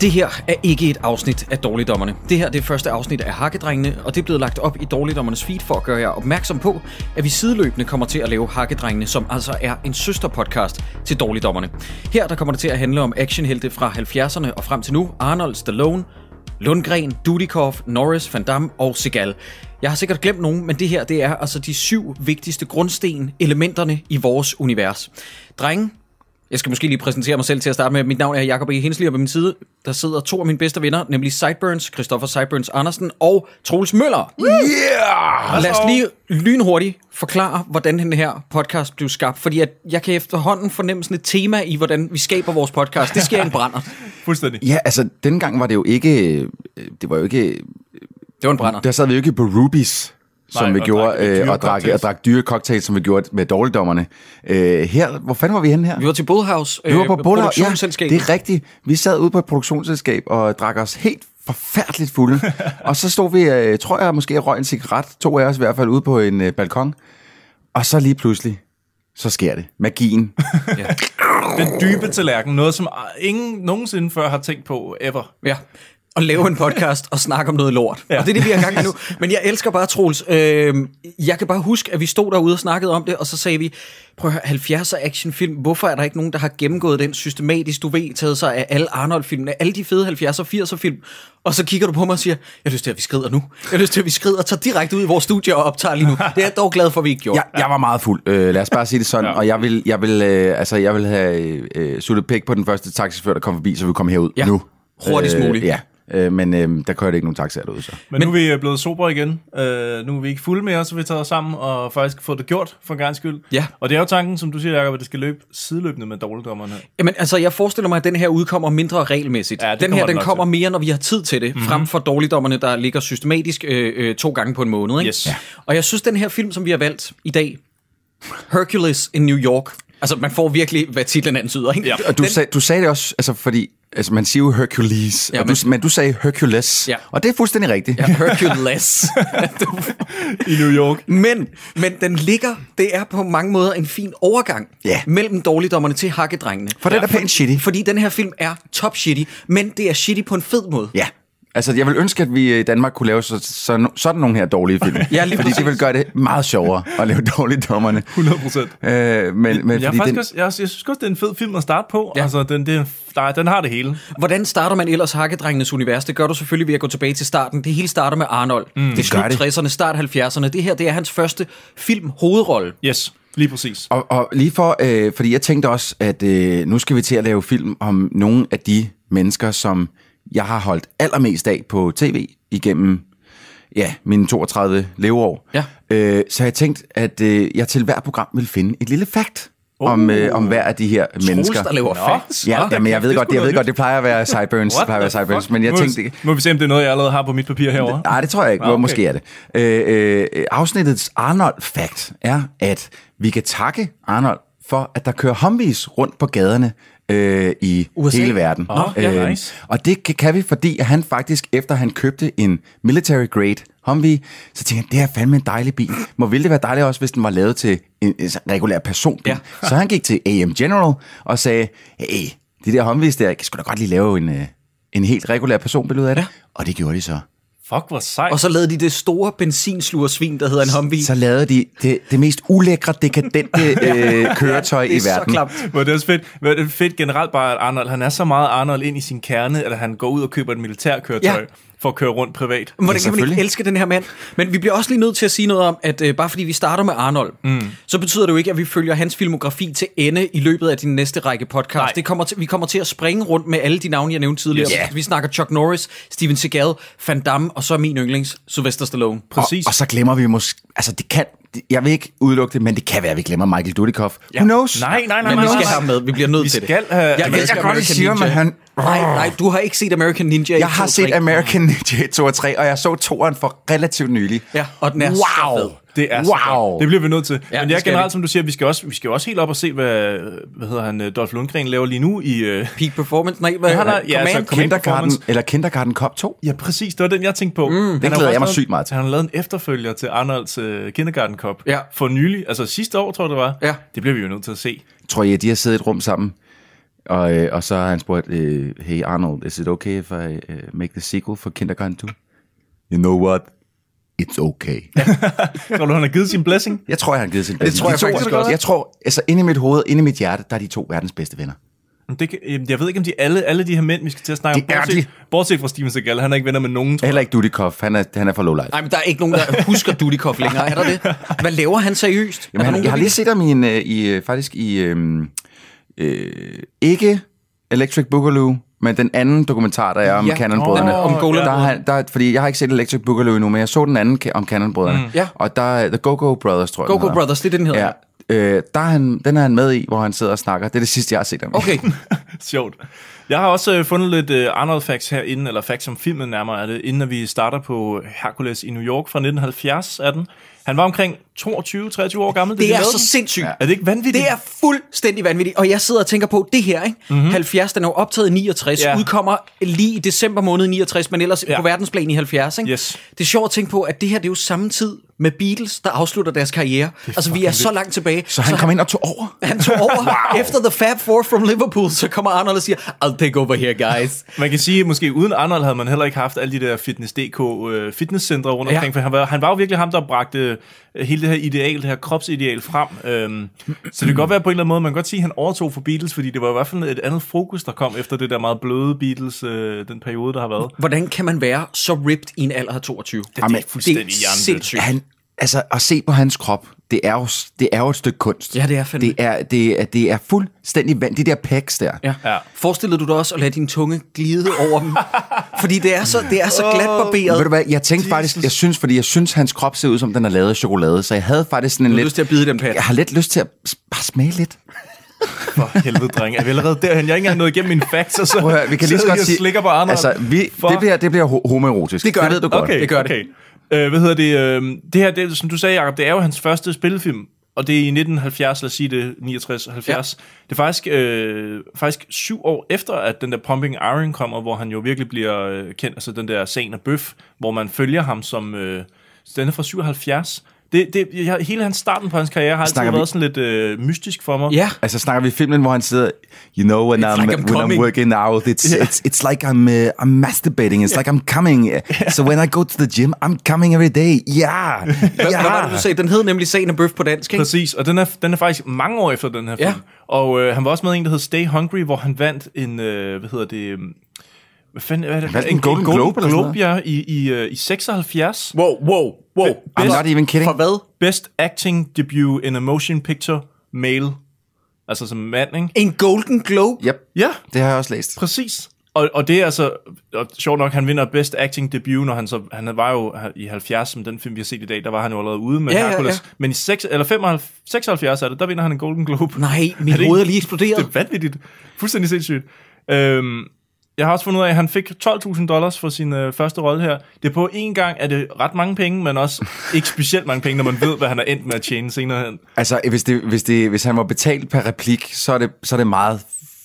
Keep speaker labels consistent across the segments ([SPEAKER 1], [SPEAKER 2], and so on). [SPEAKER 1] Det her er ikke et afsnit af Dårligdommerne. Det her det er første afsnit af Hakkedrengene, og det er blevet lagt op i Dårligdommernes feed for at gøre jer opmærksom på, at vi sideløbende kommer til at lave Hakkedrengene, som altså er en søsterpodcast til Dårligdommerne. Her der kommer det til at handle om actionhelte fra 70'erne og frem til nu, Arnold Stallone, Lundgren, Dudikoff, Norris, Van Damme og Segal. Jeg har sikkert glemt nogen, men det her det er altså de syv vigtigste grundsten, elementerne i vores univers. Drenge, jeg skal måske lige præsentere mig selv til at starte med. Mit navn er Jakob E. Hensli, og på min side, der sidder to af mine bedste venner, nemlig Sideburns, Christoffer Sideburns Andersen og Troels Møller. Yeah! Lad os lige lynhurtigt forklare, hvordan den her podcast blev skabt, fordi at jeg kan efterhånden fornemme sådan et tema i, hvordan vi skaber vores podcast. Det sker i en brænder.
[SPEAKER 2] Fuldstændig.
[SPEAKER 3] Ja, altså, dengang var det jo ikke... øh, Det var jo ikke...
[SPEAKER 1] Det var en brænder.
[SPEAKER 3] Der sad vi jo ikke på Rubies, som
[SPEAKER 2] Nej,
[SPEAKER 3] vi
[SPEAKER 2] og
[SPEAKER 3] gjorde,
[SPEAKER 2] drak dyre
[SPEAKER 3] øh, og, drak,
[SPEAKER 2] cocktails.
[SPEAKER 3] og drak dyre cocktails, som vi gjorde med dårligdommerne. Øh, her, hvor fanden var vi henne her?
[SPEAKER 1] Vi var til øh, Bodhaus,
[SPEAKER 3] Vi var på Boller, ja,
[SPEAKER 1] produktionsselskab.
[SPEAKER 3] det er rigtigt. Vi sad ude på et produktionsselskab og drak os helt forfærdeligt fulde. og så stod vi, øh, tror jeg måske, jeg røg en cigaret, to af os i hvert fald, ude på en øh, balkon. Og så lige pludselig, så sker det. Magien.
[SPEAKER 2] Den dybe tallerken, noget som ah, ingen nogensinde før har tænkt på ever.
[SPEAKER 1] Ja, og lave en podcast og snakke om noget lort. Ja. Og det er det, vi har gang i nu. Men jeg elsker bare Troels. Øh, jeg kan bare huske, at vi stod derude og snakkede om det, og så sagde vi, prøv at høre, 70'er actionfilm, hvorfor er der ikke nogen, der har gennemgået den systematisk, du ved, taget sig af alle Arnold-filmene, alle de fede 70'er, 80'er film, og så kigger du på mig og siger, jeg har lyst til, at vi skrider nu. Jeg har lyst til, at vi skrider og tager direkte ud i vores studie og optager lige nu. Det er jeg dog glad for, at vi ikke gjorde.
[SPEAKER 3] Jeg, jeg var meget fuld, øh, lad os bare sige det sådan.
[SPEAKER 2] Ja.
[SPEAKER 3] ja. Og jeg vil, jeg vil, øh, altså, jeg vil have øh, suttet pæk på den første taxichauffør, der kom forbi, så vi kom herud
[SPEAKER 1] Ja.
[SPEAKER 3] nu.
[SPEAKER 1] Hurtigst
[SPEAKER 3] øh,
[SPEAKER 1] muligt.
[SPEAKER 3] Ja, øh, men øh, der kørte ikke nogen taxaer derude, så.
[SPEAKER 2] Men, Men nu er vi øh, blevet sobre igen. Øh, nu er vi ikke fulde mere, så vi tager os sammen og faktisk får det gjort, for en gang skyld.
[SPEAKER 1] Ja.
[SPEAKER 2] Og det er jo tanken, som du siger, Jacob, at det skal løbe sideløbende med dårligdommerne.
[SPEAKER 1] Jamen, altså, jeg forestiller mig, at den her udkommer mindre regelmæssigt.
[SPEAKER 2] Ja,
[SPEAKER 1] Ja,
[SPEAKER 2] det
[SPEAKER 1] den
[SPEAKER 2] kommer
[SPEAKER 1] her,
[SPEAKER 2] den
[SPEAKER 1] den
[SPEAKER 2] nok Mhm.
[SPEAKER 1] kommer mere, når vi har tid til det, mm-hmm. frem for dårligdommerne, der ligger systematisk øh, øh, to gange på en måned. Ikke?
[SPEAKER 2] Yes. Ja.
[SPEAKER 1] Og jeg synes, den her film, som vi har valgt i dag, Hercules in New York, altså, man får virkelig, hvad titlen antyder, ikke?
[SPEAKER 2] Ja.
[SPEAKER 3] Og du,
[SPEAKER 1] den,
[SPEAKER 3] den... sag, du sagde det også, altså fordi, altså man siger jo Hercules,
[SPEAKER 1] Ja,
[SPEAKER 3] ja, og
[SPEAKER 1] men-
[SPEAKER 3] du, men du sagde Hercules,
[SPEAKER 1] Ja.
[SPEAKER 3] og det er fuldstændig rigtigt.
[SPEAKER 1] ja, Hercules.
[SPEAKER 2] I New York.
[SPEAKER 1] Men, men den ligger, det er på mange måder en fin overgang
[SPEAKER 3] Ja.
[SPEAKER 1] mellem dårligdommerne til hakkedrengene.
[SPEAKER 3] For den er pænt shitty.
[SPEAKER 1] Fordi den her film er top shitty, men det er shitty på en fed måde.
[SPEAKER 3] Ja. Altså, jeg vil ønske, at vi i Danmark kunne lave så, så, sådan nogle her dårlige film.
[SPEAKER 1] Ja, lige
[SPEAKER 3] fordi
[SPEAKER 1] præcis.
[SPEAKER 3] det vil gøre det meget sjovere at lave dårlige dommerne.
[SPEAKER 2] 100%.
[SPEAKER 3] Øh, men, men
[SPEAKER 2] Jeg, er
[SPEAKER 3] fordi
[SPEAKER 2] faktisk
[SPEAKER 3] den,
[SPEAKER 2] også, jeg, jeg synes også, det er en fed film at starte på.
[SPEAKER 1] Ja.
[SPEAKER 2] Ja. Altså, den, det, der, den har det hele.
[SPEAKER 1] Hvordan starter man ellers Hakkedrengenes univers? Det gør du selvfølgelig ved at gå tilbage til starten. Det hele starter med Arnold. Mm, det er slut
[SPEAKER 3] gør det.
[SPEAKER 1] 60'erne, start 70'erne. Det her det er hans første film hovedrolle.
[SPEAKER 2] Yes, lige præcis.
[SPEAKER 3] Og, og lige for, øh, fordi jeg tænkte også, at øh, nu skal vi til at lave film om nogle af de mennesker, som jeg har holdt allermest af på tv igennem ja, mine 32 leveår.
[SPEAKER 1] Ja.
[SPEAKER 3] Øh, så jeg tænkte, at øh, jeg til hver program vil finde et lille fakt om, øh, om hver af de her mennesker.
[SPEAKER 1] Troels, der laver
[SPEAKER 2] Nå.
[SPEAKER 1] facts.
[SPEAKER 3] Ja,
[SPEAKER 2] Hold da
[SPEAKER 3] ja, men
[SPEAKER 2] kæft,
[SPEAKER 3] jeg ved
[SPEAKER 2] det
[SPEAKER 3] godt,
[SPEAKER 2] skulle
[SPEAKER 3] jeg ved
[SPEAKER 2] noget
[SPEAKER 3] godt, det plejer at være Cyburns, det plejer at være Cyburns, men jeg
[SPEAKER 2] må
[SPEAKER 3] tænkte,
[SPEAKER 2] Vi, må vi se, om det er noget, jeg allerede har på mit papir herovre?
[SPEAKER 3] Nej, det tror jeg ikke.
[SPEAKER 2] Nå,
[SPEAKER 3] Okay.
[SPEAKER 2] okay.
[SPEAKER 3] Måske er det. Øh, øh, afsnittets Arnold-fakt er, at vi kan takke Arnold for, at der kører humvees rundt på gaderne øh, i
[SPEAKER 1] USA?
[SPEAKER 3] USA. hele verden. Øhm,
[SPEAKER 2] Nå, ja, nice.
[SPEAKER 3] Og det kan, kan vi, fordi han faktisk, efter han købte en military-grade Humvee, så tænkte han, det er fandme en dejlig bil. Må ville det være dejligt også, hvis den var lavet til en, en sådan regulær personbil.
[SPEAKER 1] Ja.
[SPEAKER 3] Ja. Så han gik til AM General og sagde, hey, de der Humvees der, jeg skulle da godt lige lave en, øh, en helt regulær personbil ud af det.
[SPEAKER 1] Ja.
[SPEAKER 3] Ja. Og det gjorde de så.
[SPEAKER 2] Fuck, hvor sejt.
[SPEAKER 1] Og så lavede de det store benzinslugersvin, der hedder en Humvee.
[SPEAKER 3] så lavede de det, det mest ulækre, dekadente øh, køretøj
[SPEAKER 1] det er
[SPEAKER 3] i
[SPEAKER 1] så
[SPEAKER 3] verden.
[SPEAKER 1] klamt.
[SPEAKER 2] Hvor det er også fedt, hvor det er fedt generelt bare, at Arnold, han er så meget Arnold ind i sin kerne, at han går ud og køber et militærkøretøj
[SPEAKER 1] Ja. Mm.
[SPEAKER 2] ja. for at køre rundt privat.
[SPEAKER 1] Hvordan
[SPEAKER 3] Ja,
[SPEAKER 1] kan man ikke
[SPEAKER 3] selvfølgelig.
[SPEAKER 1] elske den her mand? Men vi bliver også lige nødt til at sige noget om, at øh, bare fordi vi starter med Arnold, mm. så betyder det jo ikke, at vi følger hans filmografi til ende i løbet af din næste række podcast.
[SPEAKER 2] Nej.
[SPEAKER 1] Det kommer til, vi kommer til at springe rundt med alle de navne, jeg nævnte tidligere.
[SPEAKER 3] Yes. Ja.
[SPEAKER 1] Vi snakker Chuck Norris, Steven Seagal, Van Damme, og så min yndlings, Sylvester Stallone.
[SPEAKER 2] Præcis.
[SPEAKER 3] Og, og så glemmer vi måske... Altså, det kan... det- Jeg vil ikke udelukke det, men det kan være, at vi glemmer Michael Dudikoff. Ja. Who knows?
[SPEAKER 2] Nej, nej, nej,
[SPEAKER 1] Men
[SPEAKER 2] nej,
[SPEAKER 1] vi
[SPEAKER 2] nej,
[SPEAKER 1] skal
[SPEAKER 2] nej.
[SPEAKER 1] have ham med. Vi bliver nødt
[SPEAKER 2] Vi
[SPEAKER 1] til det.
[SPEAKER 2] skal
[SPEAKER 3] øh,
[SPEAKER 2] have American
[SPEAKER 1] elsker
[SPEAKER 3] Ninja.
[SPEAKER 1] American
[SPEAKER 3] siger,
[SPEAKER 1] Ninja.
[SPEAKER 3] men han-
[SPEAKER 1] Nej, nej, du har ikke set American Ninja.
[SPEAKER 3] Jeg har set American Ninja 2 og 3, og jeg så toeren for relativt nylig.
[SPEAKER 1] Ja, og den er
[SPEAKER 3] wow.
[SPEAKER 1] så fed.
[SPEAKER 2] Det er så
[SPEAKER 3] wow.
[SPEAKER 2] godt. Det bliver vi nødt til.
[SPEAKER 1] Ja,
[SPEAKER 2] Ja, Men
[SPEAKER 1] det
[SPEAKER 2] jeg
[SPEAKER 1] skal vi.
[SPEAKER 2] generelt, som du siger, vi skal også, vi skal også helt op og se, hvad, hvad hedder han, øh, Dolph Lundgren laver lige nu i... Øh,
[SPEAKER 1] Peak performance. Nej, hvad
[SPEAKER 2] Han
[SPEAKER 1] hedder
[SPEAKER 2] har-
[SPEAKER 1] det?
[SPEAKER 2] ja, altså,
[SPEAKER 1] Command?
[SPEAKER 2] kom-
[SPEAKER 3] Kindergarten,
[SPEAKER 2] performance.
[SPEAKER 3] eller Kindergarten Cop 2.
[SPEAKER 2] ja, præcis. Det var den, jeg tænkte på. Mm, den
[SPEAKER 3] glæder jeg mig sygt meget til.
[SPEAKER 2] Han har lavet en efterfølger til Arnolds øh, Kindergarten Cup
[SPEAKER 1] Ja.
[SPEAKER 2] for nylig. Altså sidste år, tror jeg det var.
[SPEAKER 1] Ja.
[SPEAKER 2] Det bliver vi jo nødt til at se.
[SPEAKER 3] Tror jeg, de har siddet i et rum sammen? Og, øh, og så har han spurgt, øh, hey Arnold, is it okay if I øh, make the sequel for Kindergarten 2? You know what? It's okay.
[SPEAKER 2] Tror du, han har givet sin blessing?
[SPEAKER 3] Jeg tror, han har givet sin
[SPEAKER 2] tror jeg
[SPEAKER 3] De to
[SPEAKER 2] faktisk
[SPEAKER 3] er-
[SPEAKER 2] også.
[SPEAKER 3] Jeg tror, altså inde i mit hoved, inde i mit hjerte, der er de to verdens bedste venner.
[SPEAKER 2] Men Det kan, jamen, jeg ved ikke, om de alle, alle de her mænd, vi skal til at snakke om,
[SPEAKER 3] De er
[SPEAKER 2] bortset, bortset fra Steven Seagal, han er ikke venner med nogen. tror jeg.
[SPEAKER 3] Heller ikke Dudikoff, han er, han er fra Lowlife.
[SPEAKER 1] Nej, men der er ikke nogen, der husker Dudikoff længere. Er der det? Hvad laver han seriøst? er
[SPEAKER 3] Jamen,
[SPEAKER 1] der
[SPEAKER 3] han,
[SPEAKER 1] nogen,
[SPEAKER 3] jeg har
[SPEAKER 1] der
[SPEAKER 3] lige set ham i, en, øh, i øh, faktisk i øhm, øh, ikke Electric Boogaloo, men den anden dokumentar, der er om
[SPEAKER 1] Ja.
[SPEAKER 3] ja. Cannonbrødrene.
[SPEAKER 1] Åh, Om Golan.
[SPEAKER 3] der, har- der, fordi jeg har ikke set Electric Boogaloo endnu, men jeg så den anden ka- om Cannonbrødrene. Mm.
[SPEAKER 1] Ja.
[SPEAKER 3] Og der er The Go-Go Brothers, tror jeg
[SPEAKER 1] Go
[SPEAKER 3] den
[SPEAKER 1] Go
[SPEAKER 3] hedder.
[SPEAKER 1] Brothers, det er det, den hedder.
[SPEAKER 3] Ja. Øh, der er han, den er han med i, hvor han sidder og snakker. Det er det sidste, jeg har set ham i.
[SPEAKER 1] Okay,
[SPEAKER 2] Sjovt. Jeg har også øh, fundet lidt øh, Arnold facts herinde, eller facts om filmen nærmere er det, inden at vi starter på Hercules i New York fra 1970 er den. Han var omkring 22-23 år gammel. da
[SPEAKER 1] det
[SPEAKER 2] de
[SPEAKER 1] er
[SPEAKER 2] lavede
[SPEAKER 1] så
[SPEAKER 2] den.
[SPEAKER 1] sindssygt.
[SPEAKER 2] Er det ikke vanvittigt?
[SPEAKER 1] Det er fuldstændig vanvittigt. Og jeg sidder og tænker på det her, ikke? Mm-hmm. 70, den er jo optaget i 69,
[SPEAKER 2] Mhm. Ja.
[SPEAKER 1] ja. udkommer lige i december måned i 69, men ellers
[SPEAKER 2] Ja.
[SPEAKER 1] ja. på verdensplan i 70, ikke?
[SPEAKER 2] Yes.
[SPEAKER 1] Det er sjovt at tænke på, at det her det er jo samme tid med Beatles, der afslutter deres karriere. Altså, vi er så langt tilbage.
[SPEAKER 3] Så han kom ind og tog over.
[SPEAKER 1] Han tog over wow. efter The Fab Four from Liverpool, så kommer Arnold og siger, I'll take over here, guys.
[SPEAKER 2] Man kan sige, at måske uden Arnold havde man heller ikke haft alle de der Fitness.dk øh, fitnesscentre rundt
[SPEAKER 1] Ja.
[SPEAKER 2] omkring, for han var, han var jo virkelig ham, der bragte øh, hele det her ideal, det her kropsideal frem. Øhm, så det kan godt være på en eller anden måde, man kan godt sige, at han overtog for Beatles, fordi det var i hvert fald et andet fokus, der kom efter det der meget bløde Beatles, øh, den periode, der har været.
[SPEAKER 1] Hvordan kan man være så ripped i en alder af 22?
[SPEAKER 2] Det, det er
[SPEAKER 3] Jamen,
[SPEAKER 2] fuldstændig
[SPEAKER 1] det er
[SPEAKER 2] hjernedødt.
[SPEAKER 1] sindssygt.
[SPEAKER 3] Han, altså, at se på hans krop, det er jo, det er jo et stykke kunst.
[SPEAKER 1] Ja, det er fandme.
[SPEAKER 3] Det er, det er, det er fuldstændig vand. De der packs der.
[SPEAKER 1] Ja.
[SPEAKER 2] Ja.
[SPEAKER 1] ja. Forestillede du dig også at lade din tunge glide over dem? Fordi det er så, det er så glat barberet.
[SPEAKER 3] Ved du hvad, jeg tænkte faktisk, jeg synes, fordi jeg synes, hans krop ser ud, som den er lavet af chokolade, så jeg havde faktisk sådan en
[SPEAKER 1] Jeg har
[SPEAKER 3] lidt...
[SPEAKER 1] lyst til at bide den pat.
[SPEAKER 3] Jeg har lidt lyst til at s- bare smage lidt.
[SPEAKER 2] For helvede, drenge. Er vi allerede derhen? Jeg er ikke engang nået igennem mine facts, og så
[SPEAKER 3] Prøv at høre, vi kan lige så
[SPEAKER 2] sidder
[SPEAKER 3] godt
[SPEAKER 2] I og
[SPEAKER 3] sige...
[SPEAKER 2] slikker på Arnold.
[SPEAKER 3] Altså, vi,
[SPEAKER 2] For-
[SPEAKER 3] det, bliver, det bliver ho- homoerotisk.
[SPEAKER 1] Det gør
[SPEAKER 3] det ved
[SPEAKER 1] det.
[SPEAKER 3] du godt.
[SPEAKER 2] Okay,
[SPEAKER 1] Det gør det.
[SPEAKER 2] okay. Øh, hvad hedder det? Øh, det her, det, er, som du sagde, Jacob, det er jo hans første spillefilm, og det er i 1970, lad os sige det, 69, 70. Ja. Det er faktisk, øh, faktisk syv år efter, at den der Pumping Iron kommer, hvor han jo virkelig bliver øh, kendt, altså den der scene af Bøf, hvor man følger ham som... Øh, den er fra 77. Det, det, jeg, hele hans starten på hans karriere har altid
[SPEAKER 3] Snakker vi-
[SPEAKER 2] været sådan lidt øh, mystisk for mig.
[SPEAKER 1] Ja.
[SPEAKER 3] Altså snakker vi i filmen, hvor han sidder, you know, when, I'm,
[SPEAKER 1] like I'm
[SPEAKER 3] when I'm
[SPEAKER 1] coming."
[SPEAKER 3] working out, it's,
[SPEAKER 2] Ja.
[SPEAKER 3] it's, it's like I'm, uh, I'm masturbating, it's like I'm coming. So when I go to the gym, I'm coming every day. Yeah,
[SPEAKER 1] Hvad, hvad var det,
[SPEAKER 3] yeah.
[SPEAKER 1] du sagde? Den hed nemlig Sagen af Bøf på dansk, ikke?
[SPEAKER 2] Præcis, og den er, den er faktisk mange år efter den her film.
[SPEAKER 1] Ja.
[SPEAKER 2] Og øh, han var også med i en, der hed Stay Hungry, hvor han vandt en, øh, hvad hedder det... øhm, Hvad fanden, hvad er det?
[SPEAKER 3] vandt en Golden Globe eller sådan
[SPEAKER 2] Globe, ja, i, i, øh, i 76.
[SPEAKER 1] Wow, wow, wow.
[SPEAKER 3] I'm not even kidding.
[SPEAKER 1] For hvad?
[SPEAKER 2] Best Acting Debut in a Motion Picture Male. Altså som mand, ikke?
[SPEAKER 1] En Golden Globe?
[SPEAKER 3] Yep,
[SPEAKER 2] Ja,
[SPEAKER 3] det har jeg også læst.
[SPEAKER 2] præcis. Og, og det er altså, og sjovt nok, han vinder Best Acting Debut, når han så, han var jo i 70, som den film, vi har set i dag, der var han jo allerede ude med
[SPEAKER 1] Ja, ja,
[SPEAKER 2] Hercules.
[SPEAKER 1] ja.
[SPEAKER 2] Men i 6, eller 75, 76 er det, der vinder han en Golden Globe.
[SPEAKER 1] Nej, mit
[SPEAKER 2] Er det
[SPEAKER 1] hoved er
[SPEAKER 2] ikke-
[SPEAKER 1] lige eksploderet.
[SPEAKER 2] Det er vanvittigt. Fuldstændig sindssygt. Øhm, jeg har også fundet ud af, at han fik 12.000 dollars for sin øh, første rolle her. Det er på én gang, er det ret mange penge, men også ikke specielt mange penge, når man ved, hvad han er endt med at tjene senere hen.
[SPEAKER 3] Altså, hvis, det, hvis, det, hvis han var betalt per replik, så er, det, så er det meget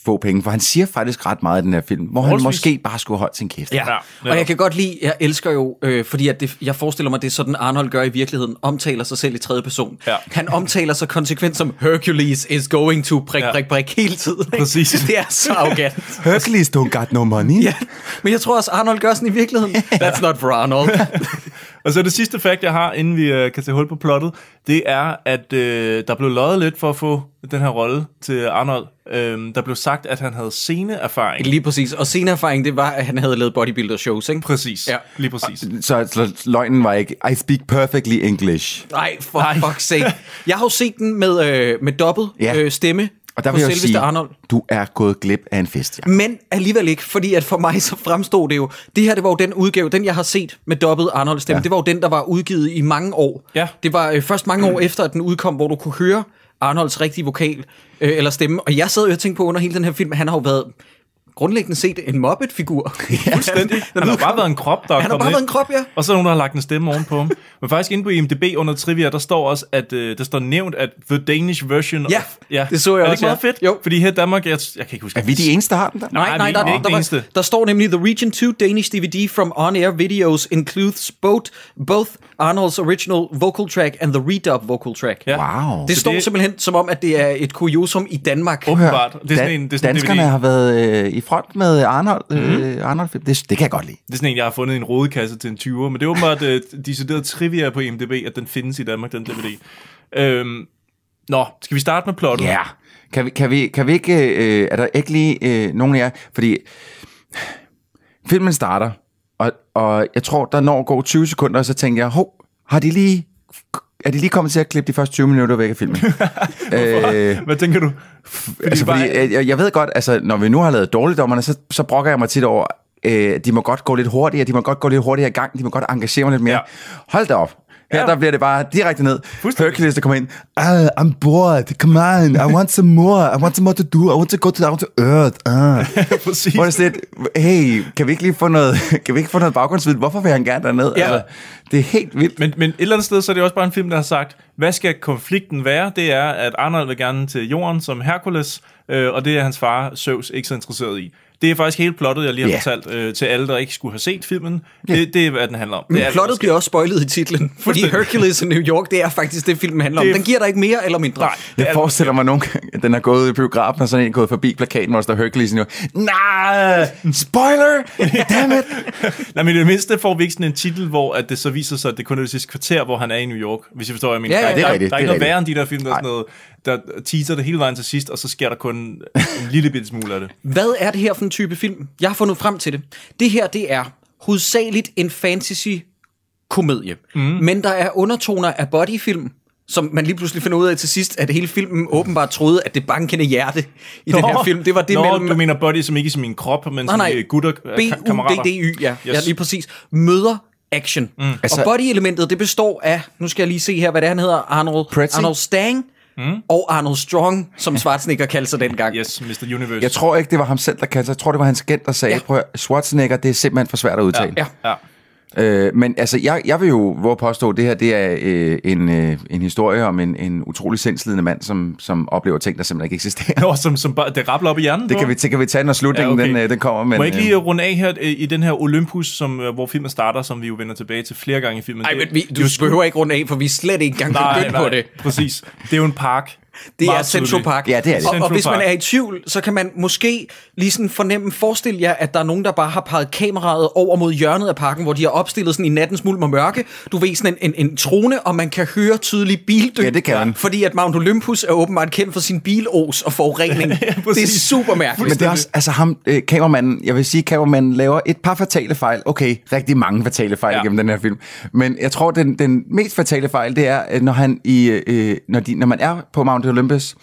[SPEAKER 3] få penge, for han siger faktisk ret meget i den her film, hvor han
[SPEAKER 2] Forholdsvis.
[SPEAKER 3] måske bare skulle holde sin kæft.
[SPEAKER 2] Ja,
[SPEAKER 1] Og jeg kan godt lide, jeg elsker jo, øh, fordi at det, jeg forestiller mig, det er sådan, Arnold gør i virkeligheden, omtaler sig selv i tredje person.
[SPEAKER 2] Ja.
[SPEAKER 1] Han omtaler sig konsekvent som, Hercules is going to prik,
[SPEAKER 2] Ja.
[SPEAKER 1] prik, prik, hele tiden. ikke?
[SPEAKER 2] Præcis.
[SPEAKER 1] Det er så arrogant.
[SPEAKER 3] Hercules don't got no money.
[SPEAKER 1] ja. Men jeg tror også, Arnold gør sådan i virkeligheden. That's not for Arnold.
[SPEAKER 2] Og så det sidste fakt, jeg har, inden vi øh, kan tage hul på plottet, det er, at øh, der blev løjet lidt for at få den her rolle til Arnold. Øhm, der blev sagt, at han havde sceneerfaring.
[SPEAKER 1] Lige præcis. Og sceneerfaring, det var, at han havde lavet bodybuilder-shows, ikke?
[SPEAKER 2] Præcis.
[SPEAKER 1] Ja.
[SPEAKER 2] Lige præcis.
[SPEAKER 3] Så, så løgnen var ikke, I speak perfectly English.
[SPEAKER 1] Nej, for
[SPEAKER 2] Nej.
[SPEAKER 1] Nej. fuck's sake. Jeg har jo set den med, øh, med dobbelt
[SPEAKER 3] Ja.
[SPEAKER 1] ja. øh, stemme
[SPEAKER 3] Og der
[SPEAKER 1] på
[SPEAKER 3] vil jeg jo
[SPEAKER 1] selveste
[SPEAKER 3] sige,
[SPEAKER 1] Arnold.
[SPEAKER 3] du er gået glip af en fest, ja.
[SPEAKER 1] Men alligevel ikke, fordi at for mig så fremstod det jo, det her det var jo den udgave, den jeg har set med dobbelt Arnold stemme, ja. det var jo den, der var udgivet i mange år.
[SPEAKER 2] Ja.
[SPEAKER 1] Det var øh, først mange år efter, at den udkom, hvor du kunne høre Arnolds rigtige vokal øh, eller stemme. Og jeg sad jo og tænkte på under hele den her film, han har jo været grundlæggende set en Muppet-figur.
[SPEAKER 2] Fuldstændig. Han har bare været en krop, der er
[SPEAKER 1] Han har
[SPEAKER 2] kommet
[SPEAKER 1] bare været en
[SPEAKER 2] ind.
[SPEAKER 1] krop, ja.
[SPEAKER 2] Og så er der nogen, der har lagt en stemme ovenpå ham. Men faktisk inde på IMDb under trivia, der står også, at øh, der står nævnt, at the Danish version
[SPEAKER 1] Ja,
[SPEAKER 2] of... Ja,
[SPEAKER 1] det så jeg
[SPEAKER 2] er det
[SPEAKER 1] også,
[SPEAKER 2] ikke
[SPEAKER 1] ja.
[SPEAKER 2] meget fedt?
[SPEAKER 1] Jo.
[SPEAKER 2] Fordi her i Danmark, jeg, jeg kan ikke huske...
[SPEAKER 3] Er vi de eneste, der har den der?
[SPEAKER 1] Nej,
[SPEAKER 2] Nej,
[SPEAKER 1] nej,
[SPEAKER 2] vi-
[SPEAKER 1] der,
[SPEAKER 2] vi er ikke
[SPEAKER 1] der,
[SPEAKER 2] det
[SPEAKER 1] der,
[SPEAKER 2] eneste.
[SPEAKER 1] der står nemlig, The Region 2 Danish DVD from on-air videos includes both, both Arnold's original vocal track and the redub vocal track.
[SPEAKER 2] Ja.
[SPEAKER 3] Wow.
[SPEAKER 1] Det står det...
[SPEAKER 2] det-
[SPEAKER 1] simpelthen som om, at det er et kuriosum i Danmark.
[SPEAKER 3] Hør,
[SPEAKER 2] Åbenbart. Det er sådan en, det er sådan en
[SPEAKER 3] danskerne
[SPEAKER 2] DVD.
[SPEAKER 3] har været øh, i front med Arnold.
[SPEAKER 2] Mhm.
[SPEAKER 3] Øh, Arnold film. det, det kan jeg godt lide.
[SPEAKER 2] Det er sådan en, jeg har fundet i en rodekasse til en 20'er, men det er åbenbart øh, decideret trivia på IMDb, at den findes i Danmark, den DVD. Øhm, nå, skal vi starte med plottet?
[SPEAKER 3] Ja. Kan vi, kan, vi, kan vi ikke... Øh, er der ikke lige øh, nogen af jer? Fordi filmen starter, og, og jeg tror, der når at gå 20 sekunder, og så tænker jeg, hov, har de lige... Er de lige kommet til at klippe de første 20 minutter væk af filmen? øh,
[SPEAKER 2] Hvad tænker du?
[SPEAKER 3] altså, fordi, øh, jeg, jeg ved godt, altså, når vi nu har lavet dårligdommerne, så, så brokker jeg mig tit over, øh, de må godt gå lidt hurtigere, de må godt gå lidt hurtigere i gang, de må godt engagere mig lidt mere. Ja.
[SPEAKER 2] Ja.
[SPEAKER 3] Hold da op. Her
[SPEAKER 2] Ja.
[SPEAKER 3] der bliver det bare direkte ned.
[SPEAKER 2] Fuldstændig.
[SPEAKER 3] Hercules, der kommer ind. Ah, I'm bored. Come on. I want some more. I want some more to do. I want to go to down to earth. Ah.
[SPEAKER 2] Præcis.
[SPEAKER 3] Hvor det er sådan lidt, hey, kan vi ikke lige få noget, kan vi ikke få noget baggrundsviden? Hvorfor vil han gerne derned? Altså,
[SPEAKER 2] Ja.
[SPEAKER 3] det er helt vildt.
[SPEAKER 2] Men, men et eller andet sted, så er det også bare en film, der har sagt, hvad skal konflikten være? Det er, at Arnold vil gerne til jorden som Herkules, øh, og det er hans far, Zeus, ikke så interesseret i. Det er faktisk hele plottet, jeg lige har
[SPEAKER 3] Ja.
[SPEAKER 2] yeah. fortalt øh, til alle, der ikke skulle have set filmen. Det, det er, hvad den handler om. Det
[SPEAKER 1] Men
[SPEAKER 2] er alt,
[SPEAKER 1] plottet
[SPEAKER 2] der
[SPEAKER 1] bliver også spoilet i titlen, fordi
[SPEAKER 2] Fuldstændig.
[SPEAKER 1] Hercules i New York, det er faktisk det, filmen handler om.
[SPEAKER 2] Det er-
[SPEAKER 1] Den giver dig ikke mere eller mindre.
[SPEAKER 2] Nej, det
[SPEAKER 3] Jeg
[SPEAKER 2] er,
[SPEAKER 3] forestiller mig nogle gange, at den har gået i biografen, og sådan en er gået forbi plakaten, hvor der står Hercules, og nu, nej, spoiler, dammit.
[SPEAKER 2] nej, men i det mindste får vi ikke sådan en titel, hvor at det så viser sig, at det kun er det sidste kvarter, hvor han er i New York, hvis jeg forstår, hvad jeg mener.
[SPEAKER 1] Ja, ja,
[SPEAKER 2] Der
[SPEAKER 1] det er
[SPEAKER 2] der,
[SPEAKER 3] rigtigt,
[SPEAKER 2] Der er
[SPEAKER 3] det
[SPEAKER 2] ikke
[SPEAKER 3] er
[SPEAKER 2] noget
[SPEAKER 3] rigtigt.
[SPEAKER 2] værre end de der film, der, er sådan noget, der teaser det hele vejen til sidst, og så sker der kun en lille bitte smule af det.
[SPEAKER 1] Hvad er det her for en type film? Jeg har fundet frem til det. Det her, det er hovedsageligt en fantasy komedie. Mm. Men der er undertoner af bodyfilm, som man lige pludselig finder ud af til sidst, at hele filmen åbenbart troede, at det bankende hjerte i den her film, det var det
[SPEAKER 2] Nå,
[SPEAKER 1] mellem...
[SPEAKER 2] du mener body som ikke som min krop, men
[SPEAKER 1] Nej,
[SPEAKER 2] som
[SPEAKER 1] nej.
[SPEAKER 2] øh, gutter, øh, kammerater.
[SPEAKER 1] B-U-D-D-Y, E, ja. Yes. ja,
[SPEAKER 2] Yes.
[SPEAKER 1] lige præcis. Møder action. Mm. Altså,
[SPEAKER 3] Altså-
[SPEAKER 1] og body-elementet, det består af, nu skal jeg lige se her, hvad det er, han hedder, Arnold,
[SPEAKER 3] Pretzi?
[SPEAKER 1] Arnold Stang mm. og Arnold Strong, som Schwarzenegger kaldte sig dengang.
[SPEAKER 2] Yes, Mr. Universe.
[SPEAKER 3] Jeg tror ikke, det var ham selv, der kaldte sig. Jeg tror, det var hans agent, der sagde,
[SPEAKER 1] Ja.
[SPEAKER 3] ja. prøv at høre, Schwarzenegger, det er simpelthen for svært at udtale.
[SPEAKER 1] Ja.
[SPEAKER 2] Ja.
[SPEAKER 3] Øh, men altså, jeg, jeg vil jo hvor påstå, at det her det er øh, en, øh, en historie om en, en utrolig sindslidende mand, som, som oplever ting, der simpelthen ikke eksisterer.
[SPEAKER 2] Nå, som, som bare, det rabler op i hjernen.
[SPEAKER 3] Det
[SPEAKER 2] på
[SPEAKER 3] kan vi, det kan vi tage, når slutningen
[SPEAKER 2] Ja,
[SPEAKER 3] ja,
[SPEAKER 2] okay.
[SPEAKER 3] okay. den, øh, den kommer.
[SPEAKER 2] ham.
[SPEAKER 3] Men,
[SPEAKER 2] Må jeg ikke
[SPEAKER 3] øh,
[SPEAKER 2] lige øh, runde af her øh, i den her Olympus, som, øh, hvor filmen starter, som vi jo vender tilbage til flere gange i filmen.
[SPEAKER 1] Ej,
[SPEAKER 2] Det-
[SPEAKER 1] men vi, du
[SPEAKER 2] det er jo-
[SPEAKER 1] behøver ikke runde af, for vi er slet ikke engang
[SPEAKER 2] Nej,
[SPEAKER 1] begyndt
[SPEAKER 2] nej,
[SPEAKER 1] på det.
[SPEAKER 2] præcis. Det er jo en park.
[SPEAKER 1] Det er
[SPEAKER 2] Meget
[SPEAKER 1] Central
[SPEAKER 2] tydeligt.
[SPEAKER 1] Park.
[SPEAKER 3] Ja, det er det.
[SPEAKER 1] Og, og
[SPEAKER 2] Central
[SPEAKER 1] hvis man
[SPEAKER 2] Park.
[SPEAKER 1] er i tvivl, så kan man måske lige sådan fornemme, forestil jer, at der er nogen, der bare har peget kameraet over mod hjørnet af parken, hvor de har opstillet sådan i nattens mulm og mørke. Du ved, sådan en, en, en trone, og man kan høre tydeligt bildød.
[SPEAKER 3] Ja, det kan man.
[SPEAKER 1] Fordi at Mount Olympus er åbenbart kendt for sin bilos og forurening. det er
[SPEAKER 2] præcis.
[SPEAKER 1] super mærkeligt.
[SPEAKER 3] Men det er også, altså ham, øh, kameramanden, jeg vil sige, kameramanden laver et par fatale fejl. Okay, rigtig mange fatale fejl ja.
[SPEAKER 2] Ja.
[SPEAKER 3] gennem den her film. Men jeg tror, den, den mest fatale fejl, det er, at når, han i, øh, når, de, når man er på Mount Olympus,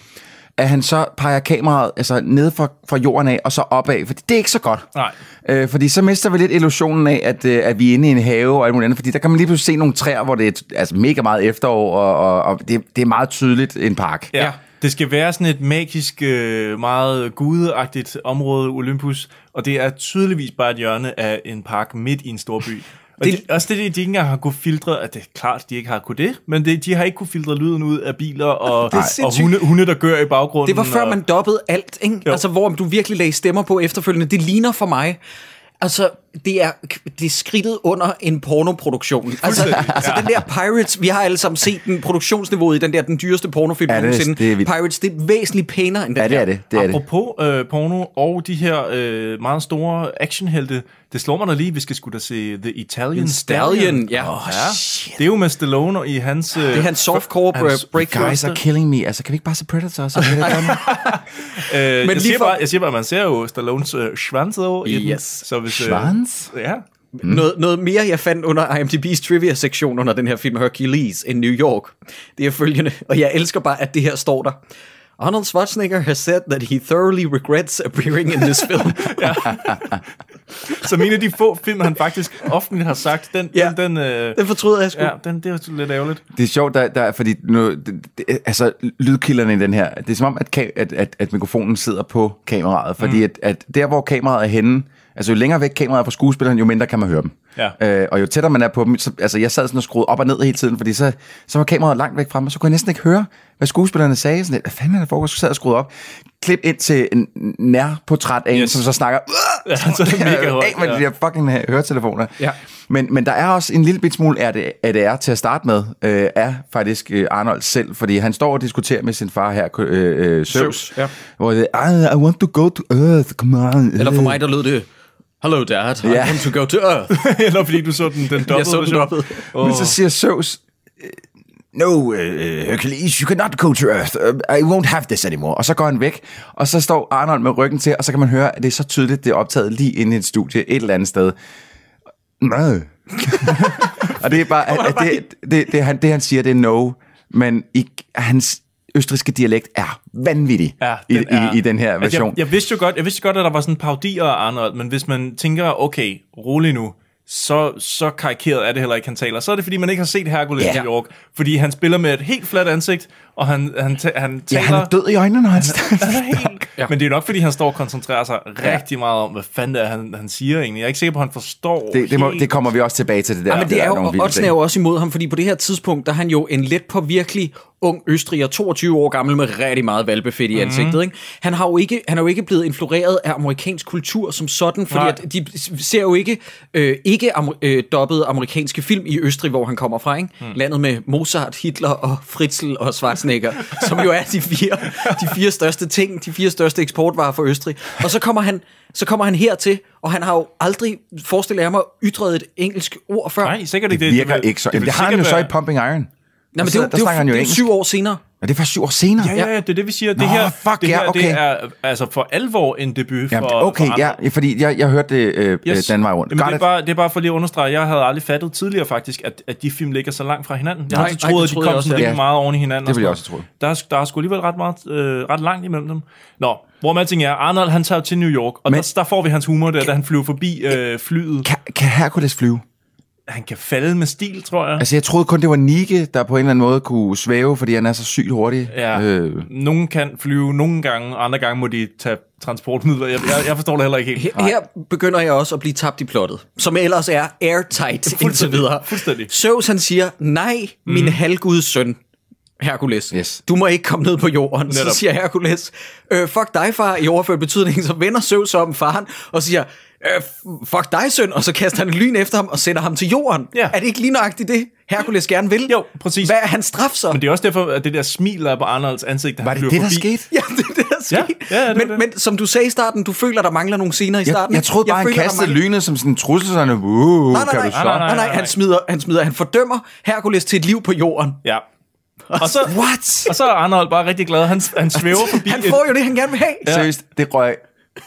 [SPEAKER 3] at han så peger kameraet altså, ned fra, fra jorden af, og så opad, fordi det er ikke så godt.
[SPEAKER 2] Nej.
[SPEAKER 3] Øh, fordi så mister vi lidt illusionen af, at, øh, at vi er inde i en have og alt muligt andet, fordi der kan man lige pludselig se nogle træer, hvor det er altså, mega meget efterår, og, og, og det, det er meget tydeligt en park.
[SPEAKER 2] Ja.
[SPEAKER 1] Ja.
[SPEAKER 2] ja. Det skal være sådan et magisk, øh, meget gudeagtigt område, Olympus, og det er tydeligvis bare et hjørne af en park midt i en stor by. Og
[SPEAKER 1] Det-
[SPEAKER 2] det, også det, de ikke engang har kunne filtre, at det er klart, de ikke har kunne det, men det, de har ikke kunne filtre lyden ud af biler og,
[SPEAKER 1] Det er
[SPEAKER 2] og
[SPEAKER 1] sindssygt.
[SPEAKER 2] hunde, hunde, der gør i baggrunden.
[SPEAKER 1] Det var før
[SPEAKER 2] og,
[SPEAKER 1] man dobbede alt, ikke?
[SPEAKER 2] Jo.
[SPEAKER 1] Altså, hvor du virkelig lagde stemmer på efterfølgende. Det ligner for mig... Altså, det er, det er skridtet under en pornoproduktion. Altså, ja. altså, den der Pirates, vi har alle sammen set den produktionsniveauet i den der, den dyreste pornofilm
[SPEAKER 3] Ja, det er-
[SPEAKER 1] nogensinde.
[SPEAKER 3] det er vildt.
[SPEAKER 1] Pirates, det er væsentligt pænere end den
[SPEAKER 3] Ja, det
[SPEAKER 1] her.
[SPEAKER 3] er det. det, er det.
[SPEAKER 2] Apropos øh, porno og de her øh, meget store actionhelte, det slår mig da lige, vi skal skulle da se The
[SPEAKER 1] Stallion,
[SPEAKER 2] Italian Stallion.
[SPEAKER 1] ja.
[SPEAKER 2] Oh, ja. Det er jo med Stallone og i hans... Øh,
[SPEAKER 1] Det er hans softcore
[SPEAKER 2] hans-
[SPEAKER 1] uh, breakthrough.
[SPEAKER 3] Guys are killing me. Altså, kan vi ikke bare se Predator? Så bliver det godt?
[SPEAKER 2] Øh, men
[SPEAKER 1] lige
[SPEAKER 2] jeg, siger
[SPEAKER 1] for-
[SPEAKER 2] bare, jeg siger bare, man ser jo Stallones øh, schwanzo i den.
[SPEAKER 1] Yes.
[SPEAKER 2] Så hvis,
[SPEAKER 3] øh,
[SPEAKER 2] øh,
[SPEAKER 3] Schwanz?
[SPEAKER 2] Ja.
[SPEAKER 1] Mm. Noget, noget mere, jeg fandt under IMDb's trivia-sektion under den her film Hercules in New York, det er følgende, og jeg elsker bare, at det her står der. Arnold Schwarzenegger has said that he thoroughly regrets appearing in this film.
[SPEAKER 2] Som en af de få film, han faktisk offentligt har sagt, den,
[SPEAKER 4] Ja.
[SPEAKER 2] ja. den, den, øh,
[SPEAKER 4] Den fortryder jeg sgu.
[SPEAKER 2] ja, den det er lidt ærgerligt.
[SPEAKER 3] Det er sjovt, der, der, fordi nu, det, det, altså, lydkilderne i den her, det er som om, at, ka- at, at, at mikrofonen sidder på kameraet, fordi mm. at, at der, hvor kameraet er henne, altså jo længere væk kameraet er fra skuespilleren, jo mindre kan man høre dem.
[SPEAKER 2] Ja.
[SPEAKER 3] Øh, og jo tættere man er på dem, så, altså jeg sad sådan og skruede op og ned hele tiden, fordi så, så var kameraet langt væk fra mig, så kunne jeg næsten ikke høre, hvad skuespillerne sagde. Sådan, lidt, hvad fanden er der foregået? Så sad jeg og skruede op. Klip ind til en nærportræt af en, yes.
[SPEAKER 2] Yes.
[SPEAKER 3] som så snakker,
[SPEAKER 2] Ja, så er det mega højt.
[SPEAKER 3] af med de der fucking øh, høretelefoner.
[SPEAKER 1] Ja.
[SPEAKER 3] Men, men der er også en lille bit smule af det, af det er til at starte med, øh, er faktisk øh, Arnold selv, fordi han står og diskuterer med sin far her, øh, øh, Søvs,
[SPEAKER 1] ja.
[SPEAKER 3] hvor det er, I want to go to Earth, come on.
[SPEAKER 1] Eller for mig, der lød det, Hello dad, I
[SPEAKER 3] Ja.
[SPEAKER 1] want to go to Earth.
[SPEAKER 2] Eller fordi du så den, den dobbelt.
[SPEAKER 1] Jeg så den dobbelt.
[SPEAKER 2] Oh.
[SPEAKER 3] Men så siger Søvs, øh, No, uh, Hercules, you cannot go to Earth. Uh, I won't have this anymore. Og så går han væk, og så står Arnold med ryggen til, og så kan man høre, at det er så tydeligt, det er optaget lige inde i et studie, et eller andet sted. Nej. og det er bare, at, at det, det, det, han, det han siger, det er no, men i, hans østriske dialekt er vanvittig
[SPEAKER 2] Ja,
[SPEAKER 3] i,
[SPEAKER 2] den er-
[SPEAKER 3] i, i den her
[SPEAKER 2] Altså,
[SPEAKER 3] version.
[SPEAKER 2] Jeg, jeg, vidste jo godt, jeg vidste godt, at der var sådan parodier af Arnold, men hvis man tænker, okay, rolig nu, så, så karikeret er det heller ikke, han taler. Så er det, fordi man ikke har set Hercules
[SPEAKER 3] Ja.
[SPEAKER 2] yeah. i New York. Fordi han spiller med et helt fladt ansigt, og han, han, ta- han
[SPEAKER 3] ja,
[SPEAKER 2] taler...
[SPEAKER 3] han er død i øjnene, når han
[SPEAKER 2] Han er helt...
[SPEAKER 1] Ja.
[SPEAKER 2] ja. Men det er nok, fordi han står og koncentrerer sig rigtig meget om, hvad fanden det er, han, han siger egentlig. Jeg er ikke sikker på, at han forstår
[SPEAKER 3] det, det, må,
[SPEAKER 2] helt-
[SPEAKER 3] det kommer vi også tilbage til, det der.
[SPEAKER 1] Ja, men det
[SPEAKER 3] der
[SPEAKER 1] er jo,
[SPEAKER 3] nogle
[SPEAKER 1] og
[SPEAKER 3] vilde
[SPEAKER 1] Otzen er
[SPEAKER 3] ting.
[SPEAKER 1] jo også imod ham, fordi på det her tidspunkt, der er han jo en let påvirkelig ung østriger, 22 år gammel med rigtig meget valbefedt
[SPEAKER 2] Mhm.
[SPEAKER 1] i ansigtet. Ikke? Han, har jo ikke, han er jo ikke blevet influeret af amerikansk kultur som sådan, fordi
[SPEAKER 2] Nej.
[SPEAKER 1] at de ser jo ikke, øh, ikke amer, øh, dobbede amerikanske film i Østrig, hvor han kommer fra. Ikke? Mm. Landet med Mozart, Hitler og Fritzl og Schwarzenegger, som jo er de fire, de fire største ting, de fire største eksportvarer for Østrig. Og så kommer han, så kommer han hertil, og han har jo aldrig, forestiller jeg mig, ytret et engelsk ord før.
[SPEAKER 2] Nej, sikkert ikke.
[SPEAKER 3] Det virker
[SPEAKER 2] vil-
[SPEAKER 3] ikke så.
[SPEAKER 2] vil
[SPEAKER 3] Det, det har han jo
[SPEAKER 2] sikkert
[SPEAKER 3] så i
[SPEAKER 2] være-
[SPEAKER 3] Pumping Iron.
[SPEAKER 1] Nej,
[SPEAKER 3] Og
[SPEAKER 1] men
[SPEAKER 3] så-
[SPEAKER 1] det, er jo-
[SPEAKER 3] der
[SPEAKER 1] det,
[SPEAKER 3] snakker
[SPEAKER 1] er
[SPEAKER 3] han
[SPEAKER 1] jo,
[SPEAKER 3] jo
[SPEAKER 1] det er jo
[SPEAKER 3] engelsk.
[SPEAKER 1] syv år senere.
[SPEAKER 3] Men det er fra syv år senere.
[SPEAKER 2] Ja, ja, ja, det er det, vi siger. Det
[SPEAKER 3] Nå,
[SPEAKER 2] her,
[SPEAKER 3] fuck,
[SPEAKER 2] det,
[SPEAKER 3] ja,
[SPEAKER 2] her det
[SPEAKER 3] okay.
[SPEAKER 2] er altså for alvor en debut for,
[SPEAKER 3] Jamen,
[SPEAKER 2] for
[SPEAKER 3] okay,
[SPEAKER 2] andre.
[SPEAKER 3] ja, fordi jeg, jeg hørte det øh, yes. den vej rundt.
[SPEAKER 2] Jamen,
[SPEAKER 3] Got
[SPEAKER 2] det, er
[SPEAKER 3] it.
[SPEAKER 2] bare, det er bare for lige at understrege, jeg havde aldrig fattet tidligere faktisk, at, at de film ligger så langt fra hinanden. Jeg har
[SPEAKER 1] Nej,
[SPEAKER 2] altid
[SPEAKER 1] nej, det
[SPEAKER 2] troet, at de
[SPEAKER 1] troede jeg
[SPEAKER 2] kom
[SPEAKER 1] også,
[SPEAKER 2] sådan
[SPEAKER 3] ja.
[SPEAKER 2] rimelig meget oven i hinanden.
[SPEAKER 3] Det ville jeg
[SPEAKER 2] og
[SPEAKER 3] også
[SPEAKER 2] sådan noget. Der er, der er sgu alligevel ret, meget, øh, ret langt imellem dem. Nå, hvor man tænker, ja, Arnold han tager jo til New York, og
[SPEAKER 3] Men-
[SPEAKER 2] Men, der, der får vi hans humor der, da han flyver forbi øh, flyet.
[SPEAKER 3] Kan, kan Hercules flyve?
[SPEAKER 2] Han kan falde med stil, tror jeg.
[SPEAKER 3] Altså, jeg troede kun, det var Nike, der på en eller anden måde kunne svæve, fordi han er så sygt hurtig.
[SPEAKER 2] Ja, øh. nogen kan flyve nogle gange, andre gange må de tage transportmidler. Jeg, jeg, jeg forstår det heller ikke helt.
[SPEAKER 1] Her, her begynder jeg også at blive tabt i plottet, som ellers er airtight indtil videre.
[SPEAKER 2] fuldstændig.
[SPEAKER 1] Zeus han siger, nej, min mm. halvguds søn, Herkules,
[SPEAKER 3] Yes.
[SPEAKER 1] du må ikke komme ned på jorden. Netop.
[SPEAKER 2] Netop.
[SPEAKER 1] Så siger Herkules, øh, fuck dig far, i overført betydning, så vender Zeus sig om faren og siger, øh, f- fuck dig søn, og så kaster han et lyn efter ham og sender ham til jorden.
[SPEAKER 2] Ja.
[SPEAKER 1] Er det ikke lige nøjagtigt det, Herkules gerne vil?
[SPEAKER 2] Jo, præcis.
[SPEAKER 1] Hvad er hans straf så?
[SPEAKER 2] Men det er også derfor, at det der smil der er på Arnolds ansigt, da han
[SPEAKER 3] Var det
[SPEAKER 2] flyver
[SPEAKER 3] det, der
[SPEAKER 2] forbi.
[SPEAKER 3] skete?
[SPEAKER 1] Ja, det er det, der sker.
[SPEAKER 2] Ja, ja, det
[SPEAKER 1] men,
[SPEAKER 2] var det.
[SPEAKER 1] men som du sagde i starten, du føler, der mangler nogle scener i
[SPEAKER 3] Jeg,
[SPEAKER 1] starten.
[SPEAKER 3] jeg troede bare, han
[SPEAKER 1] føler, der
[SPEAKER 3] kastede
[SPEAKER 1] mangler-
[SPEAKER 3] lynet som sådan en trussel, sådan,
[SPEAKER 1] Nej,
[SPEAKER 3] wow,
[SPEAKER 1] nej,
[SPEAKER 3] "Uh, kan
[SPEAKER 1] nej,
[SPEAKER 3] du så?
[SPEAKER 1] nej, nej, nej,
[SPEAKER 2] Nej,
[SPEAKER 1] nej,
[SPEAKER 2] nej,
[SPEAKER 1] han
[SPEAKER 2] nej.
[SPEAKER 1] smider, han smider, han fordømmer Herkules til et liv på jorden.
[SPEAKER 2] Ja. Og så,
[SPEAKER 1] What?
[SPEAKER 2] og så er Arnold bare rigtig glad. Han, han svæver forbi
[SPEAKER 1] Han
[SPEAKER 2] et-
[SPEAKER 1] får jo det, han gerne vil have.
[SPEAKER 3] Ja. Seriøst, det røg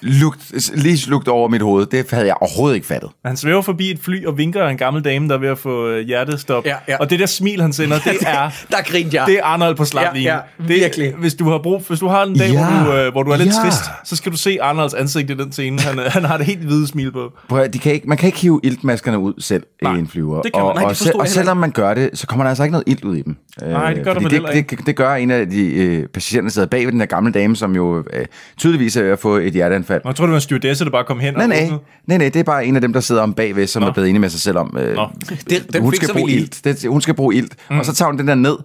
[SPEAKER 3] lugt, lige lugt over mit hoved. Det havde jeg overhovedet ikke fattet.
[SPEAKER 2] Han svæver forbi et fly og vinker af en gammel dame, der er ved at få øh, hjertestop.
[SPEAKER 1] Ja, ja.
[SPEAKER 2] Og det der smil, han sender, det er...
[SPEAKER 1] Der grinte jeg.
[SPEAKER 2] Det er Arnold på slaplinjen.
[SPEAKER 1] Ja, ja, virkelig.
[SPEAKER 2] det, hvis du har brug, hvis du har en dag,
[SPEAKER 3] Ja.
[SPEAKER 2] hvor, du, øh, hvor du er lidt
[SPEAKER 3] Ja.
[SPEAKER 2] trist, så skal du se Arnolds ansigt i den scene. Han, øh, han har det helt hvide smil på.
[SPEAKER 3] Prøv, at høre, de kan ikke, man kan ikke hive iltmaskerne ud selv nej, i en flyver.
[SPEAKER 2] det kan man
[SPEAKER 3] og,
[SPEAKER 2] ikke.
[SPEAKER 3] og,
[SPEAKER 1] Det forstod
[SPEAKER 3] selv-
[SPEAKER 1] jeg
[SPEAKER 3] og
[SPEAKER 1] heller
[SPEAKER 3] selvom man gør det, så kommer der altså ikke noget ilt ud i dem. Øh,
[SPEAKER 2] Nej, det gør der vel
[SPEAKER 3] fordi
[SPEAKER 2] heller
[SPEAKER 3] det, det, det gør en af de øh, patienter, der sidder bag ved den der gamle dame, som jo øh, tydeligvis er ved at få et hjerteanfald.
[SPEAKER 2] Og jeg tror, det var en stewardesse, der bare kom hen
[SPEAKER 3] Nej,
[SPEAKER 2] og
[SPEAKER 3] nej.
[SPEAKER 2] åbnede.
[SPEAKER 3] nej, nej, det er bare en af dem, der sidder om bagved, som Nå. er blevet enig med sig selv om, øh,
[SPEAKER 2] Nå.
[SPEAKER 1] Det- den
[SPEAKER 3] hun,
[SPEAKER 1] fikser
[SPEAKER 3] skal
[SPEAKER 1] vi
[SPEAKER 3] bruge
[SPEAKER 1] lige.
[SPEAKER 3] ilt. Det, hun skal bruge ilt. Mm. Og så tager hun den der ned,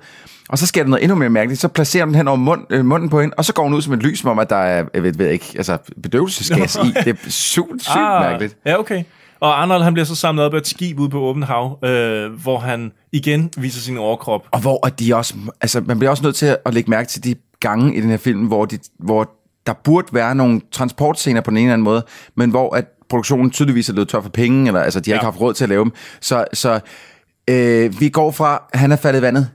[SPEAKER 3] og så sker der noget endnu mere mærkeligt. Så placerer hun den hen over mund, øh, munden på hende, og så går hun ud som et lys, som om at der er jeg ved, ved jeg ikke, altså, bedøvelsesgas i. Det er sygt, sygt ah. mærkeligt.
[SPEAKER 2] Ja, okay. Og Arnold, han bliver så samlet op af et skib ude på åbent hav, øh, hvor han igen viser sin overkrop.
[SPEAKER 3] Og hvor at de også, altså, man bliver også nødt til at lægge mærke til de gange i den her film, hvor, de, hvor der burde være nogle transportscener på den ene eller anden måde, men hvor at produktionen tydeligvis er blevet tør for penge, eller altså, de har ja. ikke haft råd til at lave dem. Så, så øh, vi går fra, han er faldet i vandet,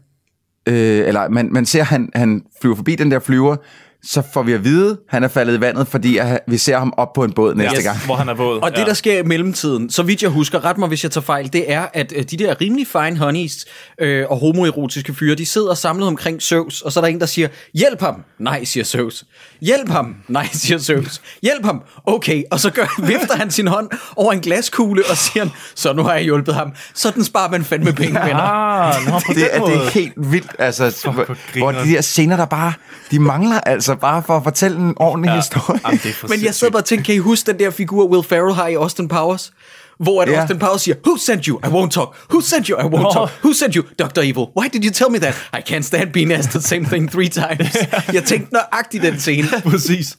[SPEAKER 3] øh, eller man, man ser, han, han flyver forbi den der flyver, så får vi at vide, at han er faldet i vandet, fordi at vi ser ham op på en båd næste yes. gang.
[SPEAKER 2] hvor han er våd.
[SPEAKER 1] Og det, der sker i mellemtiden, så vidt jeg husker, ret mig hvis jeg tager fejl, det er, at øh, de der rimelig fine honeys øh, og homoerotiske fyre, de sidder samlet omkring Zeus, og så er der en, der siger, hjælp ham! Nej, siger Zeus. Hjælp ham! Nej, siger Zeus. Hjælp ham! Okay, og så gør, vifter han sin hånd over en glaskugle og siger, han, så nu har jeg hjulpet ham. Sådan sparer man fandme penge, venner.
[SPEAKER 2] Ah, nå, på
[SPEAKER 3] Det,
[SPEAKER 2] den
[SPEAKER 3] er,
[SPEAKER 2] måde.
[SPEAKER 3] det er helt vildt, altså, hvor, hvor
[SPEAKER 2] grineren.
[SPEAKER 3] de der scener, der bare, de mangler altså bare for at fortælle en ordentlig ja. historie.
[SPEAKER 2] Jamen, det er for
[SPEAKER 1] Men jeg sad
[SPEAKER 2] sindssygt.
[SPEAKER 1] bare og tænkte, kan I huske den der figur, Will Ferrell har i Austin Powers? Hvor at
[SPEAKER 3] Ja.
[SPEAKER 1] Austin Powers siger, Who sent you? I won't talk. Who sent you? I won't
[SPEAKER 2] Nå.
[SPEAKER 1] talk. Who sent you? Dr. Evil. Why did you tell me that? I can't stand being asked the same thing three times. Jeg tænkte nøjagtigt den scene.
[SPEAKER 2] Præcis.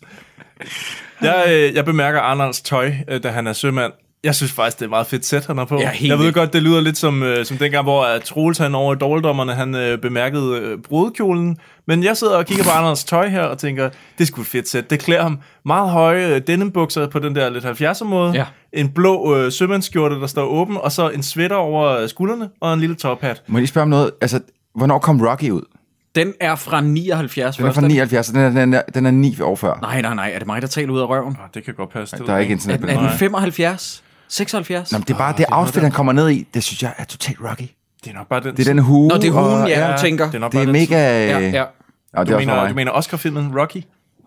[SPEAKER 2] Jeg, øh, jeg bemærker Arnolds tøj, øh, da han er sømand. Jeg synes faktisk, det er et meget fedt sæt, han har på.
[SPEAKER 1] Ja, helt
[SPEAKER 2] jeg ved
[SPEAKER 1] vildt.
[SPEAKER 2] godt, det lyder lidt som, øh, som dengang, hvor uh, Troels han over i dårligdommerne, han øh, bemærkede øh, brudekjolen. Men jeg sidder og kigger på Arnolds tøj her og tænker, det er sgu et fedt sæt. Det klæder ham meget høje øh, denimbukser på den der lidt 70'er måde.
[SPEAKER 1] Ja.
[SPEAKER 2] En blå øh, sømandsskjorte, der står åben, og så en sweater over øh, skuldrene og en lille tophat.
[SPEAKER 3] Må jeg lige spørge om noget? Altså, hvornår kom Rocky ud?
[SPEAKER 1] Den er fra 79.
[SPEAKER 3] Den er fra 79, så den er, den er, den er 9 år før.
[SPEAKER 1] Nej, nej, nej. Er det mig, der taler ud af røven?
[SPEAKER 2] Ah, Det kan godt passe. Det
[SPEAKER 3] Der
[SPEAKER 2] ved
[SPEAKER 3] er
[SPEAKER 2] jeg
[SPEAKER 3] ikke
[SPEAKER 1] Er,
[SPEAKER 3] internet på den.
[SPEAKER 1] er den 75? 76?
[SPEAKER 3] Nå, men det er bare det outfit, han kommer ned i, det synes jeg er totalt Rocky.
[SPEAKER 2] Det er nok bare den.
[SPEAKER 3] Det er den hue.
[SPEAKER 1] Nå, det er hugen,
[SPEAKER 3] og-
[SPEAKER 1] ja, hun
[SPEAKER 2] ja,
[SPEAKER 1] tænker.
[SPEAKER 2] det er nok
[SPEAKER 3] Det
[SPEAKER 2] bare
[SPEAKER 3] er
[SPEAKER 2] den
[SPEAKER 3] mega...
[SPEAKER 1] Ja, ja.
[SPEAKER 3] Og det
[SPEAKER 2] Du
[SPEAKER 3] er også for
[SPEAKER 2] mener,
[SPEAKER 3] mig.
[SPEAKER 2] du mener Oscar-filmen Rocky? Den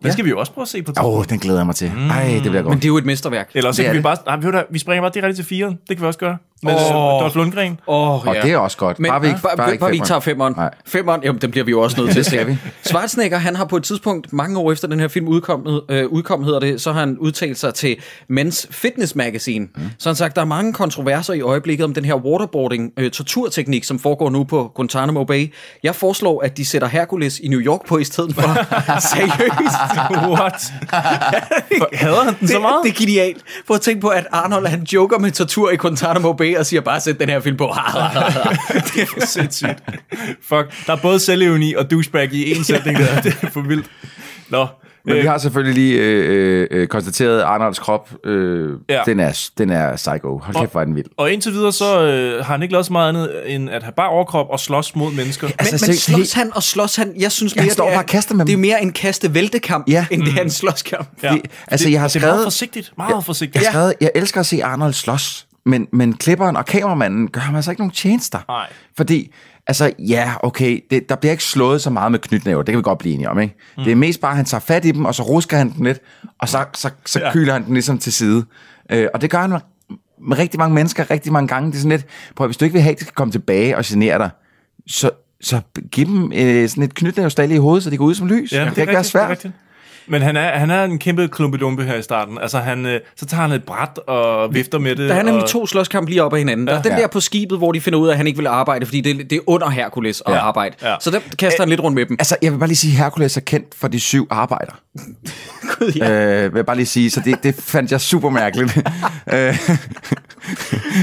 [SPEAKER 3] Ja.
[SPEAKER 2] skal vi jo også prøve at se på
[SPEAKER 3] Åh, oh, den glæder jeg mig til. Ej, det
[SPEAKER 2] Mm.
[SPEAKER 3] bliver
[SPEAKER 1] Men
[SPEAKER 3] godt.
[SPEAKER 1] det er jo et mesterværk.
[SPEAKER 2] Eller så
[SPEAKER 3] Det er
[SPEAKER 2] kan vi
[SPEAKER 3] det.
[SPEAKER 2] bare... Nej, ved du hvad, vi springer bare direkte til fire. Det kan vi også gøre. Med
[SPEAKER 1] Åh.
[SPEAKER 2] oh. Dolph Lundgren.
[SPEAKER 1] Åh,
[SPEAKER 3] Og det er også godt.
[SPEAKER 1] Men
[SPEAKER 3] Bare vi ikke-
[SPEAKER 1] bare,
[SPEAKER 3] bare
[SPEAKER 1] bare,
[SPEAKER 3] ikke
[SPEAKER 1] bare vi ikke tager
[SPEAKER 3] femmeren.
[SPEAKER 1] femmeren.
[SPEAKER 3] Nej.
[SPEAKER 1] Femmeren, jamen den bliver vi jo også nødt til.
[SPEAKER 3] skal vi.
[SPEAKER 1] Schwarzenegger, han har på et tidspunkt, mange år efter den her film udkom, øh, udkom hedder det, så har han udtalt sig til Men's Fitness Magazine. Mm. Så han sagt, der er mange kontroverser i øjeblikket om den her waterboarding øh, torturteknik, som foregår nu på Guantanamo Bay. Jeg foreslår, at de sætter Hercules i New York på i stedet for. Seriøst?
[SPEAKER 2] What? For- Hader han den så meget?
[SPEAKER 1] Det, det er genialt. Prøv at tænke på, at Arnold han joker med tortur i Guantanamo Bay og siger, bare sæt den her film på. det er
[SPEAKER 2] Sindssygt. Fuck. Der er både selvevni og douchebag i én sætning der. Det er for vildt. Nå.
[SPEAKER 3] Men vi
[SPEAKER 2] øh,
[SPEAKER 3] har selvfølgelig lige øh, øh, øh, konstateret, at Arnolds krop, øh,
[SPEAKER 2] Ja.
[SPEAKER 3] ja. den, er, den er psycho. Hold kæft, hvor er den vild.
[SPEAKER 2] Og indtil videre, så øh, har han ikke lavet så meget andet, end at have bare overkrop og slås mod mennesker.
[SPEAKER 1] Men,
[SPEAKER 3] Altså,
[SPEAKER 1] men
[SPEAKER 3] seriøst,
[SPEAKER 1] slås han og slås han, jeg synes mere,
[SPEAKER 3] han står
[SPEAKER 1] det, er,
[SPEAKER 3] bare og kaster med
[SPEAKER 1] det er
[SPEAKER 3] dem.
[SPEAKER 1] mere en kaste-væltekamp,
[SPEAKER 3] Ja. Mm.
[SPEAKER 1] end det er en slåskamp.
[SPEAKER 2] Ja.
[SPEAKER 3] Det, altså, jeg har
[SPEAKER 2] Det er meget
[SPEAKER 3] skrevet...
[SPEAKER 2] forsigtigt. Meget forsigtigt.
[SPEAKER 3] Jeg, har skrevet, jeg elsker at se Arnold slås, men, men klipperen og kameramanden gør ham altså ikke nogen tjenester.
[SPEAKER 2] Nej.
[SPEAKER 3] Fordi, altså, ja, okay, det, der bliver ikke slået så meget med knytnæver, det kan vi godt blive enige om, ikke? Mm. Det er mest bare, at han tager fat i dem, og så rusker han den lidt, og så, så, så
[SPEAKER 2] Ja.
[SPEAKER 3] ja. kyler han den ligesom til side. Øh, og det gør han med, med rigtig mange mennesker, rigtig mange gange. Det er sådan lidt, prøv, at hvis du ikke vil have, at de skal komme tilbage og genere dig, så, så giv dem øh, sådan et knytnævestalle i hovedet, så de går ud som lys. det, kan ikke være
[SPEAKER 2] det er
[SPEAKER 3] svært.
[SPEAKER 2] rigtigt. Men han er, han er en kæmpe klumpedumpe her i starten. Altså, han, øh, så tager han et bræt og vifter med det.
[SPEAKER 1] Der er nemlig
[SPEAKER 2] og,
[SPEAKER 1] to slåskampe lige op ad hinanden. Der er den
[SPEAKER 3] Ja.
[SPEAKER 1] der på skibet, hvor de finder ud af, at han ikke vil arbejde, fordi det, det er under Herkules at
[SPEAKER 3] Ja.
[SPEAKER 1] arbejde.
[SPEAKER 2] Ja.
[SPEAKER 1] Så der kaster han lidt rundt med dem.
[SPEAKER 3] Altså, jeg vil bare lige sige, at Hercules er kendt for de syv arbejder.
[SPEAKER 1] Gud, ja.
[SPEAKER 3] Øh, vil jeg bare lige sige, så det, det fandt jeg super mærkeligt. øh,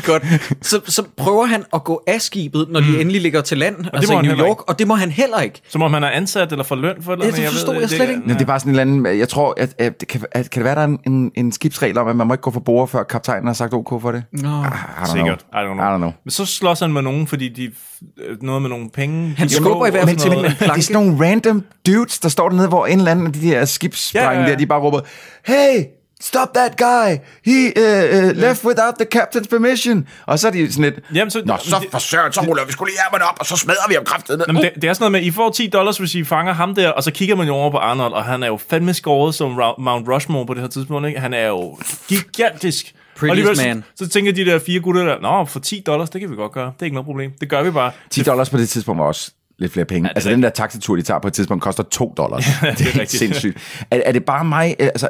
[SPEAKER 1] Godt. Så, så prøver han at gå af skibet, når de endelig ligger til land, altså
[SPEAKER 2] Mm. må
[SPEAKER 1] i
[SPEAKER 2] han
[SPEAKER 1] New
[SPEAKER 2] heller
[SPEAKER 1] York,
[SPEAKER 2] ikke.
[SPEAKER 1] og det må han heller ikke.
[SPEAKER 2] Som om han er ansat eller får løn for det.
[SPEAKER 1] Ja, det forstod jeg slet ikke.
[SPEAKER 3] men det er bare sådan en eller anden, jeg tror, at, at, kan, at, kan det være, der er en, en, en skibsregel om, at man må ikke gå for borer, før kaptajnen har sagt OK for det?
[SPEAKER 1] Nå.
[SPEAKER 3] I don't
[SPEAKER 2] Sikkert.
[SPEAKER 3] Know.
[SPEAKER 2] I don't know.
[SPEAKER 3] I don't know.
[SPEAKER 2] Men så slås han med nogen, fordi de... øh, Noget med nogle penge.
[SPEAKER 1] Han
[SPEAKER 2] de
[SPEAKER 1] skubber
[SPEAKER 2] får
[SPEAKER 1] i hvert
[SPEAKER 2] og
[SPEAKER 1] fald
[SPEAKER 2] sådan
[SPEAKER 1] til
[SPEAKER 2] noget.
[SPEAKER 1] en
[SPEAKER 3] Det er
[SPEAKER 1] planke.
[SPEAKER 3] sådan nogle random dudes, der står dernede, hvor en eller anden af de der skibsdrenge
[SPEAKER 2] Ja,
[SPEAKER 3] ja,
[SPEAKER 2] ja,
[SPEAKER 3] ja,
[SPEAKER 2] ja.
[SPEAKER 3] der, de bare råber, Hey, stop that guy! He uh, uh, left without the captain's permission! Og så er de sådan lidt,
[SPEAKER 2] Jamen, så-
[SPEAKER 3] Nå, så
[SPEAKER 2] det-
[SPEAKER 3] for søren, så ruller vi skulle lige ærmerne op, og så smadrer vi ham kraftedet.
[SPEAKER 2] Nå, men det, det er sådan noget med, I får 10 dollars, hvis I fanger ham der, og så kigger man jo over på Arnold, og han er jo fandme skåret som Ra- Mount Rushmore på det her tidspunkt. Ikke? Han er jo gigantisk.
[SPEAKER 1] Prettiest
[SPEAKER 2] og alligevel
[SPEAKER 1] man.
[SPEAKER 2] Så, så tænker de der fire gutter der, Nå, for 10 dollars, det kan vi godt gøre. Det er ikke noget problem. Det gør vi bare.
[SPEAKER 3] 10 dollars på det tidspunkt var også lidt flere penge. Ja, altså den der taxatur, de tager på et tidspunkt, koster 2 dollars. Ja, det er, helt
[SPEAKER 2] rigtigt.
[SPEAKER 3] sindssygt. Er, er det bare mig? øh, Altså,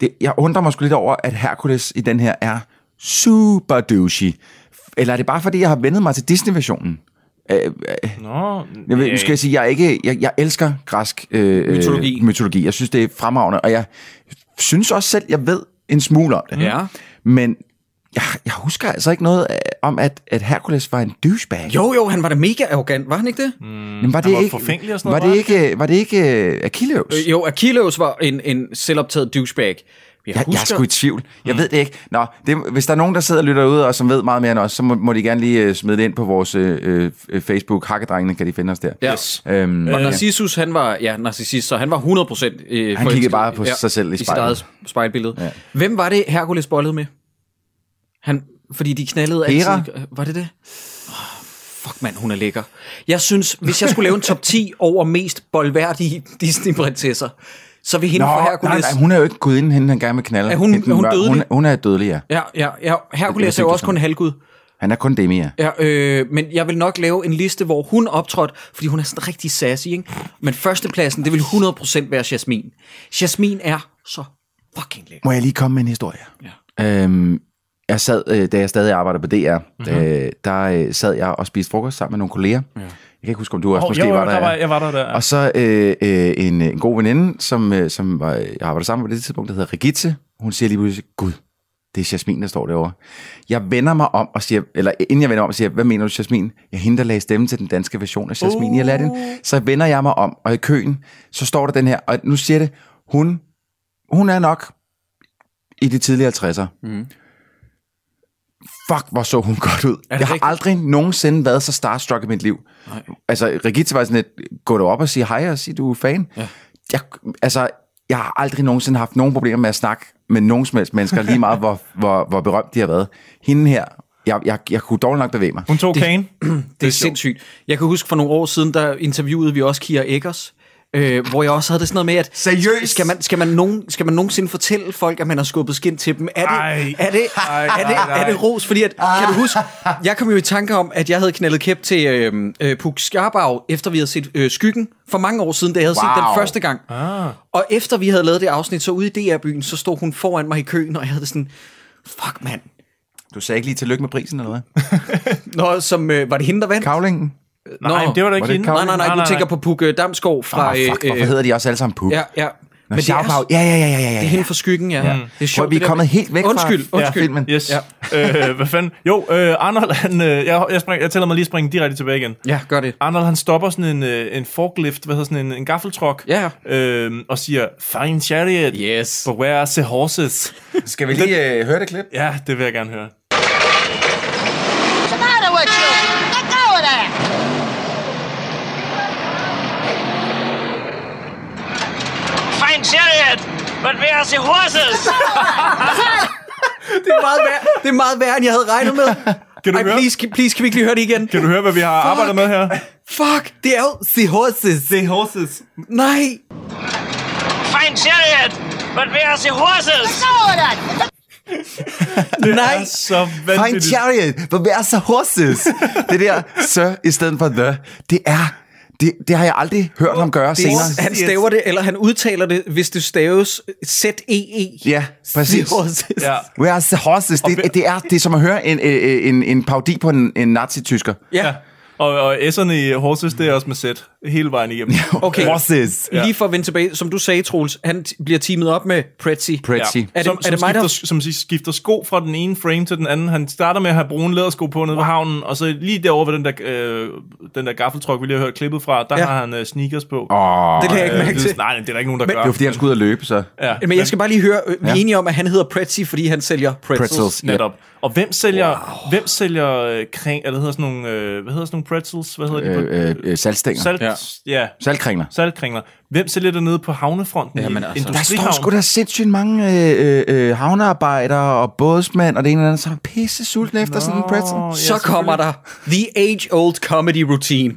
[SPEAKER 3] det, jeg undrer mig sgu lidt over, at Hercules i den her er super douchey. Eller er det bare fordi, jeg har vendet mig til Disney-versionen?
[SPEAKER 2] Nå,
[SPEAKER 3] Jeg ved,
[SPEAKER 2] ja,
[SPEAKER 3] nu skal jeg sige, jeg er ikke, jeg, jeg elsker græsk øh,
[SPEAKER 1] Mytologi.
[SPEAKER 3] Øh, mytologi. Jeg synes, det er fremragende, og jeg synes også selv, jeg ved en smule om det.
[SPEAKER 1] Ja.
[SPEAKER 3] Men jeg, jeg husker altså ikke noget øh, om, at, at Hercules var en douchebag.
[SPEAKER 1] Jo, jo, han var da mega arrogant, var han ikke det?
[SPEAKER 2] Mm.
[SPEAKER 3] Men var det
[SPEAKER 2] var
[SPEAKER 3] ikke,
[SPEAKER 2] forfængelig og sådan
[SPEAKER 3] var
[SPEAKER 2] noget,
[SPEAKER 3] det ikke, var det ikke øh, Achilleus?
[SPEAKER 1] Jo, Achilleus var en, en selvoptaget douchebag. Jeg
[SPEAKER 3] Jeg, jeg er
[SPEAKER 1] husker-
[SPEAKER 3] sgu i tvivl. Jeg ved det ikke. Nå, det, hvis der er nogen, der sidder og lytter ud, og som ved meget mere end os, så må, må de gerne lige øh, smide det ind på vores øh, øh, Facebook. Hakkedrengene kan de finde os der.
[SPEAKER 1] Ja.
[SPEAKER 2] Yes.
[SPEAKER 3] Øhm,
[SPEAKER 1] Og Narcissus, han var ja, narcissist, så han var 100% øh, forelsket
[SPEAKER 3] kiggede bare på
[SPEAKER 1] i-
[SPEAKER 3] sig selv i
[SPEAKER 1] i sit
[SPEAKER 3] spejlet.
[SPEAKER 1] eget spejlbillede.
[SPEAKER 3] Ja.
[SPEAKER 1] Ja. Hvem var det, Hercules bollede med? Han, fordi de knaldede
[SPEAKER 3] Hera?
[SPEAKER 1] altid. Øh, Var det det? Åh, Fuck mand, hun er lækker. Jeg synes, hvis jeg skulle lave en top 10 over mest boldværdige Disney-prinsesser, så vil hende
[SPEAKER 3] Nå,
[SPEAKER 1] fra
[SPEAKER 3] nej,
[SPEAKER 1] Hercules...
[SPEAKER 3] nej, hun er jo ikke gudinden, hende han gerne vil knalde.
[SPEAKER 1] Er hun-
[SPEAKER 3] Hende,
[SPEAKER 1] er hun
[SPEAKER 3] var-
[SPEAKER 1] dødelig?
[SPEAKER 3] Hun, hun er dødelig, ja.
[SPEAKER 1] Ja, ja, ja.
[SPEAKER 3] Det-
[SPEAKER 1] Hercules
[SPEAKER 3] det
[SPEAKER 1] er jo
[SPEAKER 3] er
[SPEAKER 1] også kun halvgud.
[SPEAKER 3] Han er kun demi, ja.
[SPEAKER 1] Ja, øh, men jeg vil nok lave en liste, hvor hun optrådte, fordi hun er sådan rigtig sassy, ikke? Men førstepladsen, det vil 100% være Jasmin. Jasmin er så fucking lækker.
[SPEAKER 3] Må jeg lige komme med en historie? Ja. Øhm, jeg sad, øh, da jeg stadig arbejdede på DR,
[SPEAKER 2] Mhm.
[SPEAKER 3] mm-hmm. øh, der øh, sad jeg og spiste frokost sammen med nogle kolleger. Ja. Jeg kan ikke huske, om du også
[SPEAKER 2] Hov,
[SPEAKER 3] måske
[SPEAKER 2] jo, jo,
[SPEAKER 3] var der.
[SPEAKER 2] der var-
[SPEAKER 3] ja.
[SPEAKER 2] jeg var der, der, ja.
[SPEAKER 3] Og så øh, øh, en, øh, en god veninde, som, øh, som var, jeg arbejdede sammen med på det tidspunkt, der hedder Regitze. Hun siger lige pludselig, Gud, det er Jasmin, der står derovre. Jeg vender mig om og siger, eller inden jeg vender om og siger, hvad mener du, Jasmin? Jeg hende, der lagde stemme til den danske version af Jasmin i Aladdin.
[SPEAKER 2] Uh.
[SPEAKER 3] Så vender jeg mig om, og i køen, så står der den her, og nu siger det, hun, hun er nok i de tidlige 50'er.
[SPEAKER 1] Mhm.
[SPEAKER 3] Mm. Fuck, hvor så hun godt ud. Jeg har
[SPEAKER 1] rigtigt?
[SPEAKER 3] aldrig nogensinde været så starstruck i mit liv. Nej. Altså, Regitze var sådan lidt, gå derop og sige hej og sige, du er fan. Ja. Jeg, altså, jeg har aldrig nogensinde haft nogen problemer med at snakke med nogen som helst mennesker, lige meget hvor, hvor, hvor berømt de har været. Hende her, jeg, jeg, jeg kunne dårligt nok bevæge mig.
[SPEAKER 2] Hun tog kagen.
[SPEAKER 1] Det er sindssygt. Jeg kan huske for nogle år siden, der interviewede vi også Kira Eggers, øh, hvor jeg også havde det sådan noget med, at
[SPEAKER 3] Seriøst?
[SPEAKER 1] Skal, man, skal, man nogen, skal man nogensinde fortælle folk, at man har skubbet skind til dem? Er det,
[SPEAKER 2] Ej.
[SPEAKER 1] er det,
[SPEAKER 2] Ej,
[SPEAKER 1] er det,
[SPEAKER 2] nej, nej.
[SPEAKER 1] Er det ros? Fordi at,
[SPEAKER 3] Ah.
[SPEAKER 1] kan du huske, jeg kom jo i tanke om, at jeg havde knaldet kæp til øh, øh, Puk Skarbav, efter vi havde set øh, Skyggen, for mange år siden, da jeg havde set
[SPEAKER 3] Wow.
[SPEAKER 1] den første gang. Ah. Og efter vi havde lavet det afsnit, så ude i DR-byen, så stod hun foran mig i køen, og jeg havde det sådan, fuck mand.
[SPEAKER 3] Du sagde ikke lige tillykke med prisen eller hvad?
[SPEAKER 1] Nå, som, øh, var det hende, der vandt?
[SPEAKER 3] Kavlingen?
[SPEAKER 2] Nej, men det var da ikke
[SPEAKER 3] det
[SPEAKER 2] hende.
[SPEAKER 1] Nej, nej, nej, du tænker på Puk øh, Damsgaard fra...
[SPEAKER 3] Ah, fuck,
[SPEAKER 1] øh,
[SPEAKER 3] hvorfor hedder de også alle sammen Puk?
[SPEAKER 1] Ja, ja.
[SPEAKER 3] Nå,
[SPEAKER 1] det er,
[SPEAKER 3] Sjavpau.
[SPEAKER 1] det
[SPEAKER 3] ja, ja, ja, ja, ja, ja.
[SPEAKER 1] er hende for skyggen, ja. ja. Det er
[SPEAKER 3] Prøv,
[SPEAKER 1] sjovt.
[SPEAKER 3] vi er
[SPEAKER 1] det der
[SPEAKER 3] kommet
[SPEAKER 1] med-
[SPEAKER 3] helt væk fra-
[SPEAKER 1] Undskyld,
[SPEAKER 3] Ja.
[SPEAKER 1] undskyld.
[SPEAKER 3] filmen.
[SPEAKER 2] Yes. Ja. øh, hvad fanden? Jo, øh, Arnold, han, øh, jeg, jeg, spring, jeg tæller mig lige springe direkte tilbage igen.
[SPEAKER 1] Ja, gør det.
[SPEAKER 2] Arnold, han stopper sådan en, øh, en forklift, hvad hedder sådan en, en gaffeltruck,
[SPEAKER 1] Ja.
[SPEAKER 2] øh, og siger, fine chariot,
[SPEAKER 1] Yes.
[SPEAKER 2] but where are the horses?
[SPEAKER 3] Skal vi lige øh, høre det klip?
[SPEAKER 2] ja, det vil jeg gerne høre.
[SPEAKER 4] What's the matter with you? Let go of that!
[SPEAKER 5] Fine chariot, but where are the horses?
[SPEAKER 1] Det er meget værre, det er meget værre end jeg havde regnet med.
[SPEAKER 2] Kan du
[SPEAKER 1] Ej,
[SPEAKER 2] høre?
[SPEAKER 1] please, kan- please, kan vi ikke lige høre det igen?
[SPEAKER 2] Kan du høre, hvad vi har Fuck. arbejdet med her?
[SPEAKER 1] Fuck, det er jo The Horses.
[SPEAKER 2] The horses.
[SPEAKER 1] Nej.
[SPEAKER 5] Fine chariot, but where are the horses?
[SPEAKER 4] Go with that!
[SPEAKER 1] Nej.
[SPEAKER 2] Det er altså så
[SPEAKER 3] Fine
[SPEAKER 2] vanvittigt.
[SPEAKER 3] chariot, but where's the horses? det der sir i stedet for the, det er, det, det har jeg aldrig hørt ham gøre
[SPEAKER 1] Det
[SPEAKER 3] senere.
[SPEAKER 1] er, han staver det, eller han udtaler det, hvis det staves E Z-E-E.
[SPEAKER 3] Ja, præcis.
[SPEAKER 1] The Horses.
[SPEAKER 2] Ja.
[SPEAKER 3] Where's the horses? Det, det, er, det er som at høre en, øh, øh, en, en paudi på en, en nazi-tysker.
[SPEAKER 1] ja.
[SPEAKER 2] ja. Og, og S'erne i horses, det er også med sæt. Hele vejen igennem.
[SPEAKER 1] Okay.
[SPEAKER 3] Horses.
[SPEAKER 1] Lige for at vende tilbage, som du sagde, Troels, han t- bliver teamet op med Pretzi.
[SPEAKER 3] Pretty.
[SPEAKER 1] Er det-
[SPEAKER 2] som,
[SPEAKER 1] er
[SPEAKER 2] som,
[SPEAKER 1] det mig, der-
[SPEAKER 2] skifter, som sig- skifter sko fra den ene frame til den anden. Han starter med at have brune lædersko på nede ved havnen, og så lige derovre ved den der, øh, den der gaffeltruk, vi lige har hørt klippet fra, der
[SPEAKER 1] Ja.
[SPEAKER 2] ja. har han øh, sneakers på.
[SPEAKER 3] Åh,
[SPEAKER 1] det
[SPEAKER 3] det
[SPEAKER 1] lagde jeg ikke mærke til.
[SPEAKER 2] Nej, det er der ikke nogen, der
[SPEAKER 1] Men-
[SPEAKER 2] gør.
[SPEAKER 3] er jo fordi, han skulle ud og løbe, så.
[SPEAKER 2] ja.
[SPEAKER 1] Men jeg skal bare lige høre, øh, vi er
[SPEAKER 3] Ja.
[SPEAKER 1] enige om, at han hedder Pretzi, fordi han sælger pretzels.
[SPEAKER 3] Pretzels. Ja.
[SPEAKER 2] Netop. Og hvem sælger, wow. hvem sælger øh, kring, eller hedder sådan nogle, øh, hvad hedder sådan nogle pretzels? Hvad hedder de? på-
[SPEAKER 3] Øh, øh, øh, saltstænger.
[SPEAKER 2] Salt,
[SPEAKER 1] Ja.
[SPEAKER 2] ja. ja.
[SPEAKER 3] Saltkringler.
[SPEAKER 2] Saltkringler. Hvem sælger det nede på havnefronten
[SPEAKER 1] Jamen
[SPEAKER 2] Jamen,
[SPEAKER 1] altså.
[SPEAKER 2] altså.
[SPEAKER 1] Der
[SPEAKER 2] i
[SPEAKER 1] står
[SPEAKER 3] Der står sgu
[SPEAKER 2] industrihavn?
[SPEAKER 3] da sindssygt mange øh, øh, øh, havnearbejdere og bådsmænd og det ene eller andet, som er pisse sultne efter sådan en pretzel.
[SPEAKER 1] Så kommer der The Age Old Comedy Routine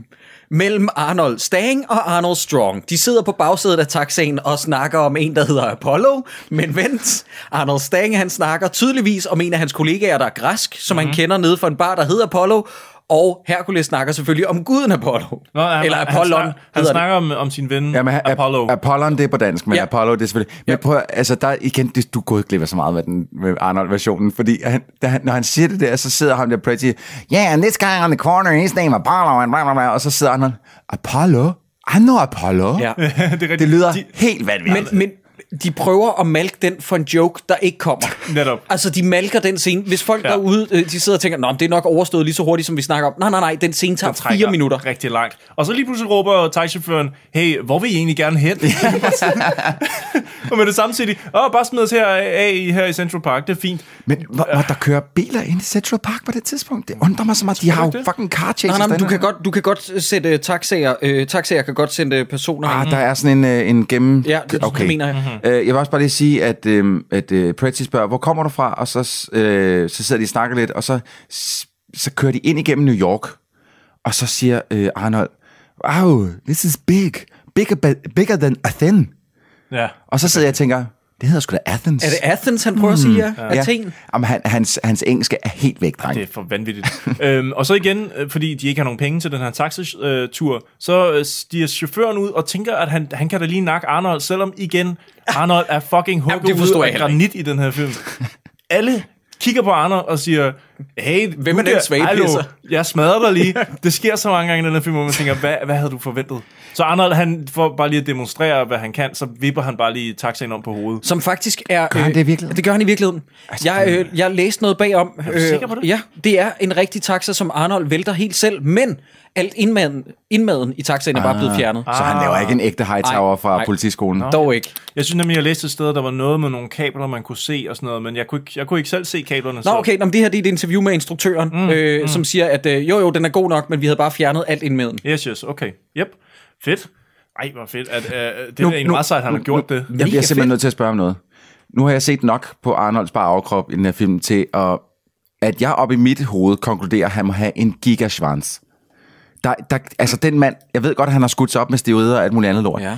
[SPEAKER 1] mellem Arnold Stang og Arnold Strong. De sidder på bagsædet af taxaen og snakker om en, der hedder Apollo, men vent, Arnold Stang han snakker tydeligvis om en af hans kollegaer, der er græsk, som
[SPEAKER 2] Mhm.
[SPEAKER 1] mm-hmm. han kender nede for en bar, der hedder Apollo, og Hercules snakker selvfølgelig om guden Apollo.
[SPEAKER 2] Nå, han,
[SPEAKER 1] Eller
[SPEAKER 2] han,
[SPEAKER 1] Apollon,
[SPEAKER 2] snak, han
[SPEAKER 1] hedder det.
[SPEAKER 2] snakker om, om sin ven
[SPEAKER 3] Ja, men,
[SPEAKER 2] Jamen, Apollo.
[SPEAKER 3] Ap- Apollon, det er på dansk, men
[SPEAKER 1] Ja.
[SPEAKER 3] ja. Apollo, det er selvfølgelig... Men prøv, at- altså, der, er igen, det, du er gået glip af så meget med, den, med Arnold-versionen, fordi han, da han, når han siger det der, så sidder ham der Pretty, yeah, and this guy on the corner, his name Apollo, and blah, blah, blah, og så sidder Arnold, Apollo? I know Apollo.
[SPEAKER 1] Ja.
[SPEAKER 2] det, er rigtigt.
[SPEAKER 3] Det lyder
[SPEAKER 2] De,
[SPEAKER 3] helt vanvittigt.
[SPEAKER 1] Men, men de prøver at malke den for en joke, der ikke kommer.
[SPEAKER 2] Netop.
[SPEAKER 1] Altså, de malker den scene. Hvis folk ja.
[SPEAKER 2] Ja.
[SPEAKER 1] derude, øh, de sidder og tænker, Nå, men det er nok overstået lige så hurtigt, som vi snakker om. Nej, nej, nej, den scene tager
[SPEAKER 2] trækker
[SPEAKER 1] fire minutter.
[SPEAKER 2] rigtig langt. Og så lige pludselig råber taxichaufføren, hey, hvor vil I egentlig gerne hen? og med det samtidig, åh, oh, bare smid os her af her i Central Park, det er fint.
[SPEAKER 3] Men hvor, hvor der kører biler ind i Central Park på det tidspunkt? Det undrer mig så meget. De har jo
[SPEAKER 2] ikke det?
[SPEAKER 3] fucking car chases
[SPEAKER 1] Nej, nej, men du
[SPEAKER 3] derinde.
[SPEAKER 1] kan godt, du kan godt sætte uh, taxaer. Uh, taxaer kan godt sende øh, personer ind.
[SPEAKER 3] Ah, der er sådan en, øh, en gennem...
[SPEAKER 1] Ja, det, okay. det mener jeg.
[SPEAKER 3] Mm-hmm. Øh, jeg vil også bare lige sige, at, øh, at øh, Pretty spørger, hvor kommer du fra? Og så, øh, så sidder de og snakker lidt, og så, så kører de ind igennem New York. Og så siger øh, Arnold, wow, this is big. Bigger, ba- bigger than Athens.
[SPEAKER 2] Ja.
[SPEAKER 3] Og så sidder jeg og tænker, det hedder sgu da Athens.
[SPEAKER 1] Er det Athens, han prøver at sige? Ja. Athen?
[SPEAKER 3] Jamen, han, hans, hans engelske er helt væk, dreng.
[SPEAKER 2] Det er for vanvittigt. øhm, og så igen, øh, fordi de ikke har nogen penge til den her taxitur, så øh, stiger chaufføren ud og tænker, at han, han kan da lige nakke Arnold, selvom igen, Arnold er fucking hugget
[SPEAKER 1] det forstår
[SPEAKER 2] ud
[SPEAKER 1] jeg
[SPEAKER 2] af
[SPEAKER 1] heller
[SPEAKER 2] granit i den her film. Alle kigger på Arnold og siger, hey,
[SPEAKER 1] Hvem er
[SPEAKER 2] du
[SPEAKER 1] den
[SPEAKER 2] der?
[SPEAKER 1] svage
[SPEAKER 2] Hallo,
[SPEAKER 1] pisser?"
[SPEAKER 2] Jeg smadrer dig lige. Det sker så mange gange i den her film, hvor man tænker, hvad, hvad havde du forventet? Så Arnold, han får bare lige at demonstrere, hvad han kan, så vipper han bare lige taxaen om på hovedet.
[SPEAKER 1] Som faktisk er... Gør
[SPEAKER 3] han det i virkeligheden?
[SPEAKER 1] Det gør han i virkeligheden. Altså, jeg, øh, jeg læste noget bagom. Er
[SPEAKER 2] du sikker på det?
[SPEAKER 1] Ja, det er en rigtig taxa, som Arnold vælter helt selv, men alt indmaden, indmaden i taxaen er bare blevet fjernet.
[SPEAKER 3] Så han laver ikke en ægte Hightower
[SPEAKER 1] Ej,
[SPEAKER 3] fra
[SPEAKER 1] ej.
[SPEAKER 3] politiskolen.
[SPEAKER 1] Dog ikke.
[SPEAKER 2] Jeg synes nemlig, jeg læste et sted, der var noget med nogle kabler, man kunne se og sådan noget, men jeg kunne ikke, jeg kunne ikke selv se kablerne.
[SPEAKER 1] Nå,
[SPEAKER 2] så-
[SPEAKER 1] okay, nå, men det her det er et interview med instruktøren, mm, øh, mm. som siger, at øh, jo, jo, den er god nok, men vi havde bare fjernet alt indmaden.
[SPEAKER 2] Yes, yes, okay. Yep. Fedt. Ej, hvor fedt. At, uh, det
[SPEAKER 3] Nu-
[SPEAKER 2] nu, er egentlig
[SPEAKER 3] nu-
[SPEAKER 2] meget sejt, at han har gjort det.
[SPEAKER 3] Jeg bliver
[SPEAKER 1] Mega
[SPEAKER 3] simpelthen
[SPEAKER 1] fedt.
[SPEAKER 3] nødt til at spørge om noget. Nu har jeg set nok på Arnolds bare overkrop i den her film til, at, at jeg op i mit hoved konkluderer, at han må have en gigasvans. Der, der, altså den mand, jeg ved godt, at han har skudt sig op med steroider og alt muligt andet lort,
[SPEAKER 1] Ja.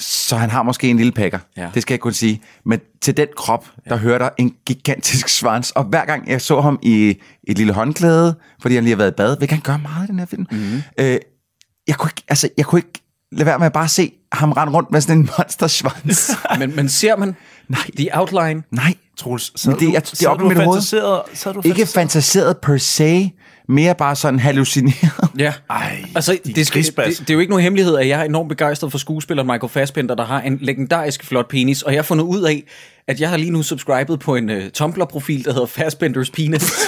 [SPEAKER 3] så han har måske en lille pakker.
[SPEAKER 1] Ja.
[SPEAKER 3] Det skal jeg kun sige. Men til den krop, der hører der en gigantisk svans. Og hver gang jeg så ham i et lille håndklæde, fordi han lige har været i bad, hvilket han gør meget i den her film,
[SPEAKER 1] Mhm.
[SPEAKER 3] mm-hmm. øh, jeg, kunne ikke, altså, jeg kunne ikke lade være med at bare se ham rende rundt med sådan en monstersvans.
[SPEAKER 1] Men, men ser man
[SPEAKER 3] Nej.
[SPEAKER 1] The Outline?
[SPEAKER 3] Nej,
[SPEAKER 2] Troels,
[SPEAKER 3] Men det, jeg, det er
[SPEAKER 2] sad
[SPEAKER 3] op i
[SPEAKER 2] du
[SPEAKER 3] mit hoved.
[SPEAKER 2] fantaseret, sad du
[SPEAKER 3] Ikke
[SPEAKER 2] fantaseret?
[SPEAKER 3] fantaseret per se, mere bare sådan hallucineret.
[SPEAKER 1] Ja.
[SPEAKER 2] Ej,
[SPEAKER 1] Altså,
[SPEAKER 2] de
[SPEAKER 1] det, skal, det,
[SPEAKER 2] krigsbas.
[SPEAKER 1] det er jo ikke nogen hemmelighed, at jeg er enormt begejstret for skuespilleren Michael Fassbender, der har en legendarisk flot penis, og jeg har fundet ud af, at jeg har lige nu subscribet på en uh, Tumblr-profil, der hedder Fassbenders Penis.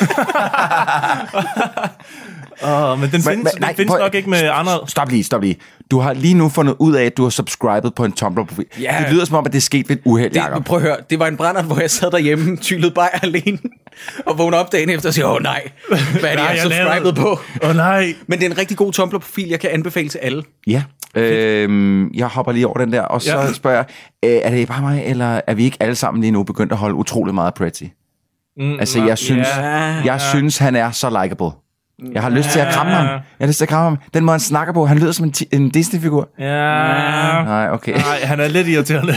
[SPEAKER 2] Åh, men den findes, den findes
[SPEAKER 3] prøv-
[SPEAKER 2] nok ikke med Arnold.
[SPEAKER 3] Stop lige, stop lige. Du har lige nu fundet ud af, at du har subscribet på en Tumblr-profil.
[SPEAKER 1] Ja.
[SPEAKER 3] Det lyder som om, at det er sket ved et uheld,
[SPEAKER 1] Det,
[SPEAKER 3] Jacob.
[SPEAKER 1] prøv at høre, det var en brændert, hvor jeg sad derhjemme, tyllede bare alene, og vågnede op dagen efter og siger, åh nej, hvad er det,
[SPEAKER 2] Nej,
[SPEAKER 1] jeg er
[SPEAKER 2] jeg
[SPEAKER 1] subscribet
[SPEAKER 2] lavede-
[SPEAKER 1] på?
[SPEAKER 2] Åh oh, nej.
[SPEAKER 1] Men det er en rigtig god Tumblr-profil, jeg kan anbefale til alle.
[SPEAKER 3] Ja. Øhm, jeg hopper lige over den der, og så
[SPEAKER 2] Ja.
[SPEAKER 3] spørger jeg, øh, er det bare mig, eller er vi ikke alle sammen lige nu begyndt at holde utrolig meget af Pretty? Mm, altså, jeg synes, jeg synes, han er så likable. Jeg har lyst til at kramme ham. Jeg har lyst til at kramme ham. Den måde, han snakker på, han lyder som en, ti- en Disney-figur.
[SPEAKER 2] Ja.
[SPEAKER 3] Nej, okay.
[SPEAKER 2] Nej, han er lidt irriterende.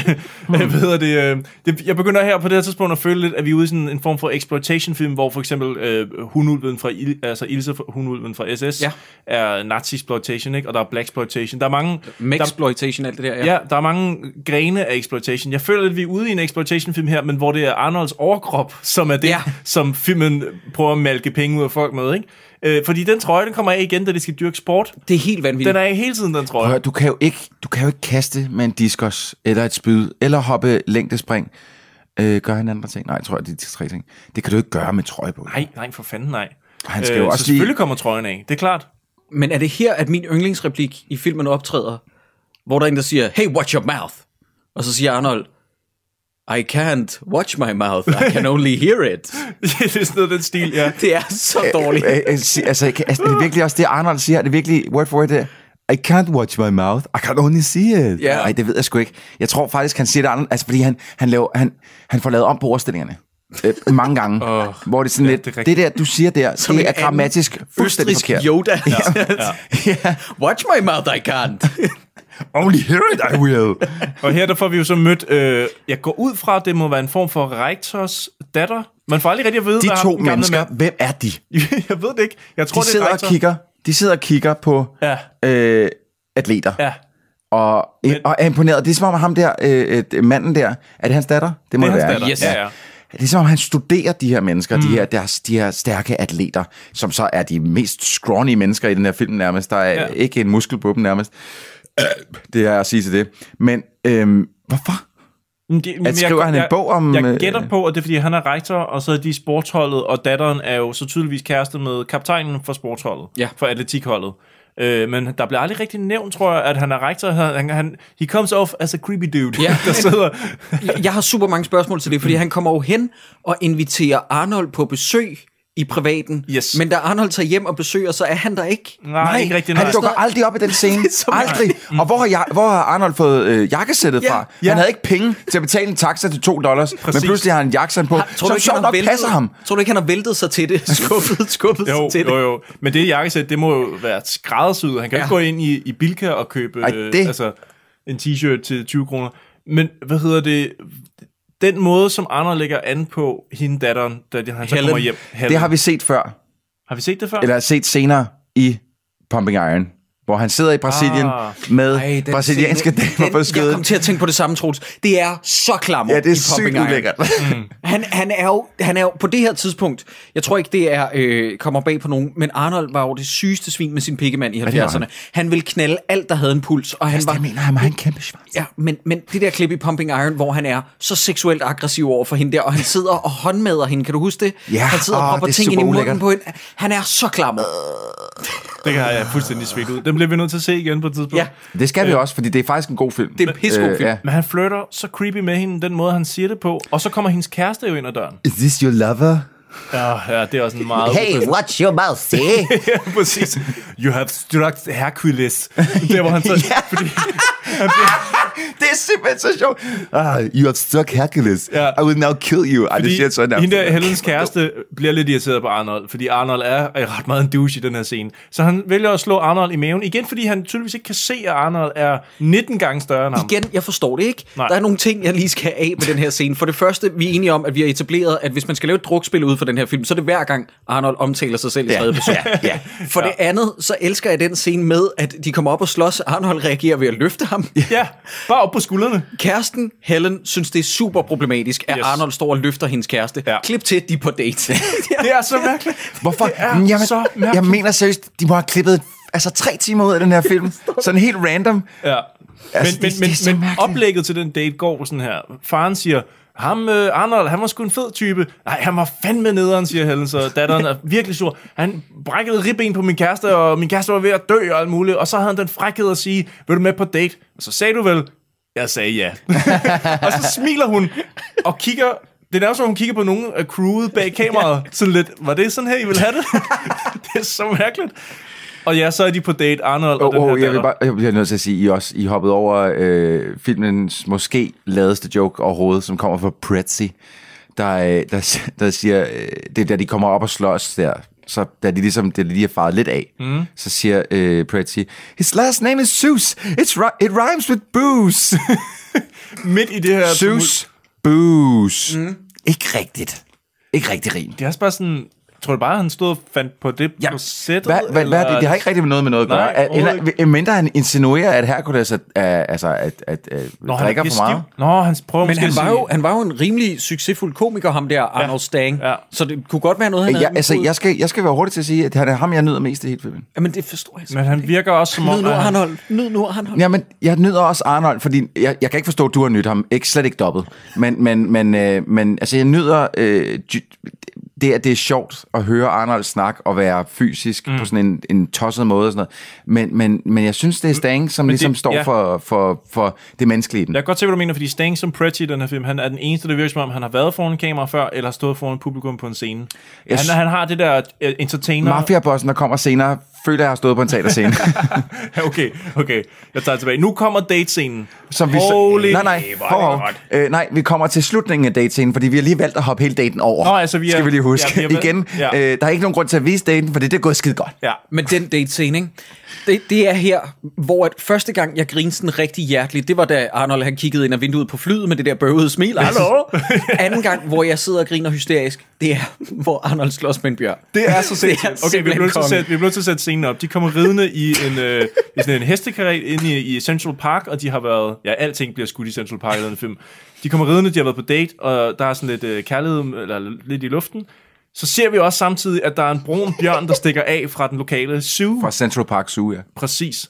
[SPEAKER 1] Mm.
[SPEAKER 2] jeg, ved, det, øh, det, jeg begynder her på det her tidspunkt at føle lidt, at vi er ude i sådan en form for exploitation-film, hvor for eksempel øh, hundulven fra Il, altså Ilse, fra- hundulven fra SS,
[SPEAKER 1] Ja.
[SPEAKER 2] er nazi-exploitation, ikke? og der er black-exploitation. Der er mange... der,
[SPEAKER 1] Maxploitation, alt det der.
[SPEAKER 2] Ja, der er mange grene af exploitation. Jeg føler, at vi er ude i en exploitation-film her, men hvor det er Arnolds overkrop, som er det,
[SPEAKER 1] Ja.
[SPEAKER 2] ja. som filmen prøver at malke penge ud af folk med, ikke? Øh, fordi den trøje, den kommer af igen, da de skal dyrke sport.
[SPEAKER 1] Det er helt vanvittigt.
[SPEAKER 2] Den er af hele tiden, den
[SPEAKER 3] Prøv at høre,
[SPEAKER 2] trøje.
[SPEAKER 3] du kan jo ikke, du kan jo ikke kaste med en diskos, eller et spyd, eller hoppe længdespring. Øh, gør han andre ting? Nej, jeg tror jeg, det er de tre ting. Det kan du ikke gøre med trøje på.
[SPEAKER 2] Nej, nej, for fanden nej.
[SPEAKER 3] Han skal jo også
[SPEAKER 2] så selvfølgelig
[SPEAKER 3] lige-
[SPEAKER 2] kommer trøjen af, det er klart.
[SPEAKER 1] Men er det her, at min yndlingsreplik i filmen optræder, hvor der er en, der siger, hey, watch your mouth. Og så siger Arnold, I can't watch my mouth, I can only hear it.
[SPEAKER 2] det er sådan noget, den stil, ja.
[SPEAKER 1] Det er så dårligt.
[SPEAKER 3] Øh, øh, sig- altså, kan- altså, er det virkelig også det, Arnold siger? Er det virkelig word for word det? I can't watch my mouth. I can only see it.
[SPEAKER 1] Ja.
[SPEAKER 3] Nej, det ved jeg sgu ikke. Jeg tror faktisk, han siger det andet, altså fordi han, han, laver, han, han får lavet om på ordstillingerne. Øh, mange gange. oh, hvor det er sådan ja, lidt,
[SPEAKER 2] det er
[SPEAKER 3] det,
[SPEAKER 2] rigtigt.
[SPEAKER 3] der, du siger der,
[SPEAKER 1] Som en
[SPEAKER 3] det er
[SPEAKER 1] anden
[SPEAKER 3] grammatisk fuldstændig
[SPEAKER 1] Østrisk
[SPEAKER 3] forkert.
[SPEAKER 1] Yoda. Ja. ja. Watch my mouth, I can't.
[SPEAKER 3] Only hear it, I will.
[SPEAKER 2] Og her der får vi jo så mødt, øh, jeg går ud fra, at det må være en form for rektors datter. Man får aldrig rigtig at vide,
[SPEAKER 3] De
[SPEAKER 2] hvad ham
[SPEAKER 3] to
[SPEAKER 2] den gamle
[SPEAKER 3] mennesker,
[SPEAKER 2] mand-
[SPEAKER 3] hvem er de?
[SPEAKER 2] jeg ved det ikke. Jeg tror,
[SPEAKER 3] de
[SPEAKER 2] det er
[SPEAKER 3] sidder og
[SPEAKER 2] rektor.
[SPEAKER 3] kigger, de sidder og kigger på
[SPEAKER 2] Ja.
[SPEAKER 3] øh, atleter.
[SPEAKER 2] Ja,
[SPEAKER 3] Og, øh, og er imponeret. Det er som om at ham der, øh, øh, manden der, er det hans datter? Det må
[SPEAKER 2] det er
[SPEAKER 3] det
[SPEAKER 2] hans
[SPEAKER 3] være.
[SPEAKER 2] datter.
[SPEAKER 1] Yes.
[SPEAKER 2] Ja, ja.
[SPEAKER 3] Det er som om, han studerer de her mennesker, mm. de, her, deres, de her stærke atleter, som så er de mest scrawny mennesker i den her film nærmest. Der er ja.
[SPEAKER 2] Ja.
[SPEAKER 3] ikke en muskel på dem nærmest. Øh, Det er at sige til det. Men øhm, hvorfor?
[SPEAKER 2] Men de, men
[SPEAKER 3] skriver han en bog om,
[SPEAKER 2] Jeg,
[SPEAKER 3] øh,
[SPEAKER 2] jeg gætter på, at det er, fordi han er rektor, og så er de i sportsholdet, og datteren er jo så tydeligvis kæreste med kaptajnen for sportsholdet,
[SPEAKER 1] Ja.
[SPEAKER 2] for atletikholdet. Øh, men der bliver aldrig rigtig nævnt, tror jeg, at han er rektor. Han, han, he comes off as a creepy dude,
[SPEAKER 1] Ja.
[SPEAKER 2] ja. der sidder...
[SPEAKER 1] Jeg- Jeg har super mange spørgsmål til det, fordi han kommer jo hen og inviterer Arnold på besøg i privaten.
[SPEAKER 2] Yes.
[SPEAKER 1] Men da Arnold tager hjem og besøger, så er han der ikke.
[SPEAKER 2] Nej, nej ikke rigtig nej.
[SPEAKER 3] Han dukker aldrig op i den scene. aldrig. Og hvor har, jeg, hvor har Arnold fået øh, jakkesættet
[SPEAKER 1] Ja,
[SPEAKER 3] fra?
[SPEAKER 2] ja.
[SPEAKER 3] Han havde ikke penge til at betale en taxa til 2 dollars, men pludselig har han en jakkesæt på,
[SPEAKER 1] Tror du,
[SPEAKER 3] som
[SPEAKER 1] ikke,
[SPEAKER 3] sjovt
[SPEAKER 1] han har
[SPEAKER 3] nok
[SPEAKER 1] væltet,
[SPEAKER 3] passer ham.
[SPEAKER 1] tror du ikke, han har væltet sig til det? Skubbet, skubbet
[SPEAKER 2] Jo,
[SPEAKER 1] sig til
[SPEAKER 2] jo,
[SPEAKER 1] det.
[SPEAKER 2] jo. Men det jakkesæt, det må jo være skræddersyet. Han kan ja.
[SPEAKER 1] Ja.
[SPEAKER 2] ikke gå ind i, i Bilka og købe
[SPEAKER 3] Ej,
[SPEAKER 2] Ej,
[SPEAKER 3] det-
[SPEAKER 2] det... øh, altså, en t-shirt til 20 kroner. Men hvad hedder det? Den måde, som Arnold lægger an på hende datteren, da de- han så
[SPEAKER 1] Helen.
[SPEAKER 2] kommer hjem. Helen.
[SPEAKER 3] Det har vi set før,
[SPEAKER 2] har vi set det før?
[SPEAKER 3] eller set senere i Pumping Iron, hvor han sidder i Brasilien
[SPEAKER 2] Ah.
[SPEAKER 3] med
[SPEAKER 1] Ej, den
[SPEAKER 3] brasilianske
[SPEAKER 1] scene,
[SPEAKER 3] damer
[SPEAKER 1] den-
[SPEAKER 3] på
[SPEAKER 1] Jeg
[SPEAKER 3] skødet.
[SPEAKER 1] kom til at tænke på det samme, Troels. Det er så klammer
[SPEAKER 3] Ja, det
[SPEAKER 1] i
[SPEAKER 3] er
[SPEAKER 1] Pumping
[SPEAKER 3] sygt
[SPEAKER 1] Iron. Mm.
[SPEAKER 3] ulækkert.
[SPEAKER 1] Han, han, er jo, han er jo på det her tidspunkt, jeg tror ikke, det er øh, kommer bag på nogen, men Arnold var jo det sygeste svin med sin piggemand i
[SPEAKER 3] det var han.
[SPEAKER 1] 70'erne. Han ville knalde alt, der havde en puls, og han
[SPEAKER 3] Jeg
[SPEAKER 1] var...
[SPEAKER 3] mener, han har en kæmpe svans.
[SPEAKER 1] Ja, men, men det der klip i Pumping Iron, hvor han er så seksuelt aggressiv over for hende der, og han sidder og håndmader hende, kan du huske det?
[SPEAKER 3] Ja,
[SPEAKER 1] han sidder og
[SPEAKER 3] åh,
[SPEAKER 1] propper
[SPEAKER 3] det er
[SPEAKER 1] ting ind i
[SPEAKER 3] super
[SPEAKER 1] munden
[SPEAKER 3] ulækkert.
[SPEAKER 1] på hende. Han er så klammer.
[SPEAKER 2] Det har jeg fuldstændig svidt ud. Den bliver vi nødt til at se igen på et tidspunkt.
[SPEAKER 1] Ja.
[SPEAKER 3] Det skal vi også, fordi det er faktisk en god film.
[SPEAKER 1] Det er en pissegod film.
[SPEAKER 3] Øh, ja.
[SPEAKER 2] Men han flytter så creepy med hende, den måde, han siger det på. Og så kommer hendes kæreste jo ind ad døren.
[SPEAKER 3] Is this your lover?
[SPEAKER 2] Ja, ja det er også en meget...
[SPEAKER 6] Hey, watch your mouth, see?
[SPEAKER 2] Præcis. You have struck Hercules. Der, hvor han så... ja. fordi,
[SPEAKER 3] Det er simpelthen så sjovt. Ah, you have struck Hercules.
[SPEAKER 2] Ja.
[SPEAKER 3] I will now kill you. Ej, det
[SPEAKER 2] fordi
[SPEAKER 3] siger jeg sådan
[SPEAKER 2] hende der, Helens kæreste, bliver lidt irriteret på Arnold, fordi Arnold er er ret meget en douche i den her scene. Så han vælger at slå Arnold i maven, igen fordi han tydeligvis ikke kan se, at Arnold er 19 gange større end ham.
[SPEAKER 1] Igen, jeg forstår det ikke. Nej.
[SPEAKER 2] Nej.
[SPEAKER 1] Der er nogle ting, jeg lige skal have af med den her scene. For det første, vi er enige om, at vi har etableret, at hvis man skal lave et drukspil ud for den her film, så er det hver gang, Arnold omtaler sig selv i tredje person.
[SPEAKER 3] ja.
[SPEAKER 1] For det andet, så elsker jeg den scene med, at de kommer op og slås, Arnold reagerer ved at løfte ham.
[SPEAKER 2] Ja, bare op på skuldrene.
[SPEAKER 1] Kæresten, Helen, synes det er super problematisk, at yes.
[SPEAKER 2] Yes.
[SPEAKER 1] Arnold står og løfter hendes kæreste. Ja.
[SPEAKER 2] Ja.
[SPEAKER 1] Klip til, de er på date.
[SPEAKER 2] Det er så mærkeligt.
[SPEAKER 3] Hvorfor?
[SPEAKER 2] Det er
[SPEAKER 3] Men jeg,
[SPEAKER 2] så mærkeligt.
[SPEAKER 3] jeg mener seriøst, de må have klippet altså tre timer ud af den her film. sådan helt random.
[SPEAKER 2] Ja.
[SPEAKER 3] Altså,
[SPEAKER 2] Altså,
[SPEAKER 3] det-
[SPEAKER 2] men
[SPEAKER 3] det
[SPEAKER 2] det,
[SPEAKER 3] er
[SPEAKER 2] men,
[SPEAKER 3] så
[SPEAKER 2] men, men
[SPEAKER 3] mærkeligt.
[SPEAKER 2] oplægget til den date går sådan her. Faren siger, ham, øh, Arnold, han var sgu en fed type. Nej, han var fandme nederen, siger Helen, så datteren er virkelig sur. Han brækkede ribben på min kæreste, og min kæreste var ved at dø og alt muligt. Og så havde han den frækhed at sige, vil du med på date? Og så sagde du vel, jeg sagde ja. og så smiler hun og kigger det er nærmest, hvor hun kigger på nogen af crewet bag kameraet. Sådan lidt, var det sådan her, I ville have det? det er så mærkeligt. Og ja, så er de på date, Arnold og
[SPEAKER 3] Oh,
[SPEAKER 2] den her
[SPEAKER 3] oh, jeg,
[SPEAKER 2] datter.
[SPEAKER 3] vil bare, jeg bliver nødt til at sige, I, også, I hoppede over øh, filmens måske ladeste joke overhovedet, som kommer fra Pretzi, der, øh, der, der siger, øh, det er da de kommer op og slås der, så da de ligesom, det de lige har faret lidt af, mm. så siger øh, Pretzi, His last name is Zeus, It's ri- it rhymes with booze.
[SPEAKER 2] midt i det her... tumult.
[SPEAKER 3] Zeus, booze. Mm. Ikke rigtigt. Ikke rigtig rim.
[SPEAKER 2] Det er også bare sådan... Tror du bare, han stod og fandt på det ja. på sættet?
[SPEAKER 3] Hvad, hvad, hvad er det? Det har ikke rigtig noget med noget at
[SPEAKER 2] Nej,
[SPEAKER 3] gøre. Nej,
[SPEAKER 2] overhovedet
[SPEAKER 3] eller, eller, mindre han insinuerer, at Hercules er, er, altså, at, at, at Nå, drikker for meget.
[SPEAKER 2] Nå, han prøver
[SPEAKER 1] Men
[SPEAKER 2] måske
[SPEAKER 1] han
[SPEAKER 2] at
[SPEAKER 1] var,
[SPEAKER 2] sige-
[SPEAKER 1] jo, han var jo en rimelig succesfuld komiker, ham der, Arnold Stang.
[SPEAKER 2] Ja.
[SPEAKER 1] Så det kunne godt være noget, han
[SPEAKER 3] Jeg,
[SPEAKER 1] havde
[SPEAKER 3] altså,
[SPEAKER 1] udbrudt.
[SPEAKER 3] jeg skal, jeg skal være hurtig til at sige, at han er ham, jeg nyder mest i hele filmen.
[SPEAKER 1] Jamen, det forstår jeg
[SPEAKER 2] Men
[SPEAKER 1] simpelthen
[SPEAKER 2] han
[SPEAKER 1] ikke.
[SPEAKER 2] virker også som om...
[SPEAKER 1] Nyd nu,
[SPEAKER 2] at han-
[SPEAKER 1] Arnold. Nyd nu, Arnold.
[SPEAKER 3] Jamen, jeg nyder også Arnold, fordi jeg, jeg kan ikke forstå, at du har nydt ham. Ikke, slet ikke dobbelt. Men, men, men, øh, men altså, jeg nyder øh, dy- det, at det er sjovt at høre Arnold snakke og være fysisk mm. på sådan en, en tosset måde og sådan noget. Men, men, men jeg synes, det er Stang, som
[SPEAKER 2] det-
[SPEAKER 3] ligesom står
[SPEAKER 2] ja.
[SPEAKER 3] for, for, for det menneskelige i den.
[SPEAKER 2] Jeg kan godt se, hvad du mener, fordi Stang som Pretty i den her film, han er den eneste, der virker som om, han har været foran kamera før, eller har stået foran publikum på en scene.
[SPEAKER 3] Jeg sy-
[SPEAKER 2] Han, han har det der uh, entertainer...
[SPEAKER 3] Mafiabossen, der kommer senere, føler, jeg har stået på en teaterscene.
[SPEAKER 2] Okay, okay. Jeg tager tilbage. Nu kommer date-scenen.
[SPEAKER 3] som vi
[SPEAKER 2] Holy...
[SPEAKER 3] nej, nej,
[SPEAKER 2] Hvor er det
[SPEAKER 3] hov, hov.
[SPEAKER 2] godt.
[SPEAKER 3] Øh, nej, vi kommer til slutningen af datescenen, fordi vi har lige valgt at hoppe hele daten over.
[SPEAKER 2] Nå, altså, vi er-
[SPEAKER 3] skal vi lige huske.
[SPEAKER 2] ja, vi er valgt-
[SPEAKER 3] Igen,
[SPEAKER 2] ja.
[SPEAKER 3] øh, der er ikke nogen grund til at vise daten, fordi det er gået skide godt.
[SPEAKER 2] Ja.
[SPEAKER 1] Men den date scene, ikke? Det, det er her, hvor at første gang jeg grinede sådan rigtig hjerteligt, det var da Arnold han kiggede ind af vinduet på flyet med det der bøvede smil. Hallo? Anden gang, hvor jeg sidder og griner hysterisk, det er, hvor Arnold slås med en bjørn.
[SPEAKER 2] Det er så
[SPEAKER 1] Det er
[SPEAKER 2] sindssygt. Okay,
[SPEAKER 1] simpelthen
[SPEAKER 2] vi bliver, nødt til at
[SPEAKER 1] konge.
[SPEAKER 2] sætte, vi bliver nødt til at sætte scenen op. De kommer ridende i en, øh, i sådan en hestekarret ind i, i Central Park, og de har været... Ja, alting bliver skudt i Central Park i den film. De kommer ridende, de har været på date, og der er sådan lidt øh, kærlighed eller, lidt i luften. Så ser vi også samtidig, at der er en brun bjørn, der stikker af fra den lokale zoo.
[SPEAKER 3] Fra Central Park Zoo, ja.
[SPEAKER 2] Præcis.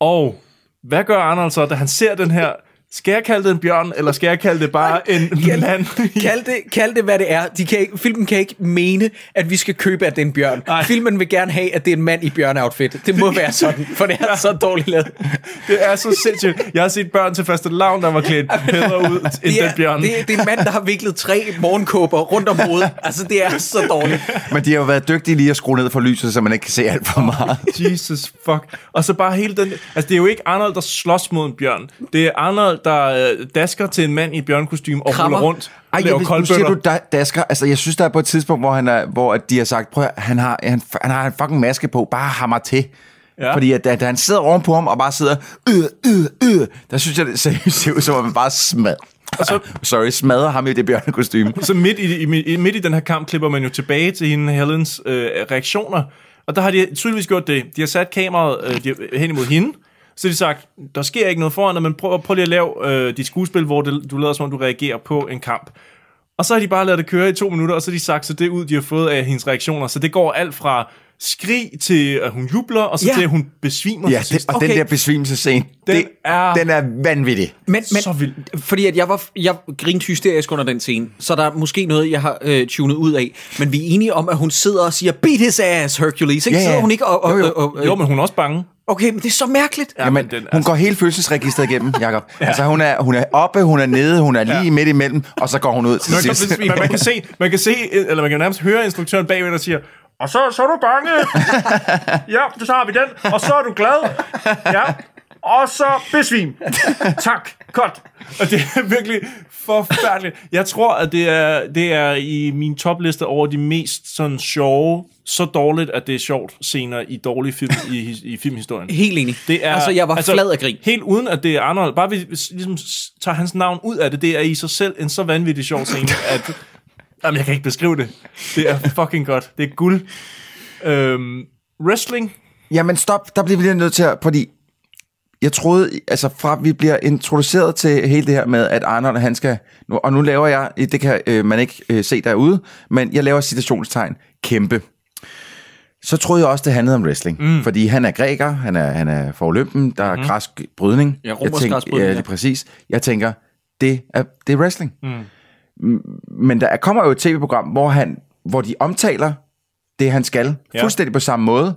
[SPEAKER 2] Og hvad gør Arnold så, da han ser den her Skal jeg kalde det en bjørn, eller skal jeg kalde det bare en mand?
[SPEAKER 1] Kald det, kald det, hvad det er. De kan ikke, filmen kan ikke mene, at vi skal købe, at det er en bjørn.
[SPEAKER 2] Nej.
[SPEAKER 1] Ej. Filmen vil gerne have, at det er en mand i bjørneoutfit. Det må være sådan, for det er så dårligt lavet.
[SPEAKER 2] det er så sindssygt. Jeg har set børn til første lavn, der var klædt bedre ud end
[SPEAKER 1] Det
[SPEAKER 2] den
[SPEAKER 1] er,
[SPEAKER 2] bjørn.
[SPEAKER 1] det, er- det er en mand, der har viklet tre morgenkåber rundt om hovedet. Altså, det er så dårligt.
[SPEAKER 3] Men de har jo været dygtige lige at skrue ned for lyset, så man ikke kan se alt for meget.
[SPEAKER 2] Jesus fuck. Og så bare hele den... Altså, det er jo ikke Arnold, der slås mod en bjørn. Det er Arnold, der øh, dasker til en mand i bjørnkostume og
[SPEAKER 1] Krammer.
[SPEAKER 2] ruller rundt.
[SPEAKER 3] Ej,
[SPEAKER 2] laver
[SPEAKER 3] jeg, nu siger
[SPEAKER 2] koldbøtter.
[SPEAKER 3] du da, dasker. Altså, jeg synes, der er på et tidspunkt, hvor, han er, hvor at de har sagt, prøv at, han har, han, han har en fucking maske på, bare hammer til.
[SPEAKER 2] Ja.
[SPEAKER 3] Ja. Fordi at, da, da han sidder ovenpå ham og bare sidder, øh, øh, øh, der synes jeg, det ser, ser ud som om, man bare smadrer.
[SPEAKER 2] så-
[SPEAKER 3] Sorry, smadrer ham i det bjørnekostyme.
[SPEAKER 2] Så midt i, i, i, midt i den her kamp klipper man jo tilbage til hende Helens øh, reaktioner. Og der har de tydeligvis gjort det. De har sat kameraet øh, de, hen imod hende. Så har de sagt, der sker ikke noget foran dig, men prøv, prøv lige at lave øh, dit skuespil, hvor det, du lader som om, du reagerer på en kamp. Og så har de bare lavet det køre i to minutter, og så har de sagt så det ud, de har fået af hendes reaktioner. Så det går alt fra skrig til, at hun jubler, og så
[SPEAKER 1] Ja.
[SPEAKER 2] ja. til, at hun besvimer
[SPEAKER 3] Ja,
[SPEAKER 2] til
[SPEAKER 3] det,
[SPEAKER 2] sidst.
[SPEAKER 3] og okay. den der besvimelsescene,
[SPEAKER 2] Den
[SPEAKER 3] det,
[SPEAKER 2] er-
[SPEAKER 3] den er vanvittig.
[SPEAKER 1] Men, men
[SPEAKER 2] Så vildt.
[SPEAKER 1] fordi at jeg var jeg grinte hysterisk under den scene, så der er måske noget, jeg har øh, tunet ud af. Men vi er enige om, at hun sidder og siger, beat his ass, Hercules. Ikke?
[SPEAKER 3] Ja, ja.
[SPEAKER 1] Sidder hun ikke og... og,
[SPEAKER 3] Jo, jo.
[SPEAKER 1] og, og
[SPEAKER 2] Jo, men hun er også bange.
[SPEAKER 1] Okay, men det er så mærkeligt. Ja.
[SPEAKER 3] Jamen,
[SPEAKER 2] men den-
[SPEAKER 3] hun
[SPEAKER 2] altså-
[SPEAKER 3] går hele følelsesregisteret igennem, Jacob. ja. Altså, hun er, hun er oppe, hun er nede, hun er lige
[SPEAKER 2] Ja.
[SPEAKER 3] ja. midt imellem, og så går hun ud til
[SPEAKER 2] Man kan,
[SPEAKER 3] sidst.
[SPEAKER 2] man, man, kan se, man kan se, eller man kan nærmest høre instruktøren bagved, der siger, og så, så er du bange. ja, så har vi den. Og så er du glad. Ja. Og så besvim. Tak. Godt. Og det er virkelig forfærdeligt. Jeg tror, at det er, det er i min topliste over de mest sådan sjove, så dårligt, at det er sjovt scener i dårlige film i, i filmhistorien.
[SPEAKER 1] Helt enig.
[SPEAKER 2] Det er,
[SPEAKER 1] altså, jeg var altså, flad af grin.
[SPEAKER 2] Helt uden, at det er Arnold. Bare vi ligesom s- tager hans navn ud af det, det er i sig selv en så vanvittig sjov scene, at... Jamen, jeg kan ikke beskrive det. Det er fucking godt. Det er guld. Øhm, wrestling.
[SPEAKER 3] Jamen stop, der bliver vi lige nødt til at, fordi jeg troede, altså fra vi bliver introduceret til hele det her med, at Arnold han skal, nu, og nu laver jeg, det kan øh, man ikke øh, se derude, men jeg laver citationstegn, kæmpe. Så troede jeg også, det handlede om wrestling, mm. fordi han er græker, han er, han er for Olympen, der er mm. græsk brydning.
[SPEAKER 1] Ja, romersk
[SPEAKER 3] Jeg tænker-
[SPEAKER 1] græsk brydning,
[SPEAKER 3] Ja,
[SPEAKER 1] ja.
[SPEAKER 3] lige præcis. Jeg tænker, det er, det er wrestling. Mm. Men der kommer jo et tv-program, hvor, han, hvor de omtaler det, han skal,
[SPEAKER 2] Ja.
[SPEAKER 3] ja. fuldstændig på samme måde,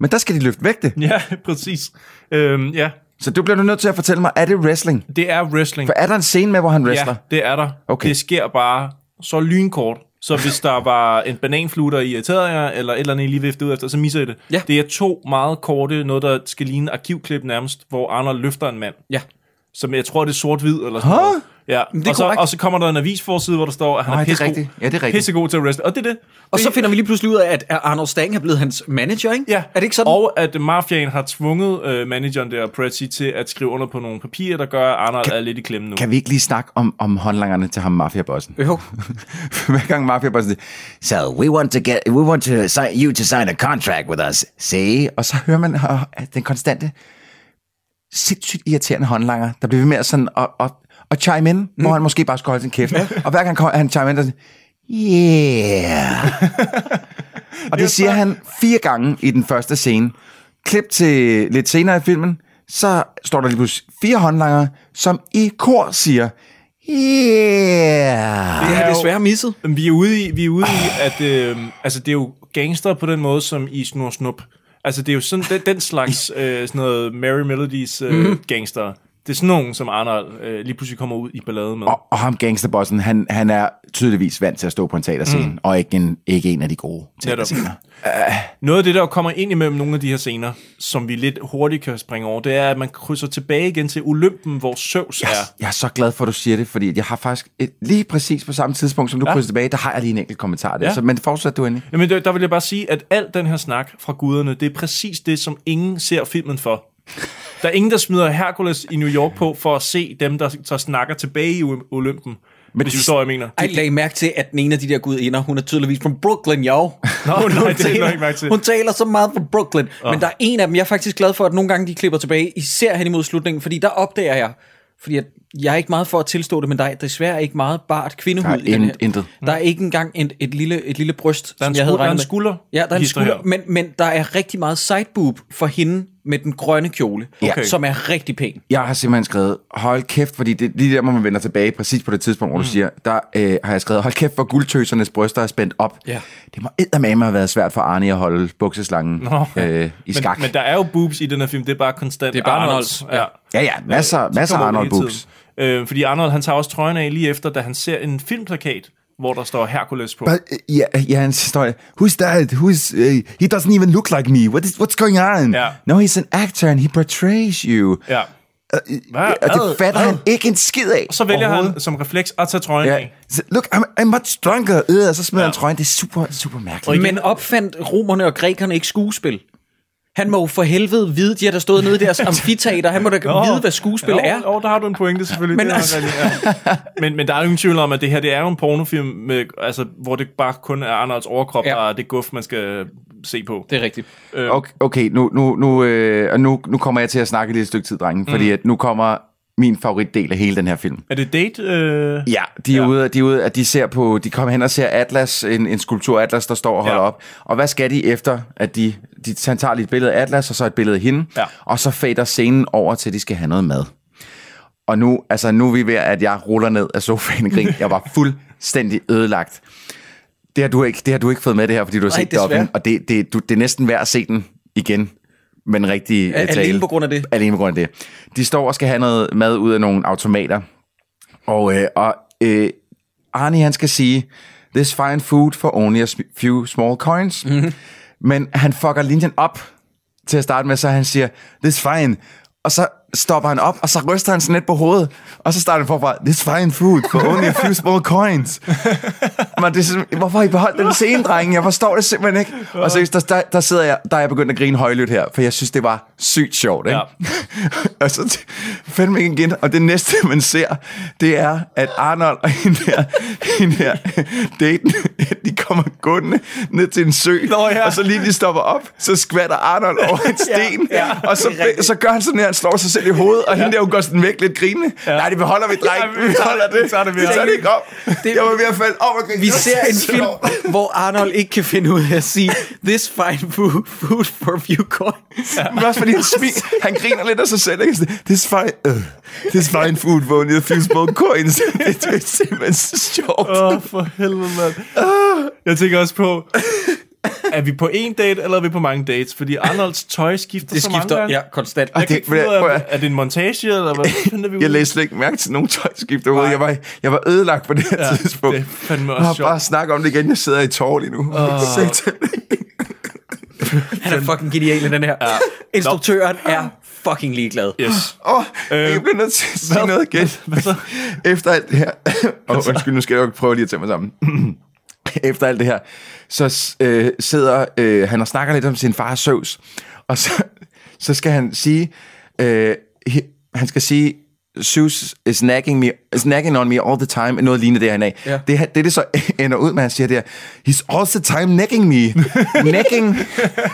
[SPEAKER 3] men der skal de løfte vægte.
[SPEAKER 2] Ja, præcis. Øhm, ja,
[SPEAKER 3] Så du bliver du nødt til at fortælle mig, er det wrestling?
[SPEAKER 2] det er wrestling.
[SPEAKER 3] For er der en scene med, hvor han wrestler?
[SPEAKER 2] Ja, det er der.
[SPEAKER 3] Okay.
[SPEAKER 2] Det sker bare så lynkort. Så hvis der var en bananflue, der irriterede jer, eller et eller andet, I lige viftede ud efter, så misser I det.
[SPEAKER 1] Ja.
[SPEAKER 2] Det er to meget korte, noget der skal ligne arkivklip nærmest, hvor Arnold løfter en mand.
[SPEAKER 1] Ja.
[SPEAKER 2] som jeg tror, det er sort-hvid eller sådan huh? noget. Ja.
[SPEAKER 1] er
[SPEAKER 2] Og, så,
[SPEAKER 1] korrekt.
[SPEAKER 2] og så kommer der en avisforside, hvor der står, at han
[SPEAKER 3] Nej,
[SPEAKER 2] er,
[SPEAKER 3] det er
[SPEAKER 2] pissegod,
[SPEAKER 3] rigtigt. Ja, det er rigtigt.
[SPEAKER 2] pissegod til at wrestle. Og det er det.
[SPEAKER 1] Og
[SPEAKER 2] det,
[SPEAKER 1] så finder vi lige pludselig ud af, at at Arnold Stang er blevet hans manager, ikke?
[SPEAKER 2] Ja.
[SPEAKER 1] Er det ikke sådan?
[SPEAKER 2] Og at mafiaen har tvunget øh, manageren der, Pretty, til at skrive under på nogle papirer, der gør, at Arnold er lidt i klemme nu.
[SPEAKER 3] Kan vi ikke lige snakke om, om håndlangerne til ham, mafiabossen?
[SPEAKER 1] Jo.
[SPEAKER 3] Hver gang mafiabossen siger,
[SPEAKER 6] So we want to get we want to sign you to sign a contract with us. See?
[SPEAKER 3] og så hører man øh, den konstante, sindssygt irriterende håndlanger, der bliver ved med at sådan at, at, at chime in, mm. hvor han måske bare skal holde sin kæft. og hver gang han chime in, der siger, yeah. og det siger han fire gange i den første scene. Klip til lidt senere i filmen, så står der lige pludselig fire håndlanger, som i kor siger, yeah.
[SPEAKER 1] Det er
[SPEAKER 2] jo-
[SPEAKER 1] desværre misset.
[SPEAKER 2] Men vi er ude i, vi er ude i at øh, altså, det er jo gangster på den måde, som i Snor Snup. Altså, det er jo sådan, den, den slags øh, sådan noget Mary Melodies øh, mm. gangster. Det er sådan nogen, som Arnold øh, lige pludselig kommer ud i ballade med.
[SPEAKER 3] Og, og ham gangsterbossen, han, han er tydeligvis vant til at stå på en teaterscene, mm. og ikke en, ikke en af de gode
[SPEAKER 2] Netop.
[SPEAKER 3] teaterscener.
[SPEAKER 2] Noget af det, der jo kommer ind imellem nogle af de her scener, som vi lidt hurtigt kan springe over, det er, at man krydser tilbage igen til Olympen, hvor Zeus
[SPEAKER 3] Jeg,
[SPEAKER 2] er.
[SPEAKER 3] jeg er så glad for, at du siger det, fordi jeg har faktisk et, lige præcis på samme tidspunkt, som du ja. krydser tilbage, der har jeg lige en enkelt kommentar der.
[SPEAKER 2] Ja.
[SPEAKER 3] Ja. Så, men fortsæt du endelig.
[SPEAKER 2] Jamen, der, der vil jeg bare sige, at al den her snak fra guderne, det er præcis det, som ingen ser filmen for. Der er ingen, der smider Hercules i New York på, for at se dem, der, der snakker tilbage i Oly- Olympen. Men hvis du forstår, hvad jeg mener.
[SPEAKER 1] Jeg lagde mærke til, at den ene af de der gudinder, hun er tydeligvis fra Brooklyn, jo.
[SPEAKER 2] Nå,
[SPEAKER 1] hun,
[SPEAKER 2] nej,
[SPEAKER 1] hun,
[SPEAKER 2] det lagde jeg ikke mærke til.
[SPEAKER 1] hun taler så meget fra Brooklyn. Oh. Men der er en af dem, jeg er faktisk glad for, at nogle gange de klipper tilbage, især hen imod slutningen, fordi der opdager jeg, fordi at jeg er ikke meget for at tilstå det, men der er desværre ikke meget bart kvindehud
[SPEAKER 3] Der er
[SPEAKER 1] i den her.
[SPEAKER 3] in- intet.
[SPEAKER 1] Der er ikke engang et, et, lille, et lille bryst,
[SPEAKER 2] er en
[SPEAKER 1] som jeg havde
[SPEAKER 2] skulder- der er
[SPEAKER 1] regnet
[SPEAKER 2] en
[SPEAKER 1] med.
[SPEAKER 2] skulder-
[SPEAKER 1] Ja, der er en
[SPEAKER 2] hister
[SPEAKER 1] skulder,
[SPEAKER 2] her.
[SPEAKER 1] men, men der er rigtig meget sideboob for hende, med den grønne kjole,
[SPEAKER 2] Okay.
[SPEAKER 1] okay. som er rigtig pæn.
[SPEAKER 3] Jeg har simpelthen skrevet, hold kæft, fordi det, lige der, hvor man vender tilbage, præcis på det tidspunkt,
[SPEAKER 2] Mm.
[SPEAKER 3] hvor du siger, der øh, har jeg skrevet, hold kæft, hvor guldtøsernes bryster er spændt op.
[SPEAKER 1] Ja.
[SPEAKER 3] Det må eddermame have været svært for Arnie at holde bukseslangen
[SPEAKER 2] Nå.
[SPEAKER 3] øh, i skak.
[SPEAKER 2] Men, men der er jo boobs i den her film, det er bare konstant.
[SPEAKER 1] Det er bare
[SPEAKER 2] Ja.
[SPEAKER 1] Arnolds,
[SPEAKER 2] ja.
[SPEAKER 1] ja.
[SPEAKER 3] ja, ja, masser, masser af
[SPEAKER 2] Kommer
[SPEAKER 3] Arnold
[SPEAKER 2] hele tiden.
[SPEAKER 3] Books.
[SPEAKER 2] Øh, fordi Arnold, han tager også trøjen af lige efter, da han ser en filmplakat, hvor der står Hercules på.
[SPEAKER 3] But, øh, ja, ja, hans historie. Who's that? Who's, uh, he doesn't even look like me. What is, what's going on?
[SPEAKER 2] Ja.
[SPEAKER 3] No, he's an actor, and he portrays you.
[SPEAKER 2] Ja.
[SPEAKER 3] Øh,
[SPEAKER 2] Hvad?
[SPEAKER 3] Og
[SPEAKER 2] Hvad?
[SPEAKER 3] det fatter
[SPEAKER 2] Hvad?
[SPEAKER 3] han ikke en skid af.
[SPEAKER 2] Så vælger han
[SPEAKER 3] overhovedet.
[SPEAKER 2] som refleks at tage trøjen
[SPEAKER 3] Ja.
[SPEAKER 2] af.
[SPEAKER 3] Så, Look, I'm, I'm much stronger. Øh, og så smider han trøjen. Det er super, super mærkeligt.
[SPEAKER 1] Men opfandt romerne og grækerne ikke skuespil? Han må jo for helvede vide, de har der stået nede i deres amfiteater. Han må da
[SPEAKER 2] Nå.
[SPEAKER 1] vide, hvad skuespil
[SPEAKER 2] Jo,
[SPEAKER 1] er.
[SPEAKER 2] Jo, der har du en pointe selvfølgelig.
[SPEAKER 1] Men
[SPEAKER 2] det er
[SPEAKER 1] altså-
[SPEAKER 2] rigtigt, ja. men, men der er jo ingen tvivl om, at det her det er jo en pornofilm, med, altså, hvor det bare kun er Arnolds overkrop, ja.
[SPEAKER 1] Ja.
[SPEAKER 2] og det guf, man skal se på.
[SPEAKER 1] Det er rigtigt.
[SPEAKER 3] Okay, okay nu, nu, nu, øh, og nu, nu kommer jeg til at snakke lidt et stykke tid, drenge, mm. fordi at nu kommer min favoritdel af hele den her film.
[SPEAKER 2] Er det date? Øh...
[SPEAKER 3] Ja, de er
[SPEAKER 2] Ja.
[SPEAKER 3] ja. ude, de er ude, at de ser på, de kommer hen og ser Atlas, en, en skulptur af Atlas, der står og holder
[SPEAKER 2] Ja.
[SPEAKER 3] ja. op. Og hvad skal de efter, at de, de, han tager lige et billede af Atlas, og så et billede af hende,
[SPEAKER 2] Ja.
[SPEAKER 3] og så fader scenen over til, at de skal have noget mad. Og nu, altså nu er vi ved, at jeg ruller ned af sofaen og grin. Jeg var fuldstændig ødelagt. Det har du ikke, det har du ikke fået med det her, fordi du har
[SPEAKER 1] Nej,
[SPEAKER 3] set Dobbin,
[SPEAKER 1] desværre.
[SPEAKER 3] og det, det, du, det er næsten værd at se den igen med den rigtige
[SPEAKER 1] Alene
[SPEAKER 3] øh, tale.
[SPEAKER 1] på grund af det?
[SPEAKER 3] Alene på grund af det. De står og skal have noget mad ud af nogle automater, og, øh, og øh, Arnie han skal sige, this fine food for only a sm- few small coins. Mm-hmm. Men han fucker linjen op til at starte med, så han siger, this fine. Og så stopper han op, og så ryster han sådan lidt på hovedet, og så starter han forfra, this fine food for only a few small coins. Men det er sådan, hvorfor har I beholdt den scene, drenge? Jeg forstår det simpelthen ikke. Og så der, der, der sidder jeg, der er jeg begyndt at grine højlydt her, for jeg synes, det var sygt sjovt, ikke? Ja. og så t- fandme ikke igen, og det næste, man ser, det er, at Arnold og hende her, hende her daten, de kommer gående ned til en sø,
[SPEAKER 2] Nå ja.
[SPEAKER 3] og så lige de stopper op, så skvatter Arnold over en sten, ja, ja, og så,
[SPEAKER 1] det er rigtigt.
[SPEAKER 3] så gør han sådan her, han slår sig selv i hovedet, og ja. hende der, hun går sådan væk lidt grinende. Ja. Nej, det beholder vi, dreng.
[SPEAKER 2] Ja, vi tager det, vi tager det, vi
[SPEAKER 3] vi tager
[SPEAKER 2] tager
[SPEAKER 3] det ikke op. Det, jeg var ved at falde op og grine.
[SPEAKER 1] Vi
[SPEAKER 3] Det var
[SPEAKER 1] ser en
[SPEAKER 3] sindssygt sjovt.
[SPEAKER 1] film, hvor Arnold ikke kan finde ud af at sige, this fine food, food for few coins.
[SPEAKER 3] Men også fordi han, smil, han griner lidt af sig selv. Ikke? Sådan, This fine, uh, this fine food, hvor only a few small coins. det er simpelthen så sjovt.
[SPEAKER 2] Åh, oh, for helvede, mand. Jeg tænker også på, er vi på en date, eller er vi på mange dates? Fordi Arnolds tøj skifter
[SPEAKER 1] Det
[SPEAKER 2] så mange
[SPEAKER 1] skifter
[SPEAKER 2] gange.
[SPEAKER 1] ja, konstant.
[SPEAKER 2] Jeg kan ikke
[SPEAKER 3] Det-
[SPEAKER 2] finde ud af,
[SPEAKER 3] prøv
[SPEAKER 2] om-
[SPEAKER 3] at-
[SPEAKER 2] er det en montage, eller hvad finder vi ud
[SPEAKER 3] Jeg
[SPEAKER 2] af?
[SPEAKER 3] lagde slet ikke mærke til nogen tøjskift overhovedet. Jeg
[SPEAKER 2] Nej.
[SPEAKER 3] var, jeg var ødelagt på det her
[SPEAKER 2] Ja,
[SPEAKER 3] tidspunkt.
[SPEAKER 2] det er fandme
[SPEAKER 3] Jeg
[SPEAKER 2] også
[SPEAKER 3] har bare
[SPEAKER 2] sjovt.
[SPEAKER 3] snakket om det igen. Jeg sidder i tårer lige nu. Satan.
[SPEAKER 1] Han er fucking genial i den her. Ja. Instruktøren er fucking ligeglad.
[SPEAKER 2] Yes.
[SPEAKER 3] Åh, jeg bliver nødt til at sige noget igen.
[SPEAKER 2] Øh, Hvad så?
[SPEAKER 3] Efter alt det her... Åh, oh, undskyld, nu skal jeg jo prøve lige at tage mig sammen. Efter alt det her, så øh, sidder øh, han og snakker lidt om sin far Søvs, og så, så skal han sige, øh, he- han skal sige, Zeus is nagging, me, is nagging on me all the time, noget lignende det, han af.
[SPEAKER 1] Ja.
[SPEAKER 3] Det, han- det, det så ender ud med, han siger det her, he's all the time nagging me. nagging.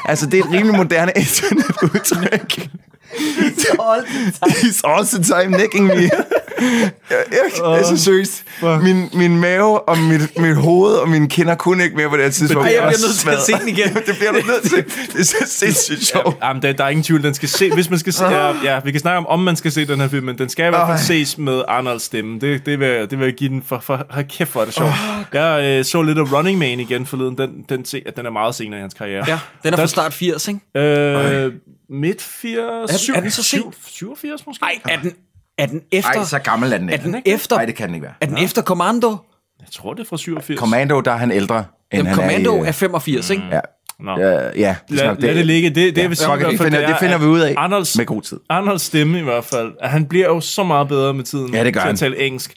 [SPEAKER 3] Altså, det er et rimelig moderne internetudtryk. He's all the time necking me. Jeg, jeg, altså seriøst, min, min mave og mit, mit hoved og mine kinder kunne ikke mere på det her tidspunkt.
[SPEAKER 1] Ej, jeg
[SPEAKER 3] var
[SPEAKER 1] bliver nødt til at
[SPEAKER 3] smadret.
[SPEAKER 1] se den igen.
[SPEAKER 3] det bliver du nødt til. Det er så sindssygt sjovt.
[SPEAKER 2] Ja, men der, der er ingen tvivl, den skal se. Hvis man skal se, ja, ja, vi kan snakke om, om man skal se den her film, men den skal i hvert fald
[SPEAKER 3] Ej.
[SPEAKER 2] ses med Arnolds stemme. Det, det, vil, jeg- det vil jeg give den for, for hold kæft, hvor er det sjovt. Jeg øh, så lidt af Running Man igen forleden. Den, den, se, at den er meget senere i hans karriere.
[SPEAKER 1] Ja, den er fra start 80, ikke?
[SPEAKER 2] Øh, midt 80...
[SPEAKER 1] Er den- er den så sen?
[SPEAKER 2] 87 måske?
[SPEAKER 1] Nej, er den, er den efter...
[SPEAKER 3] Ej, så gammel er den
[SPEAKER 1] er
[SPEAKER 3] ikke.
[SPEAKER 1] den
[SPEAKER 2] det?
[SPEAKER 1] efter...
[SPEAKER 3] Nej, det kan den ikke være.
[SPEAKER 1] Er den efter Commando?
[SPEAKER 2] Jeg tror, det er fra 87.
[SPEAKER 3] Commando, der er han ældre, end
[SPEAKER 1] Jamen,
[SPEAKER 3] han
[SPEAKER 1] Commando er, øh,
[SPEAKER 3] er i... øh,
[SPEAKER 1] 85, ikke?
[SPEAKER 3] Ja,
[SPEAKER 2] Nå.
[SPEAKER 3] øh, ja, det,
[SPEAKER 2] Lad, lad det ligge. Det, det, ja, vil sige,
[SPEAKER 3] fuck it.
[SPEAKER 2] i hvert
[SPEAKER 3] Det
[SPEAKER 2] fald,
[SPEAKER 3] finder- det
[SPEAKER 2] er,
[SPEAKER 3] finder
[SPEAKER 2] at
[SPEAKER 3] vi ud af
[SPEAKER 2] Arnolds,
[SPEAKER 3] med god tid.
[SPEAKER 2] Arnolds stemme i hvert fald, at han bliver jo så meget bedre med tiden
[SPEAKER 3] Ja, det gør
[SPEAKER 2] til
[SPEAKER 3] han.
[SPEAKER 2] at tale engelsk.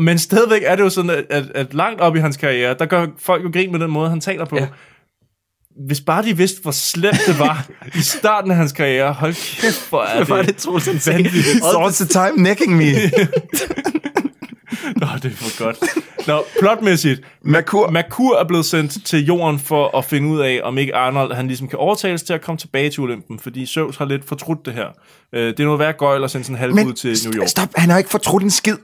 [SPEAKER 2] Men stadigvæk er det jo sådan, at, at, at langt op i hans karriere, der gør folk jo grin med den måde, han taler på. Ja.
[SPEAKER 1] Ja.
[SPEAKER 2] Hvis bare de vidste, hvor slemt det var i starten af hans karriere. Hold kæft, hvor er det.
[SPEAKER 1] Hvor er det Troels, han sagde?
[SPEAKER 3] He's all the time necking me.
[SPEAKER 2] Nå, det er for godt. Nå, plotmæssigt.
[SPEAKER 3] Merkur.
[SPEAKER 2] Merkur er blevet sendt til jorden for at finde ud af, om ikke Arnold han ligesom kan overtales til at komme tilbage til Olympen, fordi Zeus har lidt fortrudt det her. Øh, det er noget værd gøjl at sende sådan halv ud
[SPEAKER 3] Men
[SPEAKER 2] til New York.
[SPEAKER 3] st- stop, han har ikke fortrudt en skid.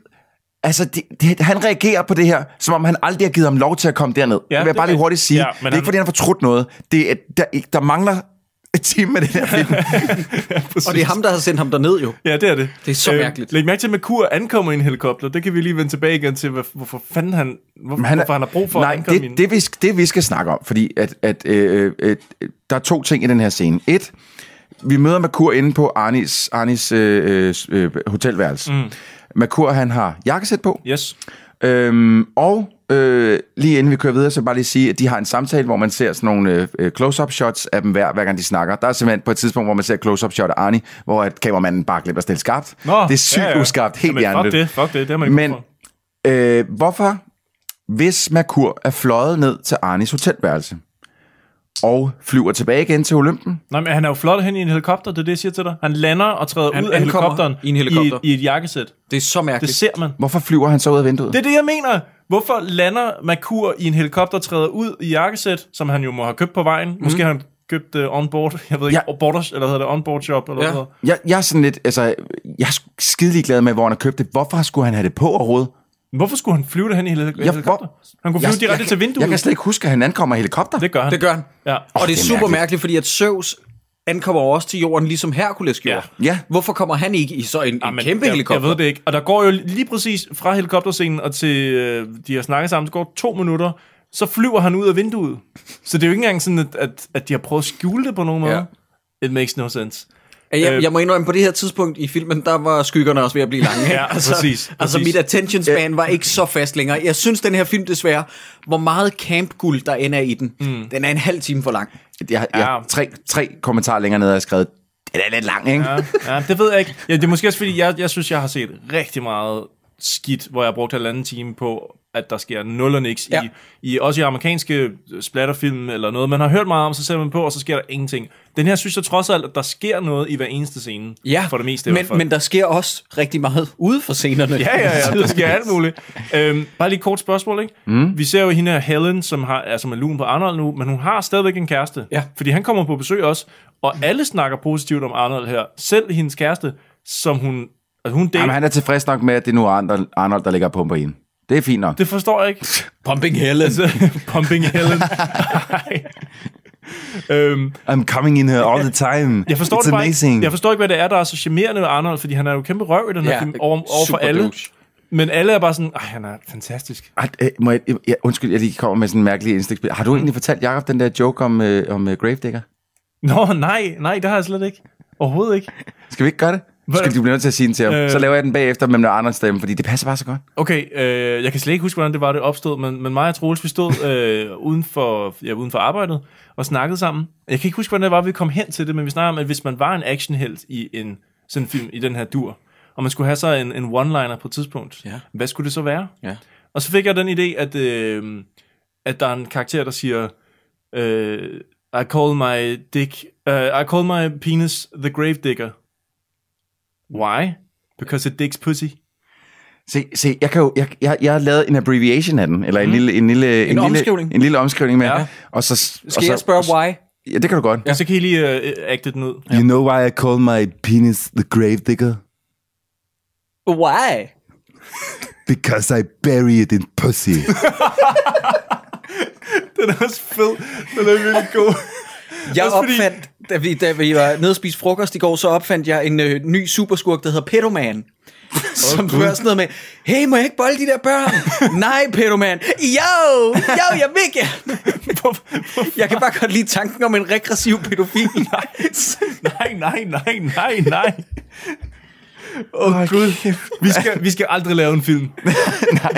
[SPEAKER 3] Altså, det, det, han reagerer på det her, som om han aldrig har givet ham lov til at komme derned. Ja, det vil jeg
[SPEAKER 2] det er
[SPEAKER 3] bare lige
[SPEAKER 2] rigtigt.
[SPEAKER 3] hurtigt sige.
[SPEAKER 2] Ja,
[SPEAKER 3] Ja,
[SPEAKER 2] men
[SPEAKER 3] det er han...
[SPEAKER 2] han-
[SPEAKER 3] ikke, fordi han har fortrudt noget. Det er, der, der mangler time med den her film.
[SPEAKER 1] Og det er ham, der har sendt ham derned jo.
[SPEAKER 2] Ja, det er det.
[SPEAKER 1] Det er så mærkeligt.
[SPEAKER 2] Læg mærke til, at Merkur ankommer i en helikopter. Det kan vi lige vende tilbage igen til, hvor, hvorfor fanden han, hvor, han, hvorfor han har brug for
[SPEAKER 3] nej,
[SPEAKER 2] at ankomme i
[SPEAKER 3] det,
[SPEAKER 2] en...
[SPEAKER 3] det, vi, sk- det vi skal snakke om, fordi at, at, øh, øh, øh, der er to ting i den her scene. Et, vi møder Merkur inde på Arnis, Arnis øh, øh, øh, hotelværelse. Mm. Merkur, han har jakkesæt på.
[SPEAKER 2] Yes.
[SPEAKER 3] Øhm, og øh, lige inden vi kører videre, så vil jeg bare lige sige, at de har en samtale, hvor man ser sådan nogle øh, øh, close-up shots af dem hver, hver gang de snakker. Der er simpelthen på et tidspunkt, hvor man ser close-up shot af Arnie, hvor at kameramanden bare glemmer at stille skarpt. det er sygt ja, ja. uskarpt, helt
[SPEAKER 2] Jamen, fuck
[SPEAKER 3] hjernedødt.
[SPEAKER 2] det, fuck det, det har man ikke
[SPEAKER 3] Men
[SPEAKER 2] brug for.
[SPEAKER 3] øh, hvorfor, hvis Merkur er fløjet ned til Arnis hotelværelse, og flyver tilbage igen til Olympen,
[SPEAKER 2] Nej, men han er jo flot hen i en helikopter, det er det, jeg siger til dig. Han lander og træder
[SPEAKER 1] Han
[SPEAKER 2] ud af
[SPEAKER 1] ankommer
[SPEAKER 2] helikopteren
[SPEAKER 1] i en helikopter.
[SPEAKER 2] I, et, i et jakkesæt.
[SPEAKER 1] Det er så
[SPEAKER 2] Det
[SPEAKER 1] mærkeligt.
[SPEAKER 2] ser man.
[SPEAKER 3] hvorfor flyver han så ud af vinduet?
[SPEAKER 2] Det er det, jeg mener. Hvorfor lander Merkur i en helikopter, træder ud i jakkesæt, som han jo må have købt på vejen? Mm. Måske har han købt uh, onboard, jeg ved ikke,
[SPEAKER 3] Mhm. Ja.
[SPEAKER 2] ja. borders, eller hvad hedder det, onboard shop, eller
[SPEAKER 1] Ja.
[SPEAKER 2] ja. hvad hedder.
[SPEAKER 3] Jeg, jeg er sådan lidt, altså, jeg er skidelig glad med, hvor han har købt det. Hvorfor skulle han have det på overhovedet?
[SPEAKER 2] Hvorfor skulle han flyve derhen i en helikopter?
[SPEAKER 3] Ja, hvor-
[SPEAKER 2] Han kunne flyve
[SPEAKER 3] Jeg,
[SPEAKER 2] direkte
[SPEAKER 3] jeg, kan-
[SPEAKER 2] til vinduet.
[SPEAKER 3] Jeg kan slet ikke huske, at han ankommer i helikopter.
[SPEAKER 2] Det gør han.
[SPEAKER 1] Det gør han.
[SPEAKER 2] Ja.
[SPEAKER 1] Og det er,
[SPEAKER 3] det er
[SPEAKER 1] super mærkeligt.
[SPEAKER 3] mærkeligt.
[SPEAKER 1] fordi at Zeus ankommer jo også til jorden, ligesom Herkules gjorde.
[SPEAKER 2] Ja.
[SPEAKER 3] Ja.
[SPEAKER 1] Hvorfor kommer han ikke i så en, en
[SPEAKER 2] Jamen,
[SPEAKER 1] kæmpe
[SPEAKER 2] Ah, jeg,
[SPEAKER 1] helikopter?
[SPEAKER 2] Jeg ved det ikke. Og der går jo lige præcis fra helikopterscenen og til øh, de har snakket sammen, der går to minutter, så flyver han ud af vinduet. Så det er jo ikke engang sådan, at, at, at de har prøvet at skjule det på nogen måde.
[SPEAKER 1] Ja.
[SPEAKER 2] Ja. It makes no sense.
[SPEAKER 1] Jeg,
[SPEAKER 2] Øh.
[SPEAKER 1] jeg må indrømme, på det her tidspunkt i filmen, der var skyggerne også ved at blive lange. ikke?
[SPEAKER 2] Ja, præcis,
[SPEAKER 1] Altså,
[SPEAKER 2] præcis.
[SPEAKER 1] mit attention span var ikke så fast længere. Jeg synes, den her film desværre, hvor meget campguld der ender i den, mm. den er en halv time for lang.
[SPEAKER 3] Jeg, jeg,
[SPEAKER 2] Ja.
[SPEAKER 3] tre, tre kommentarer længere ned har jeg skrevet, den er lidt lang, ikke? Ja.
[SPEAKER 2] Ja, det ved jeg ikke. Ja, det er måske også fordi, jeg, jeg synes, jeg har set rigtig meget skidt, hvor jeg har brugt halvanden time på, at der sker nul og niks
[SPEAKER 1] Ja.
[SPEAKER 2] ja. i, i, også i amerikanske splatterfilm eller noget. Man har hørt meget om, så ser man på, og så sker der ingenting. Den her synes jeg trods alt, at der sker noget i hver eneste scene. for det meste i hvert
[SPEAKER 1] men,
[SPEAKER 2] fald.
[SPEAKER 1] men der sker også rigtig meget ude for scenerne.
[SPEAKER 2] Ja, ja, ja, der sker alt muligt. Øhm, bare lige et kort spørgsmål, ikke? Mm. Vi ser jo hende her, Helen, som har, er, som er lun på Arnold nu, men hun har stadigvæk en kæreste.
[SPEAKER 1] Ja.
[SPEAKER 2] Fordi han kommer på besøg også, og alle snakker positivt om Arnold her. Selv hendes kæreste, som hun... Altså hun
[SPEAKER 3] Jamen,
[SPEAKER 2] deler,
[SPEAKER 3] han er tilfreds nok med, at det nu er Arnold, Arnold der ligger og pumper i hende. Det er fint nok.
[SPEAKER 2] det forstår jeg ikke. Altså,
[SPEAKER 1] Pumping Helen.
[SPEAKER 2] Pumping Helen. Ej. øhm,
[SPEAKER 3] I'm coming in here all the time.
[SPEAKER 2] jeg forstår
[SPEAKER 3] It's
[SPEAKER 2] det bare
[SPEAKER 3] amazing.
[SPEAKER 2] Ikke. Jeg forstår ikke, hvad det er, der er så charmerende ved Arnold, fordi han er jo kæmpe røv i den her
[SPEAKER 1] Ja,
[SPEAKER 2] film over, over for
[SPEAKER 1] super
[SPEAKER 2] alle.
[SPEAKER 1] douche.
[SPEAKER 2] Men alle er bare sådan, Ej, han er fantastisk.
[SPEAKER 3] Ej, øh, må jeg, jeg, undskyld, jeg lige kommer med sådan en mærkelig indstikspil. Har du egentlig fortalt, Jacob, den der joke om, øh, om øh, Gravedigger?
[SPEAKER 2] Nå, nej, nej, det har jeg slet ikke. Overhovedet ikke.
[SPEAKER 3] Skal vi ikke gøre det? Skal du blive nødt til at sige den til ham?
[SPEAKER 2] Øh.
[SPEAKER 3] Så laver jeg den bagefter med noget andet stemme, fordi det passer bare så godt.
[SPEAKER 2] Okay, øh, jeg kan slet ikke huske, hvordan det var, det opstod, men, men mig og Troels, vi stod øh, uden, for, ja, uden for arbejdet og snakkede sammen. Jeg kan ikke huske, hvordan det var, vi kom hen til det, men vi snakkede om, at hvis man var en actionhelt i en sådan en film, i den her dur, og man skulle have så en, en one-liner på et tidspunkt,
[SPEAKER 1] Ja.
[SPEAKER 2] hvad skulle det så være?
[SPEAKER 1] Ja.
[SPEAKER 2] Og så fik jeg den idé, at, øh, at der er en karakter, der siger, øh, I call my dick, uh, I call my penis the grave digger. Why? Because it digs pussy.
[SPEAKER 3] Se, se jeg, kan jo, jeg, jeg, jeg har lavet en abbreviation af den, eller en, mm. lille, en, lille, en,
[SPEAKER 1] omskrivning.
[SPEAKER 3] Lille, en lille omskrivning med.
[SPEAKER 2] Mhm. Ja.
[SPEAKER 3] Ja. Og så, Skal og
[SPEAKER 1] Skal
[SPEAKER 3] så,
[SPEAKER 1] jeg spørge, why?
[SPEAKER 3] Ja, det kan du godt.
[SPEAKER 2] Ja. Så kan I lige øh, øh, agte den ud.
[SPEAKER 3] You know why I call my penis the grave digger?
[SPEAKER 1] Why?
[SPEAKER 3] Because I bury it in pussy.
[SPEAKER 2] Den er også fed. Den er virkelig god.
[SPEAKER 1] Jeg
[SPEAKER 2] Også fordi-
[SPEAKER 1] opfandt, da vi, da vi var nede og spiste frokost i går, så opfandt jeg en øh, ny superskurk, der hedder Pedoman. som spørger sådan noget med, hey, må jeg ikke bolde de der børn? Nej, Pedoman. Jo, jo, jeg vil gerne. jeg kan bare godt lide tanken om en regressiv pædofil.
[SPEAKER 2] nej, nej, nej, nej, nej. Åh oh, gud. Vi skal, vi skal aldrig lave en film.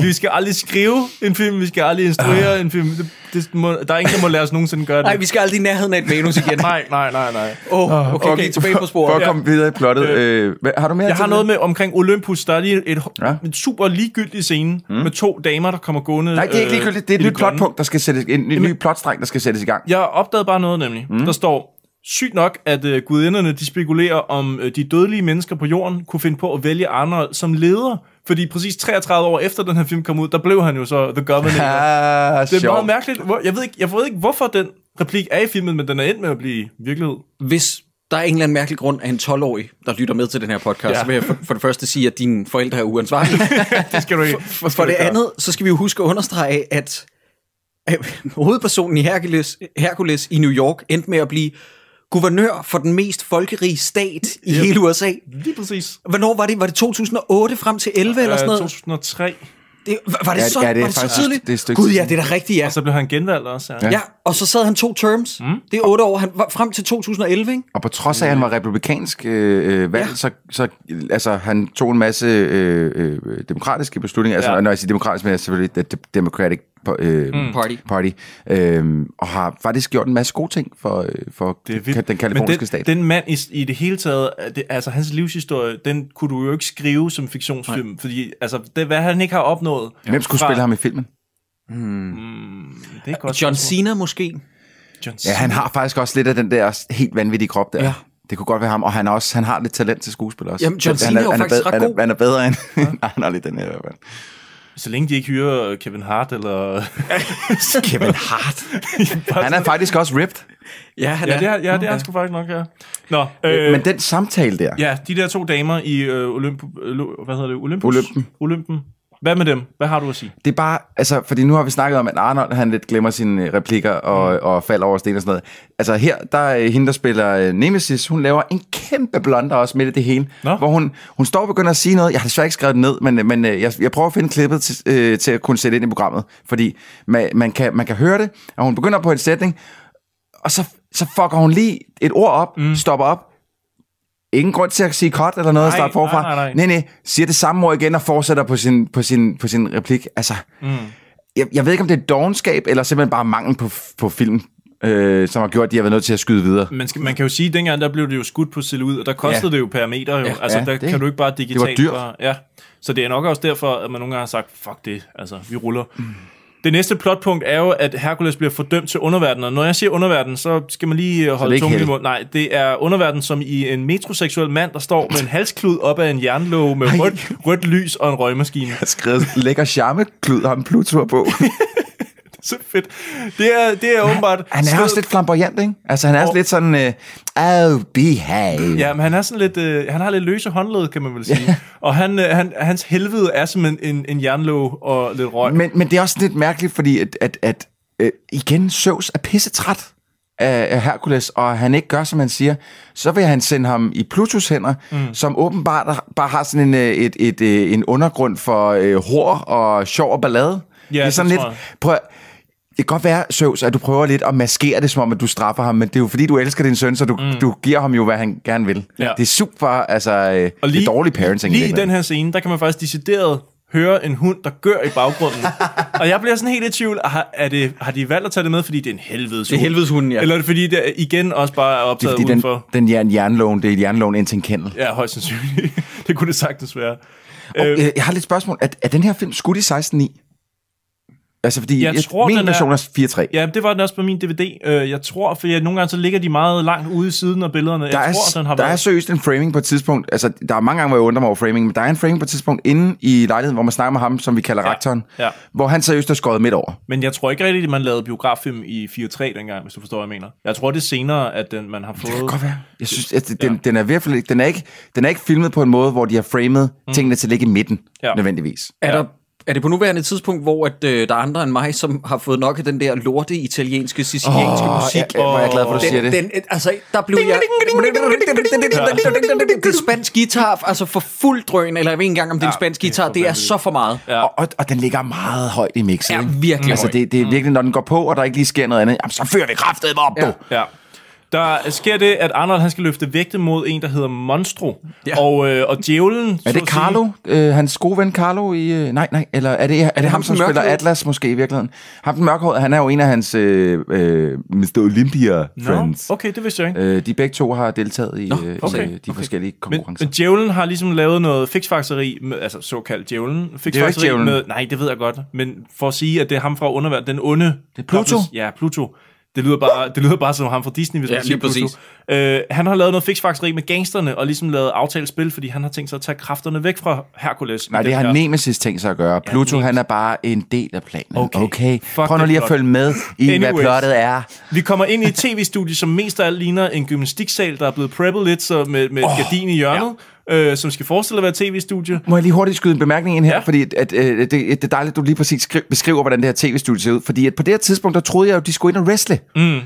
[SPEAKER 2] vi skal aldrig skrive en film. Vi skal aldrig instruere en film. Det, det må, der er ingen, der må lade os nogensinde gøre det.
[SPEAKER 1] Nej, vi skal aldrig i nærheden af et manus igen.
[SPEAKER 2] nej, nej, nej, nej.
[SPEAKER 1] Oh, okay, okay, vi er tilbage på
[SPEAKER 3] For at
[SPEAKER 1] sporet.
[SPEAKER 3] komme videre i plottet. Øh, hvad, har du mere
[SPEAKER 2] Jeg har
[SPEAKER 3] til
[SPEAKER 2] noget
[SPEAKER 3] det?
[SPEAKER 2] med omkring Olympus. Der er lige et,
[SPEAKER 3] Ja.
[SPEAKER 2] Altså, ja. et super ligegyldig scene mm. med to damer, der kommer gående.
[SPEAKER 3] Nej, det er ikke
[SPEAKER 2] øh,
[SPEAKER 3] ligegyldigt. Det er
[SPEAKER 2] i
[SPEAKER 3] et nyt
[SPEAKER 2] det grønne.
[SPEAKER 3] plotpunkt, der skal sættes, en ny, ny plotstreng, der skal sættes i gang.
[SPEAKER 2] Jeg opdagede bare noget nemlig. Mm. Der står, sygt nok, at øh, gudinderne de spekulerer om øh, de dødelige mennesker på jorden kunne finde på at vælge Arnold som leder. Fordi præcis 33 år efter den her film kom ud, der blev han jo så The Governor.
[SPEAKER 3] Ah,
[SPEAKER 2] det er meget mærkeligt. Hvor- Jeg ved, ikke, jeg ved ikke, hvorfor den replik er i filmen, men den er endt med at blive virkelighed.
[SPEAKER 1] Hvis der er en eller anden mærkelig grund af en 12-årig, der lytter med til den her podcast, ja.
[SPEAKER 2] Ja.
[SPEAKER 1] så vil jeg for, for det første sige, at dine forældre er uansvarlige.
[SPEAKER 2] Det skal du ikke.
[SPEAKER 1] For, for det andet, så skal vi jo huske at understrege, at øh, hovedpersonen i Hercules, Hercules i New York endte med at blive guvernør for den mest folkerige stat i yep. hele USA.
[SPEAKER 2] Lige præcis.
[SPEAKER 1] Hvornår var det? Var det 2008 frem til 11 eller
[SPEAKER 2] Øh,
[SPEAKER 1] sådan noget?
[SPEAKER 2] 2003.
[SPEAKER 1] Det, var- var det
[SPEAKER 3] Ja,
[SPEAKER 1] så,
[SPEAKER 3] ja,
[SPEAKER 1] var
[SPEAKER 3] det er
[SPEAKER 1] det så
[SPEAKER 3] faktisk-
[SPEAKER 1] tidligt?
[SPEAKER 3] det er et stykke
[SPEAKER 1] Gud
[SPEAKER 3] tid
[SPEAKER 1] ja,
[SPEAKER 3] siden.
[SPEAKER 1] det er da rigtigt, ja.
[SPEAKER 2] Og så blev han genvalgt også, ja.
[SPEAKER 1] Ja, og så sad han to terms. Mm. Det er otte år. Han var frem til 2011, ikke?
[SPEAKER 3] Og på trods af, at han var republikansk øh, øh, valg,
[SPEAKER 1] Mm. Ja.
[SPEAKER 3] ja. så, så altså, han tog en masse øh, øh, demokratiske beslutninger. Altså,
[SPEAKER 2] Ja.
[SPEAKER 3] ja. Når jeg siger demokratisk, mener jeg selvfølgelig the the Democratic øh, mm.
[SPEAKER 1] Party.
[SPEAKER 3] Party. Øh, og har faktisk gjort en masse gode ting for, øh, for
[SPEAKER 2] Det er vildt.
[SPEAKER 3] den kaliforniske
[SPEAKER 2] Men den,
[SPEAKER 3] stat.
[SPEAKER 2] den mand i, i det hele taget, at det, altså hans livshistorie, den kunne du jo ikke skrive som fiktionsfilm, Nej. fordi altså, det, hvad han ikke har opnået.
[SPEAKER 3] Hvem skulle
[SPEAKER 2] fra-
[SPEAKER 3] spille ham i filmen?
[SPEAKER 2] Det er godt
[SPEAKER 1] John
[SPEAKER 2] spørgsmål.
[SPEAKER 1] Cena måske.
[SPEAKER 2] John
[SPEAKER 3] Ja, han har faktisk også lidt af den der helt vanvittige krop der.
[SPEAKER 1] Ja.
[SPEAKER 3] Ja. Det kunne godt være ham, og han, er også, han har lidt talent til skuespil også.
[SPEAKER 1] Jamen, John
[SPEAKER 3] Han
[SPEAKER 1] Cena er jo
[SPEAKER 3] han
[SPEAKER 1] faktisk
[SPEAKER 3] bedre,
[SPEAKER 1] ret
[SPEAKER 3] han
[SPEAKER 1] god.
[SPEAKER 3] er, han er bedre end... Ja. Nej, han er lidt den her i hvert fald.
[SPEAKER 2] Så længe de ikke hyrer Kevin Hart eller...
[SPEAKER 3] Kevin Hart. han er faktisk også ripped.
[SPEAKER 1] Ja, han
[SPEAKER 2] ja, det er, ja, det er han sgu faktisk nok, ja. Nå, øh,
[SPEAKER 3] Øh. Men den samtale der, ja.
[SPEAKER 2] ja, de der to damer i øh, Olymp... Olo- Hvad hedder det? Olympus?
[SPEAKER 3] Olympen.
[SPEAKER 2] Olympen. Hvad med dem? Hvad har du at sige?
[SPEAKER 3] det er bare... Altså, fordi nu har vi snakket om, at Arnold han lidt glemmer sine øh, replikker og, mm. og falder over sten og sådan noget. Altså her, der er øh, hende, der spiller øh, Nemesis, hun laver en kæmpe blunder også midt i det hele.
[SPEAKER 2] Nå.
[SPEAKER 3] Hvor hun, hun står og begynder at sige noget. Jeg har desværre ikke skrevet det ned, men, men øh, jeg, jeg prøver at finde klippet til, øh, til at kunne sætte ind i programmet. Fordi man, man, kan, man kan høre det, og hun begynder på en sætning, og så, så fucker hun lige et ord op, mm. stopper op. Ingen grund til at sige cut eller noget og
[SPEAKER 2] Nej,
[SPEAKER 3] starte forfra.
[SPEAKER 2] nej, nej, nej.
[SPEAKER 3] nej, nej. Siger det samme ord igen og fortsætter på sin, på sin, på sin replik. Altså, mm. jeg, jeg ved ikke, om det er dogenskab, eller simpelthen bare mangel på, på film, øh, som har gjort, at de har været nødt til at skyde videre.
[SPEAKER 2] Man, skal, man kan jo sige, at dengang der blev det jo skudt på ud, og der kostede ja.
[SPEAKER 3] Ja.
[SPEAKER 2] det jo per meter. Jo. Ja, altså,
[SPEAKER 3] ja,
[SPEAKER 2] der
[SPEAKER 3] det-
[SPEAKER 2] kan du ikke bare
[SPEAKER 3] var
[SPEAKER 2] digitalt...
[SPEAKER 3] dyrt.
[SPEAKER 2] Bare, ja. Så det er nok også derfor, at man nogle gange har sagt, fuck det, altså, vi ruller. Mm. Det næste plotpunkt er jo, at Hercules bliver fordømt til underverdenen, og når jeg siger underverden, så skal man lige øh, holde
[SPEAKER 3] ikke
[SPEAKER 2] tungen i
[SPEAKER 3] hel.
[SPEAKER 2] munden. Nej, det er underverden som i en metroseksuel mand, der står med en halsklud op af en jernlåge med rødt, rødt lys og en røgmaskine.
[SPEAKER 3] Jeg har skrevet lækker charmeklud ham Pluto på.
[SPEAKER 2] Så fedt. Det er, det er åbenbart...
[SPEAKER 3] Han er
[SPEAKER 2] skød-
[SPEAKER 3] også lidt flamboyant, ikke? Altså, han er også
[SPEAKER 2] Og-
[SPEAKER 3] lidt sådan, øh, oh, behave.
[SPEAKER 2] Ja, men han er sådan lidt, øh, han har lidt løse håndled, kan man vel sige. Og han, øh, han, hans helvede er som en, en, en jernlåg og lidt røg. Men,
[SPEAKER 3] Men, men det er også lidt mærkeligt, fordi at, at, at øh, igen, Zeus er pissetræt af, af Herkules, og han ikke gør, som han siger, så vil han sende ham i Plutus hænder, mm. som åbenbart har- bare har sådan en, øh, et, et, øh, en undergrund for øh, hår og sjov og ballade.
[SPEAKER 2] Ja,
[SPEAKER 3] det er
[SPEAKER 2] det
[SPEAKER 3] sådan
[SPEAKER 2] tror
[SPEAKER 3] lidt, prøv, at- det kan godt være, Zeus, at du prøver lidt at maskere det, som om, at du straffer ham, men det er jo fordi, du elsker din søn, så du, mm. du giver ham jo, hvad han gerne vil.
[SPEAKER 2] Ja.
[SPEAKER 3] Det er super, altså, øh, og lige, det er dårlig parenting.
[SPEAKER 2] Lige i
[SPEAKER 3] virkeligheden.
[SPEAKER 2] den her scene, der kan man faktisk decideret høre en hund, der gør i baggrunden. og jeg bliver sådan helt i tvivl, har, er det, har de valgt at tage det med, fordi det er en helvedes hund?
[SPEAKER 1] helvedeshunden, ja.
[SPEAKER 2] Eller er det fordi, det er igen også bare er
[SPEAKER 3] det er
[SPEAKER 2] optaget
[SPEAKER 3] fordi, den,
[SPEAKER 2] udenfor? Den...
[SPEAKER 3] den jern, jernlån, det er jernlån ind til en kendel.
[SPEAKER 2] Ja, højst sandsynligt. det kunne det sagtens være. Øhm.
[SPEAKER 3] Øh, jeg- jeg har lidt spørgsmål. Er, er den her film skudt i 16.9? Altså, fordi
[SPEAKER 2] Jeg
[SPEAKER 3] jeg
[SPEAKER 2] tror,
[SPEAKER 3] tror, min
[SPEAKER 2] den er-
[SPEAKER 3] version er 4.3. Ja,
[SPEAKER 2] Ja, det var den også på min DVD. Øh, Jeg tror, for jeg, nogle gange så ligger de meget langt ude i siden af billederne.
[SPEAKER 3] der,
[SPEAKER 2] jeg
[SPEAKER 3] er,
[SPEAKER 2] tror, den har
[SPEAKER 3] der
[SPEAKER 2] været...
[SPEAKER 3] er seriøst en framing på et tidspunkt. Altså, der er mange gange, hvor jeg undrer mig over framing, men der er en framing på et tidspunkt inde i lejligheden, hvor man snakker med ham, som vi kalder
[SPEAKER 2] Ja,
[SPEAKER 3] ja. rektoren,
[SPEAKER 2] ja.
[SPEAKER 3] hvor han seriøst er skåret midt over.
[SPEAKER 2] Men jeg tror ikke rigtigt, at man lavede biograffilm i 4.3 dengang, hvis du forstår, hvad jeg mener. Jeg tror, det er senere, at den, man har fået...
[SPEAKER 3] Det kan godt være. Jeg synes, at den, ja. den, er virkelig, ikke- den, er ikke, den er ikke filmet på en måde, hvor de har framet mm. tingene til at ligge i midten,
[SPEAKER 2] Ja.
[SPEAKER 3] ja. nødvendigvis.
[SPEAKER 1] Er, der, er det på nuværende tidspunkt, hvor at, øh, der er andre end mig, som har fået nok af den der lorte italienske, sicilianske oh, musik?
[SPEAKER 3] Jeg, hvor er jeg glad for, at du siger
[SPEAKER 1] Den,
[SPEAKER 3] det.
[SPEAKER 1] den, altså, der blev jeg... Det er spansk guitar, altså for fuld drøn, eller jeg ved ikke engang, om det er en spansk guitar, det er så for meget.
[SPEAKER 2] Ja.
[SPEAKER 3] Og, og, og den ligger meget højt i mixet.
[SPEAKER 1] Ja,
[SPEAKER 3] ikke?
[SPEAKER 1] virkelig
[SPEAKER 3] Altså,
[SPEAKER 1] højt.
[SPEAKER 3] det,
[SPEAKER 2] Mm.
[SPEAKER 3] det er virkelig, når den går på, og der ikke lige sker noget andet, jamen, så fyrer vi kraftedeme op, ja. du.
[SPEAKER 2] Ja. Der sker det, at Arnold han skal løfte vægte mod en, der hedder Monstro.
[SPEAKER 1] Ja.
[SPEAKER 2] Ja. Og, øh, og djævlen... så
[SPEAKER 3] Er
[SPEAKER 2] at sige-
[SPEAKER 3] det Carlo, øh, hans gode ven Carlo i... Øh, nej, nej, eller er det, er det ham,
[SPEAKER 1] ham,
[SPEAKER 3] ham, som
[SPEAKER 1] den
[SPEAKER 3] spiller
[SPEAKER 1] mørkhårede?
[SPEAKER 3] Atlas måske i virkeligheden? Ham den mørkhårede, han er jo en af hans øh, øh, Mr. Olympia-friends.
[SPEAKER 2] Nå, okay, det vidste jeg ikke.
[SPEAKER 3] Øh, de begge to har deltaget i, Nå,
[SPEAKER 2] okay,
[SPEAKER 3] okay, øh, i de okay. forskellige
[SPEAKER 2] Men,
[SPEAKER 3] konkurrencer.
[SPEAKER 2] men djævlen har ligesom lavet noget fiksfakseri, med, altså såkaldt djævlen.
[SPEAKER 3] jo ikke
[SPEAKER 2] Fiksfakseri
[SPEAKER 3] djævlen.
[SPEAKER 2] Med, nej, det ved jeg godt. Men for at sige, at det er ham fra underverden, den onde... Det er
[SPEAKER 3] Pluto.
[SPEAKER 2] Ja, Pluto. Det lyder, bare, det lyder bare som ham fra Disney, hvis
[SPEAKER 1] Ja,
[SPEAKER 2] man siger
[SPEAKER 1] lige
[SPEAKER 2] Pluto.
[SPEAKER 1] præcis.
[SPEAKER 2] Øh, han har lavet noget fiksfakseri med gangsterne, og ligesom lavet aftalespil, fordi han har tænkt sig at tage kræfterne væk fra Hercules.
[SPEAKER 3] Nej,
[SPEAKER 2] i
[SPEAKER 3] det
[SPEAKER 2] den
[SPEAKER 3] har
[SPEAKER 2] her-
[SPEAKER 3] Nemesis tænkt sig at gøre. Pluto,
[SPEAKER 2] Nemesis.
[SPEAKER 3] han er bare en del af planen.
[SPEAKER 2] Okay.
[SPEAKER 3] Okay. okay.
[SPEAKER 2] Fuck,
[SPEAKER 3] Prøv
[SPEAKER 2] det er
[SPEAKER 3] nu lige at
[SPEAKER 2] flot.
[SPEAKER 3] følge med i, hvad
[SPEAKER 2] Anyways.
[SPEAKER 3] plottet er.
[SPEAKER 2] Vi kommer ind i et tv-studie, som mest af alt ligner en gymnastiksal, der er blevet preppet lidt så med, med oh, gardin i hjørnet, ja. øh, som skal forestille at være et tv-studie.
[SPEAKER 3] Må jeg lige hurtigt skyde en bemærkning ind her,
[SPEAKER 2] Ja.
[SPEAKER 3] ja. fordi at, at, øh, det, det er dejligt, at du lige præcis skri- beskriver, hvordan det her tv-studie ser ud, fordi at på det her tidspunkt, der troede jeg jo, de skulle ind og wrestle. Mm.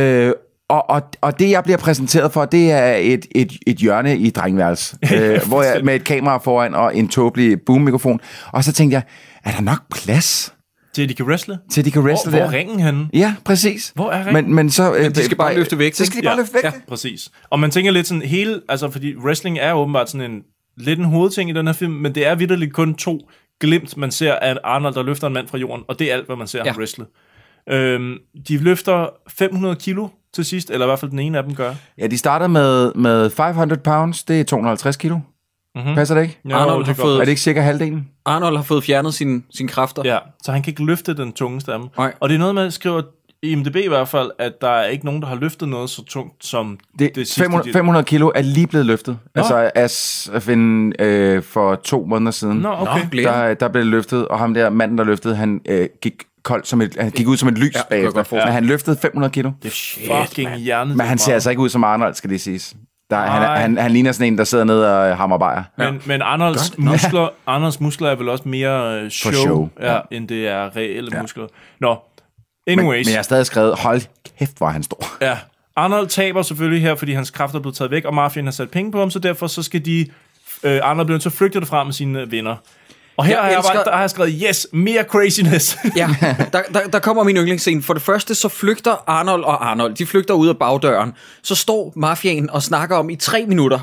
[SPEAKER 3] Øh, Og, og, og det, jeg bliver præsenteret for, det er et, et, et hjørne i drengværelse, øh, hvor jeg med et kamera foran og en tåbelig boom-mikrofon. Og så tænkte jeg, er der nok plads
[SPEAKER 2] Til de kan wrestle.
[SPEAKER 3] til, at de kan wrestle
[SPEAKER 2] hvor,
[SPEAKER 3] der?
[SPEAKER 2] hvor er ringen henne?
[SPEAKER 3] Ja, præcis.
[SPEAKER 2] Hvor er ringen?
[SPEAKER 3] men, men, så, men
[SPEAKER 1] de skal bare løfte vægte.
[SPEAKER 3] Så skal de bare løfte vægte.
[SPEAKER 2] Præcis. Og man tænker lidt sådan hele, altså fordi wrestling er åbenbart sådan en lidt en hovedting i den her film, men det er vidderligt kun to glimt, man ser af Arnold, der løfter en mand fra jorden, og det er alt, hvad man ser ja.
[SPEAKER 1] Ja.
[SPEAKER 2] ham wrestle. Øhm, de løfter 500 kilo til sidst, eller i hvert fald den ene af dem gør.
[SPEAKER 3] Ja, de starter med, med 500 pounds, det er 250 kilo. Mm-hmm. Passer det ikke?
[SPEAKER 2] Jo,
[SPEAKER 1] Arnold
[SPEAKER 2] det
[SPEAKER 1] har
[SPEAKER 2] gør
[SPEAKER 1] fået-
[SPEAKER 3] Er
[SPEAKER 2] den.
[SPEAKER 3] det ikke cirka halvdelen?
[SPEAKER 1] Arnold har fået fjernet sine sin kræfter.
[SPEAKER 2] Ja, så han kan ikke løfte den tungeste af dem.
[SPEAKER 1] Nej.
[SPEAKER 2] Og det er noget, man skriver i IMDb i hvert fald, at der er ikke nogen, der har løftet noget så tungt som det, det sidste.
[SPEAKER 3] 500,
[SPEAKER 2] de-
[SPEAKER 3] 500 kilo er lige blevet løftet. Nå. Altså as at finde øh, for to måneder siden.
[SPEAKER 2] Nå, okay.
[SPEAKER 1] Nå, der,
[SPEAKER 3] Der, der blev det løftet, og ham der manden, der løftede, han øh, gik kold som et, han gik ud som et lys
[SPEAKER 1] Ja,
[SPEAKER 3] ja,
[SPEAKER 1] det kunne jeg
[SPEAKER 3] bagefter.
[SPEAKER 1] godt forestille
[SPEAKER 3] Men han løftede 500 kilo.
[SPEAKER 2] Fucking hjernet.
[SPEAKER 3] Men han ser altså ikke ud som Arnold, skal det siges. Der, han,
[SPEAKER 2] Nej.
[SPEAKER 3] han, han ligner sådan en, der sidder nede og hammer bajer.
[SPEAKER 2] Men, men Arnolds, muskler, Arnolds muskler er vel også mere øh, show,
[SPEAKER 3] show,
[SPEAKER 2] Ja, end det er reelle ja. muskler. Nå, anyways.
[SPEAKER 3] Men jeg har stadig skrevet, hold kæft, hvor er han stor.
[SPEAKER 2] Ja. Arnold taber selvfølgelig her, fordi hans kræfter er blevet taget væk, og mafiaen har sat penge på ham, så derfor så skal de... Øh, Arnold bliver nødt til at flygte derfra med sine øh, venner. Og her
[SPEAKER 1] Jeg
[SPEAKER 2] har jeg,
[SPEAKER 1] elsker-
[SPEAKER 2] bare, der har jeg skrevet, yes, mere craziness.
[SPEAKER 1] ja, der, der, der kommer min yndlingsscene. For det første, så flygter Arnold og Arnold. De flygter ud af bagdøren. Så står mafiaen og snakker om i tre minutter,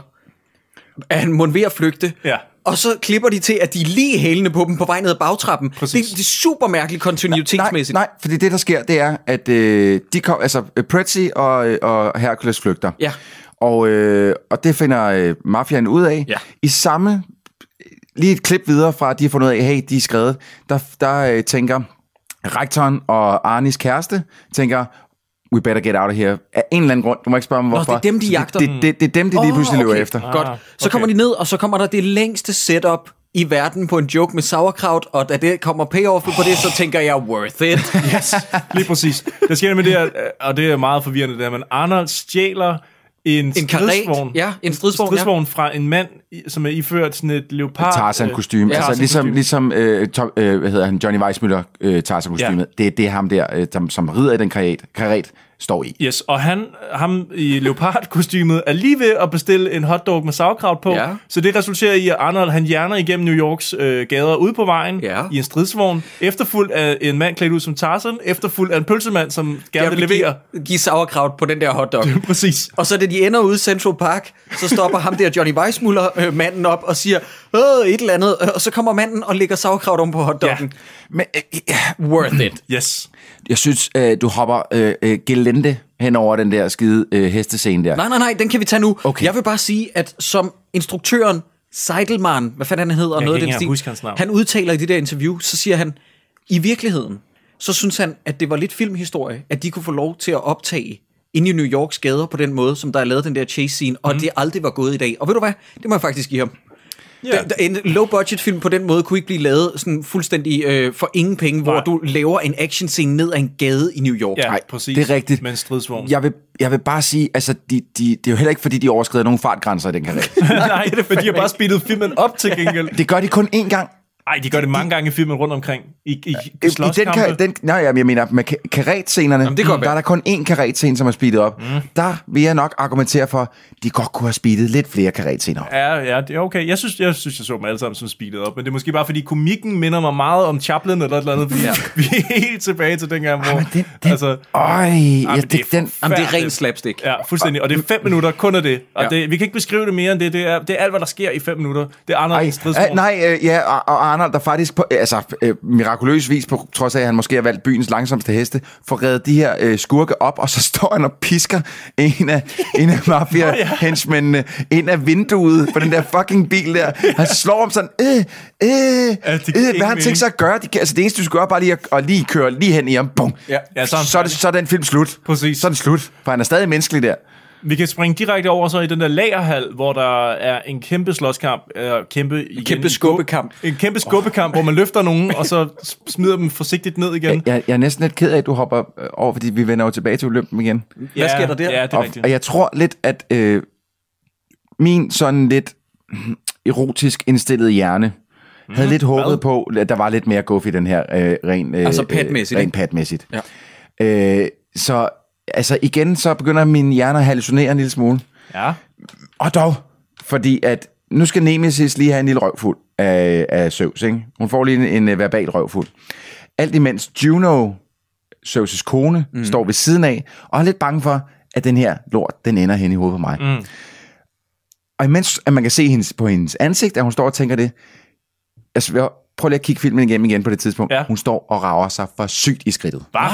[SPEAKER 1] at han må ved at flygte.
[SPEAKER 2] Ja.
[SPEAKER 1] Og så klipper de til, at de er lige i hælene på dem på vej ned ad bagtrappen. Det,
[SPEAKER 2] Præcis.
[SPEAKER 1] det er super mærkeligt kontinuitetsmæssigt.
[SPEAKER 3] Nej, nej, fordi det der sker, det er, at øh, de kom, altså øh, Pretzi og, øh, og Hercules flygter.
[SPEAKER 1] Ja.
[SPEAKER 3] Og, øh, og det finder øh, mafiaen ud af.
[SPEAKER 1] Ja.
[SPEAKER 3] I samme, lige et klip videre fra, at de har fundet ud af, hey, de er skrevet, der, der øh, tænker rektoren og Arnis kæreste, tænker, we better get out of here. Af en eller anden grund, du må ikke spørge mig, hvorfor.
[SPEAKER 1] det er dem, de
[SPEAKER 3] Så
[SPEAKER 1] jagter.
[SPEAKER 3] Det, det, det, det er dem, de lige
[SPEAKER 1] Åh,
[SPEAKER 3] pludselig løber
[SPEAKER 1] okay.
[SPEAKER 3] efter.
[SPEAKER 1] Godt.
[SPEAKER 2] Ah,
[SPEAKER 1] Så kommer
[SPEAKER 2] okay.
[SPEAKER 1] de ned, og så kommer der det længste setup i verden på en joke med sauerkraut, og da det kommer payoff på det, så tænker jeg, worth it.
[SPEAKER 2] Yes, lige præcis. Der sker med det her, og det er meget forvirrende det her, men Arnold stjæler en, en
[SPEAKER 1] En karret,
[SPEAKER 2] stridsvogn,
[SPEAKER 1] ja, en stridsvogn, ja.
[SPEAKER 2] stridsvogn fra en mand, i- som er iført sådan et leopard... øh,
[SPEAKER 3] Tarzan-kostyme. Ja, altså ligesom,
[SPEAKER 2] Tarzan-kostyme.
[SPEAKER 3] ligesom øh, Tom, øh, hvad hedder han, Johnny Weissmuller øh, Tarzan-kostymet. Ja. Det, det er ham der, øh, som, som rider i den karet, karet står i.
[SPEAKER 2] Yes, og han, ham i leopardkostymet er lige ved at bestille en hotdog med sauerkraut på,
[SPEAKER 1] Ja.
[SPEAKER 2] så det resulterer i, at Arnold han hjerner igennem New Yorks øh, gader ude på vejen
[SPEAKER 1] Ja.
[SPEAKER 2] i en stridsvogn, efterfuldt af en mand klædt ud som Tarzan, efterfuldt af en pølsemand, som gerne
[SPEAKER 1] Jeg vil
[SPEAKER 2] vil levere.
[SPEAKER 1] give, give sauerkraut på den der hotdog.
[SPEAKER 2] Præcis.
[SPEAKER 1] Og så da de ender ude i Central Park, så stopper ham der Johnny Weissmuller øh, manden op og siger, Åh, et eller andet, og så kommer manden og lægger sauerkraut om på hotdoggen.
[SPEAKER 3] Men øh, øh,
[SPEAKER 1] Worth it.
[SPEAKER 2] Yes.
[SPEAKER 3] jeg synes, øh, du hopper øh, øh, gelente hen over den der skide øh, hestescene der.
[SPEAKER 1] Nej, nej, nej, den kan vi tage nu.
[SPEAKER 3] Okay.
[SPEAKER 1] Jeg vil bare sige, at som instruktøren Seidelmann, hvad fanden han hedder,
[SPEAKER 2] kan
[SPEAKER 1] noget af
[SPEAKER 2] ikke
[SPEAKER 1] den
[SPEAKER 2] engang
[SPEAKER 1] stil,
[SPEAKER 2] huske hans navn.
[SPEAKER 1] han udtaler i det der interview, så siger han, i virkeligheden, så synes han, at det var lidt filmhistorie, at de kunne få lov til at optage inde i New Yorks gader på den måde, som der er lavet den der chase scene, og
[SPEAKER 2] Mhm.
[SPEAKER 1] mm. det aldrig var gået i dag. Og ved du hvad? Det må jeg faktisk give ham.
[SPEAKER 2] Ja.
[SPEAKER 1] Den- En low-budget film på den måde kunne ikke blive lavet sådan fuldstændig øh, for ingen penge, hvor
[SPEAKER 2] Nej.
[SPEAKER 1] du laver en action scene ned ad en gade i New York.
[SPEAKER 2] Ja,
[SPEAKER 3] Nej,
[SPEAKER 2] præcis.
[SPEAKER 3] det er rigtigt.
[SPEAKER 2] Med en stridsvogn.
[SPEAKER 3] Jeg vil, jeg vil bare sige, altså, de, de, det er jo heller ikke, fordi de overskrider nogle fartgrænser i den karet.
[SPEAKER 2] Nej, det er fordi, jeg bare spillet filmen op til gengæld.
[SPEAKER 3] det gør de kun én gang.
[SPEAKER 2] Nej, de gør det mange gange i filmen rundt omkring. I, i, i
[SPEAKER 3] Øh, I den,
[SPEAKER 2] slåskampe.
[SPEAKER 3] ka- den, nej, jamen, jeg mener, med ka- karet-scenerne,
[SPEAKER 1] det kan godt
[SPEAKER 3] der er
[SPEAKER 1] være.
[SPEAKER 3] der kun én karet-scene, som er speedet op. Mm. Der vil jeg nok argumentere for, de godt kunne have speedet lidt flere karet-scener op.
[SPEAKER 2] Ja, ja, det er okay. Jeg synes, jeg synes, jeg så dem alle sammen som speedet op, men det er måske bare, fordi komikken minder mig meget om Chaplin eller et eller andet, fordi ja. vi er helt tilbage til dengang, hvor...
[SPEAKER 3] men den- den-
[SPEAKER 2] altså,
[SPEAKER 3] Øj,
[SPEAKER 2] ej,
[SPEAKER 3] ja,
[SPEAKER 2] men
[SPEAKER 3] det, det, den,
[SPEAKER 1] Jamen, det er
[SPEAKER 2] forfærdeligt.
[SPEAKER 1] ren slapstick.
[SPEAKER 2] Ja, fuldstændig. Og det er fem minutter, kun af det. Og
[SPEAKER 1] Ja.
[SPEAKER 2] ja. det, vi kan ikke beskrive det mere end det. Det er, det er alt, hvad der sker i fem minutter. Det er
[SPEAKER 3] Ej,
[SPEAKER 2] Arnold
[SPEAKER 3] øh,
[SPEAKER 2] Stridsvogn.
[SPEAKER 3] nej, øh, ja, og, og Arnold, der faktisk på, øh, altså, øh, mirakuløs vis, på trods af, at han måske har valgt byens langsomste heste, får reddet de her øh, skurke op, og så står han og pisker en af, en af mafia henchmændene ind af vinduet på den der fucking bil der. Han slår om sådan, øh, øh, øh,
[SPEAKER 2] giver
[SPEAKER 3] hvad
[SPEAKER 2] ingen
[SPEAKER 3] har han tænkt sig at gøre? De, kan- altså, det eneste, du skal gøre, er bare lige at, og lige køre lige hen i ham, bum.
[SPEAKER 2] Ja, ja, så er han
[SPEAKER 3] så, er det, så er den film slut.
[SPEAKER 2] Præcis.
[SPEAKER 3] Så er den slut, for han er stadig menneskelig der.
[SPEAKER 2] Vi kan springe direkte over så i den der lagerhal, hvor der er en kæmpe slåskamp. Øh, kæmpe, igen,
[SPEAKER 1] kæmpe skubbekamp.
[SPEAKER 2] En kæmpe skubbekamp, hvor man løfter nogen, og så smider dem forsigtigt ned igen.
[SPEAKER 3] Jeg, jeg er næsten lidt ked af, at du hopper øh, over, fordi vi vender jo tilbage til Olympen igen.
[SPEAKER 1] Hvad sker der der?
[SPEAKER 2] Ja, det er
[SPEAKER 3] og,
[SPEAKER 2] rigtigt.
[SPEAKER 3] og jeg tror lidt, at øh, min sådan lidt hmm, erotisk indstillede hjerne havde lidt håbet
[SPEAKER 2] Mhm. hvad?
[SPEAKER 3] på, at der var lidt mere guff i den her øh, ren, øh,
[SPEAKER 1] Altså patmæssigt,
[SPEAKER 3] øh, ren
[SPEAKER 1] ikke?
[SPEAKER 3] patmæssigt. Ja. Øh, så altså igen, så begynder min hjerne at hallucinere en lille smule.
[SPEAKER 2] Ja.
[SPEAKER 3] Og dog, fordi at nu skal Nemesis lige have en lille røvfuld af, af Zeus, ikke? Hun får lige en, en øh, verbal røvfuld. Alt imens Juno, Zeus' kone, mm. står ved siden af, og er lidt bange for, at den her lort, den ender hen i hovedet på mig. Mm. Og imens at man kan se hendes, på hendes ansigt, at hun står og tænker det, altså, jeg- prøv lige at kigge filmen igennem igen på det tidspunkt.
[SPEAKER 2] Ja.
[SPEAKER 3] Hun står og rager sig for sygt i skridtet.
[SPEAKER 2] Hva?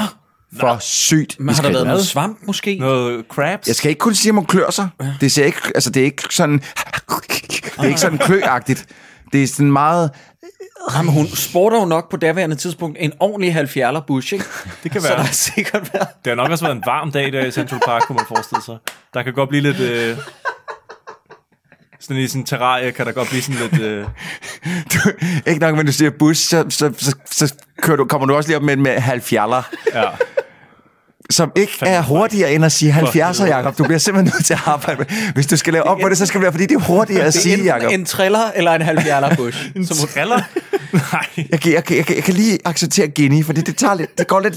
[SPEAKER 3] For sygt
[SPEAKER 1] Men
[SPEAKER 3] i
[SPEAKER 1] har der
[SPEAKER 3] skridtet.
[SPEAKER 1] været noget svamp måske?
[SPEAKER 2] Noget crabs?
[SPEAKER 3] Jeg skal ikke kun sige, at man klør sig. Det, ser ikke, altså, det er ikke sådan... Det er ikke sådan kløagtigt. Det er sådan meget...
[SPEAKER 1] Jamen, hun sporter jo nok på daværende tidspunkt en ordentlig halvfjerler bush, ikke?
[SPEAKER 2] Det kan
[SPEAKER 1] Så der
[SPEAKER 2] være.
[SPEAKER 1] har sikkert været...
[SPEAKER 2] Det har nok også været en varm dag der i Central Park, kunne man forestille sig. Der kan godt blive lidt... Øh, sådan i sådan en terrarie kan der godt blive sådan lidt... Øh,
[SPEAKER 3] Du, ikke nok, men du siger bus, så, så, så, så kører du, kommer du også lige op med, med halvfjerler,
[SPEAKER 2] ja.
[SPEAKER 3] som ikke er hurtigere end at sige 70'er, Jacob. Du bliver simpelthen nødt til at arbejde med. Hvis du skal lave op på det, så skal det være, fordi det er hurtigere at sige,
[SPEAKER 1] Det er
[SPEAKER 3] Jacob.
[SPEAKER 1] enten en triller eller en halvfjerler bush.
[SPEAKER 2] En
[SPEAKER 1] som hun-
[SPEAKER 2] triller? Nej.
[SPEAKER 3] Jeg kan, jeg, kan, jeg, kan, jeg kan lige acceptere geni, fordi det, tager lidt, det går lidt,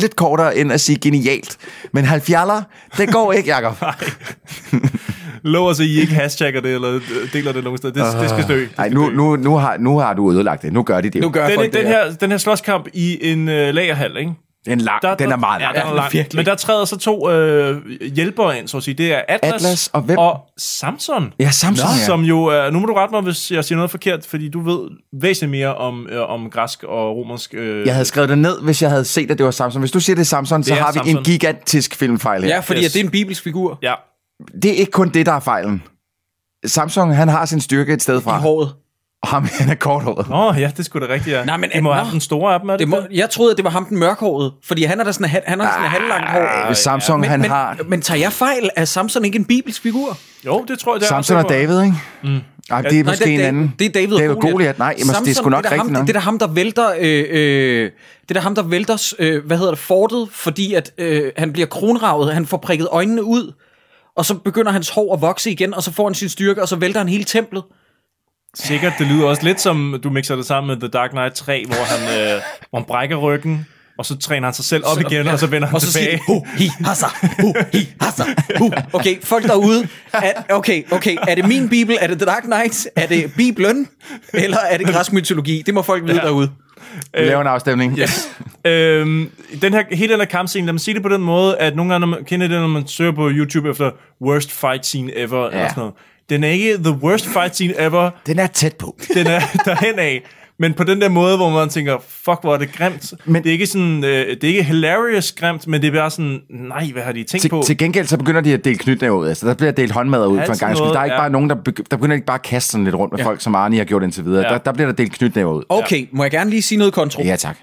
[SPEAKER 3] lidt kortere end at sige genialt. Men halvfjerler, det går ikke, Jacob.
[SPEAKER 2] Lov os, at I ikke hashtagger det, eller øh, deler det nogen sted. Det, det
[SPEAKER 3] Ah.
[SPEAKER 2] skal dø.
[SPEAKER 3] Nej, nu, nu, nu, har, nu har du ødelagt det. Nu gør de det.
[SPEAKER 1] Nu gør
[SPEAKER 2] Den,
[SPEAKER 1] folk
[SPEAKER 2] den,
[SPEAKER 1] det
[SPEAKER 2] her, den her slåskamp i en øh, lagerhal, ikke?
[SPEAKER 3] Den, lang,
[SPEAKER 2] Der,
[SPEAKER 3] den er meget
[SPEAKER 2] ja,
[SPEAKER 3] lang.
[SPEAKER 2] den er lang.
[SPEAKER 1] virkelig.
[SPEAKER 2] Men der træder så to øh, hjælpere ind, så at sige. Det er Atlas,
[SPEAKER 3] Atlas og hvem?
[SPEAKER 2] og Samson.
[SPEAKER 3] Ja, Samson, ja.
[SPEAKER 2] Som jo er, nu må du rette mig, hvis jeg siger noget forkert, fordi du ved væsentligt mere om, øh, om græsk og romersk. Øh,
[SPEAKER 3] Jeg havde skrevet det ned, hvis jeg havde set, at det var Samson. Hvis du siger, det er Samson, så
[SPEAKER 2] er
[SPEAKER 3] har vi
[SPEAKER 2] Samson.
[SPEAKER 3] en gigantisk filmfejl her.
[SPEAKER 1] Ja, fordi
[SPEAKER 2] Yes.
[SPEAKER 1] yes. det er en bibelsk figur
[SPEAKER 2] Ja,
[SPEAKER 3] Det er ikke kun det, der er fejlen. Samson, han har sin styrke et sted fra.
[SPEAKER 1] i håret.
[SPEAKER 3] Og ham, han er korthåret.
[SPEAKER 2] Nå, ja, det skulle da rigtigt, ja.
[SPEAKER 1] Nej, men
[SPEAKER 2] det må
[SPEAKER 1] at-
[SPEAKER 2] have
[SPEAKER 1] nå.
[SPEAKER 2] den store af dem, er det,
[SPEAKER 1] Det
[SPEAKER 2] det
[SPEAKER 1] må, jeg troede, at det var ham den mørkhårede, fordi han er da sådan, han, han er sådan ah, halvlangt hår.
[SPEAKER 3] Hvis Samson,
[SPEAKER 1] men,
[SPEAKER 3] han
[SPEAKER 1] men,
[SPEAKER 3] har...
[SPEAKER 1] men tager jeg fejl? Er Samson ikke en bibelsk figur?
[SPEAKER 2] Jo, det tror jeg, det er.
[SPEAKER 3] Samson
[SPEAKER 2] også,
[SPEAKER 3] og
[SPEAKER 2] det var-
[SPEAKER 3] David, ikke? Mm. Ej, det er
[SPEAKER 1] Nej,
[SPEAKER 3] måske
[SPEAKER 1] det,
[SPEAKER 3] en
[SPEAKER 1] det,
[SPEAKER 3] anden.
[SPEAKER 1] Det er David,
[SPEAKER 3] David og Goliath. Nej, men det er sgu nok
[SPEAKER 1] det er da
[SPEAKER 3] rigtigt
[SPEAKER 1] ham,
[SPEAKER 3] nok.
[SPEAKER 1] Det er da ham, der vælter, øh, øh, det er da ham, der vælter øh, hvad hedder det, fortet, fordi at, øh, han bliver kronravet, han får prikket øjnene ud, og så begynder hans hår at vokse igen, og så får han sin styrke, og så vælter han hele templet.
[SPEAKER 2] Sikkert, det lyder også lidt som, du mixer det sammen med The Dark Knight 3, hvor han, øh, hvor han brækker ryggen, og så træner han sig selv op igen, og så vender han
[SPEAKER 1] og så
[SPEAKER 2] tilbage.
[SPEAKER 1] Siger, hu, hi, hasa, hu, hi, hasa, hu. Okay, folk derude, er, okay, okay, er det min bibel, er det The Dark Knight, er det Bibelen, eller er det græsk mytologi? Det må folk vide ja. derude.
[SPEAKER 3] Vi laver en afstemning.
[SPEAKER 2] Yes. øhm, den her, hele den her kampscene, lad mig sige det på den måde, at nogle gange, når man kender det, når man søger på YouTube efter worst fight scene ever, ja. eller sådan noget. Den er ikke the worst fight scene ever,
[SPEAKER 3] Den er tæt på.
[SPEAKER 2] den er derhen af. Men på den der måde, hvor man tænker, fuck, hvor er det grimt. Men,
[SPEAKER 3] Men-
[SPEAKER 2] det, er ikke sådan, øh, det er ikke hilarious grimt, men det er bare sådan, nej, hvad har de tænkt
[SPEAKER 3] Til,
[SPEAKER 2] på?
[SPEAKER 3] til gengæld så begynder de at dele knytnæver ud. Altså, der bliver delt håndmad ud for en
[SPEAKER 2] Altid
[SPEAKER 3] gang.
[SPEAKER 2] noget,
[SPEAKER 3] Der er ikke
[SPEAKER 2] ja.
[SPEAKER 3] bare nogen, der, begy- der begynder ikke bare at kaste sådan lidt rundt med folk, som Arnie har gjort indtil videre.
[SPEAKER 2] Ja.
[SPEAKER 3] Der, der bliver der delt knytnæver ud.
[SPEAKER 1] Okay, ja. må jeg gerne lige sige noget kontro?
[SPEAKER 3] Ja, tak.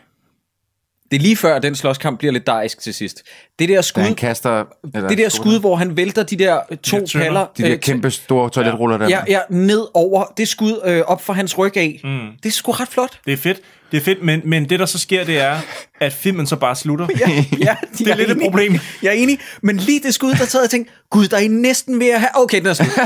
[SPEAKER 1] Det er lige før, at den slåskamp bliver lidt darisk til sidst. Det der skud,
[SPEAKER 2] Mm.
[SPEAKER 3] Da han kaster... Eller,
[SPEAKER 1] det der skud hvor han vælter de der øh, to
[SPEAKER 2] De der tønder.
[SPEAKER 1] paller
[SPEAKER 3] De der
[SPEAKER 1] øh,
[SPEAKER 3] kæmpe store toiletruller der.
[SPEAKER 1] ja, ja, ned over, det skud øh, op for hans ryg af. Mm. Det er sgu ret flot.
[SPEAKER 2] Det er fedt, det er fedt men, men det, der så sker, det er, at filmen så bare slutter.
[SPEAKER 1] ja,
[SPEAKER 2] Det er
[SPEAKER 1] jeg
[SPEAKER 2] lidt et
[SPEAKER 1] enig.
[SPEAKER 2] problem.
[SPEAKER 1] Jeg er enig, men lige det skud, der sad jeg tænkte, gud, der er I næsten ved at have... Okay, den er slut.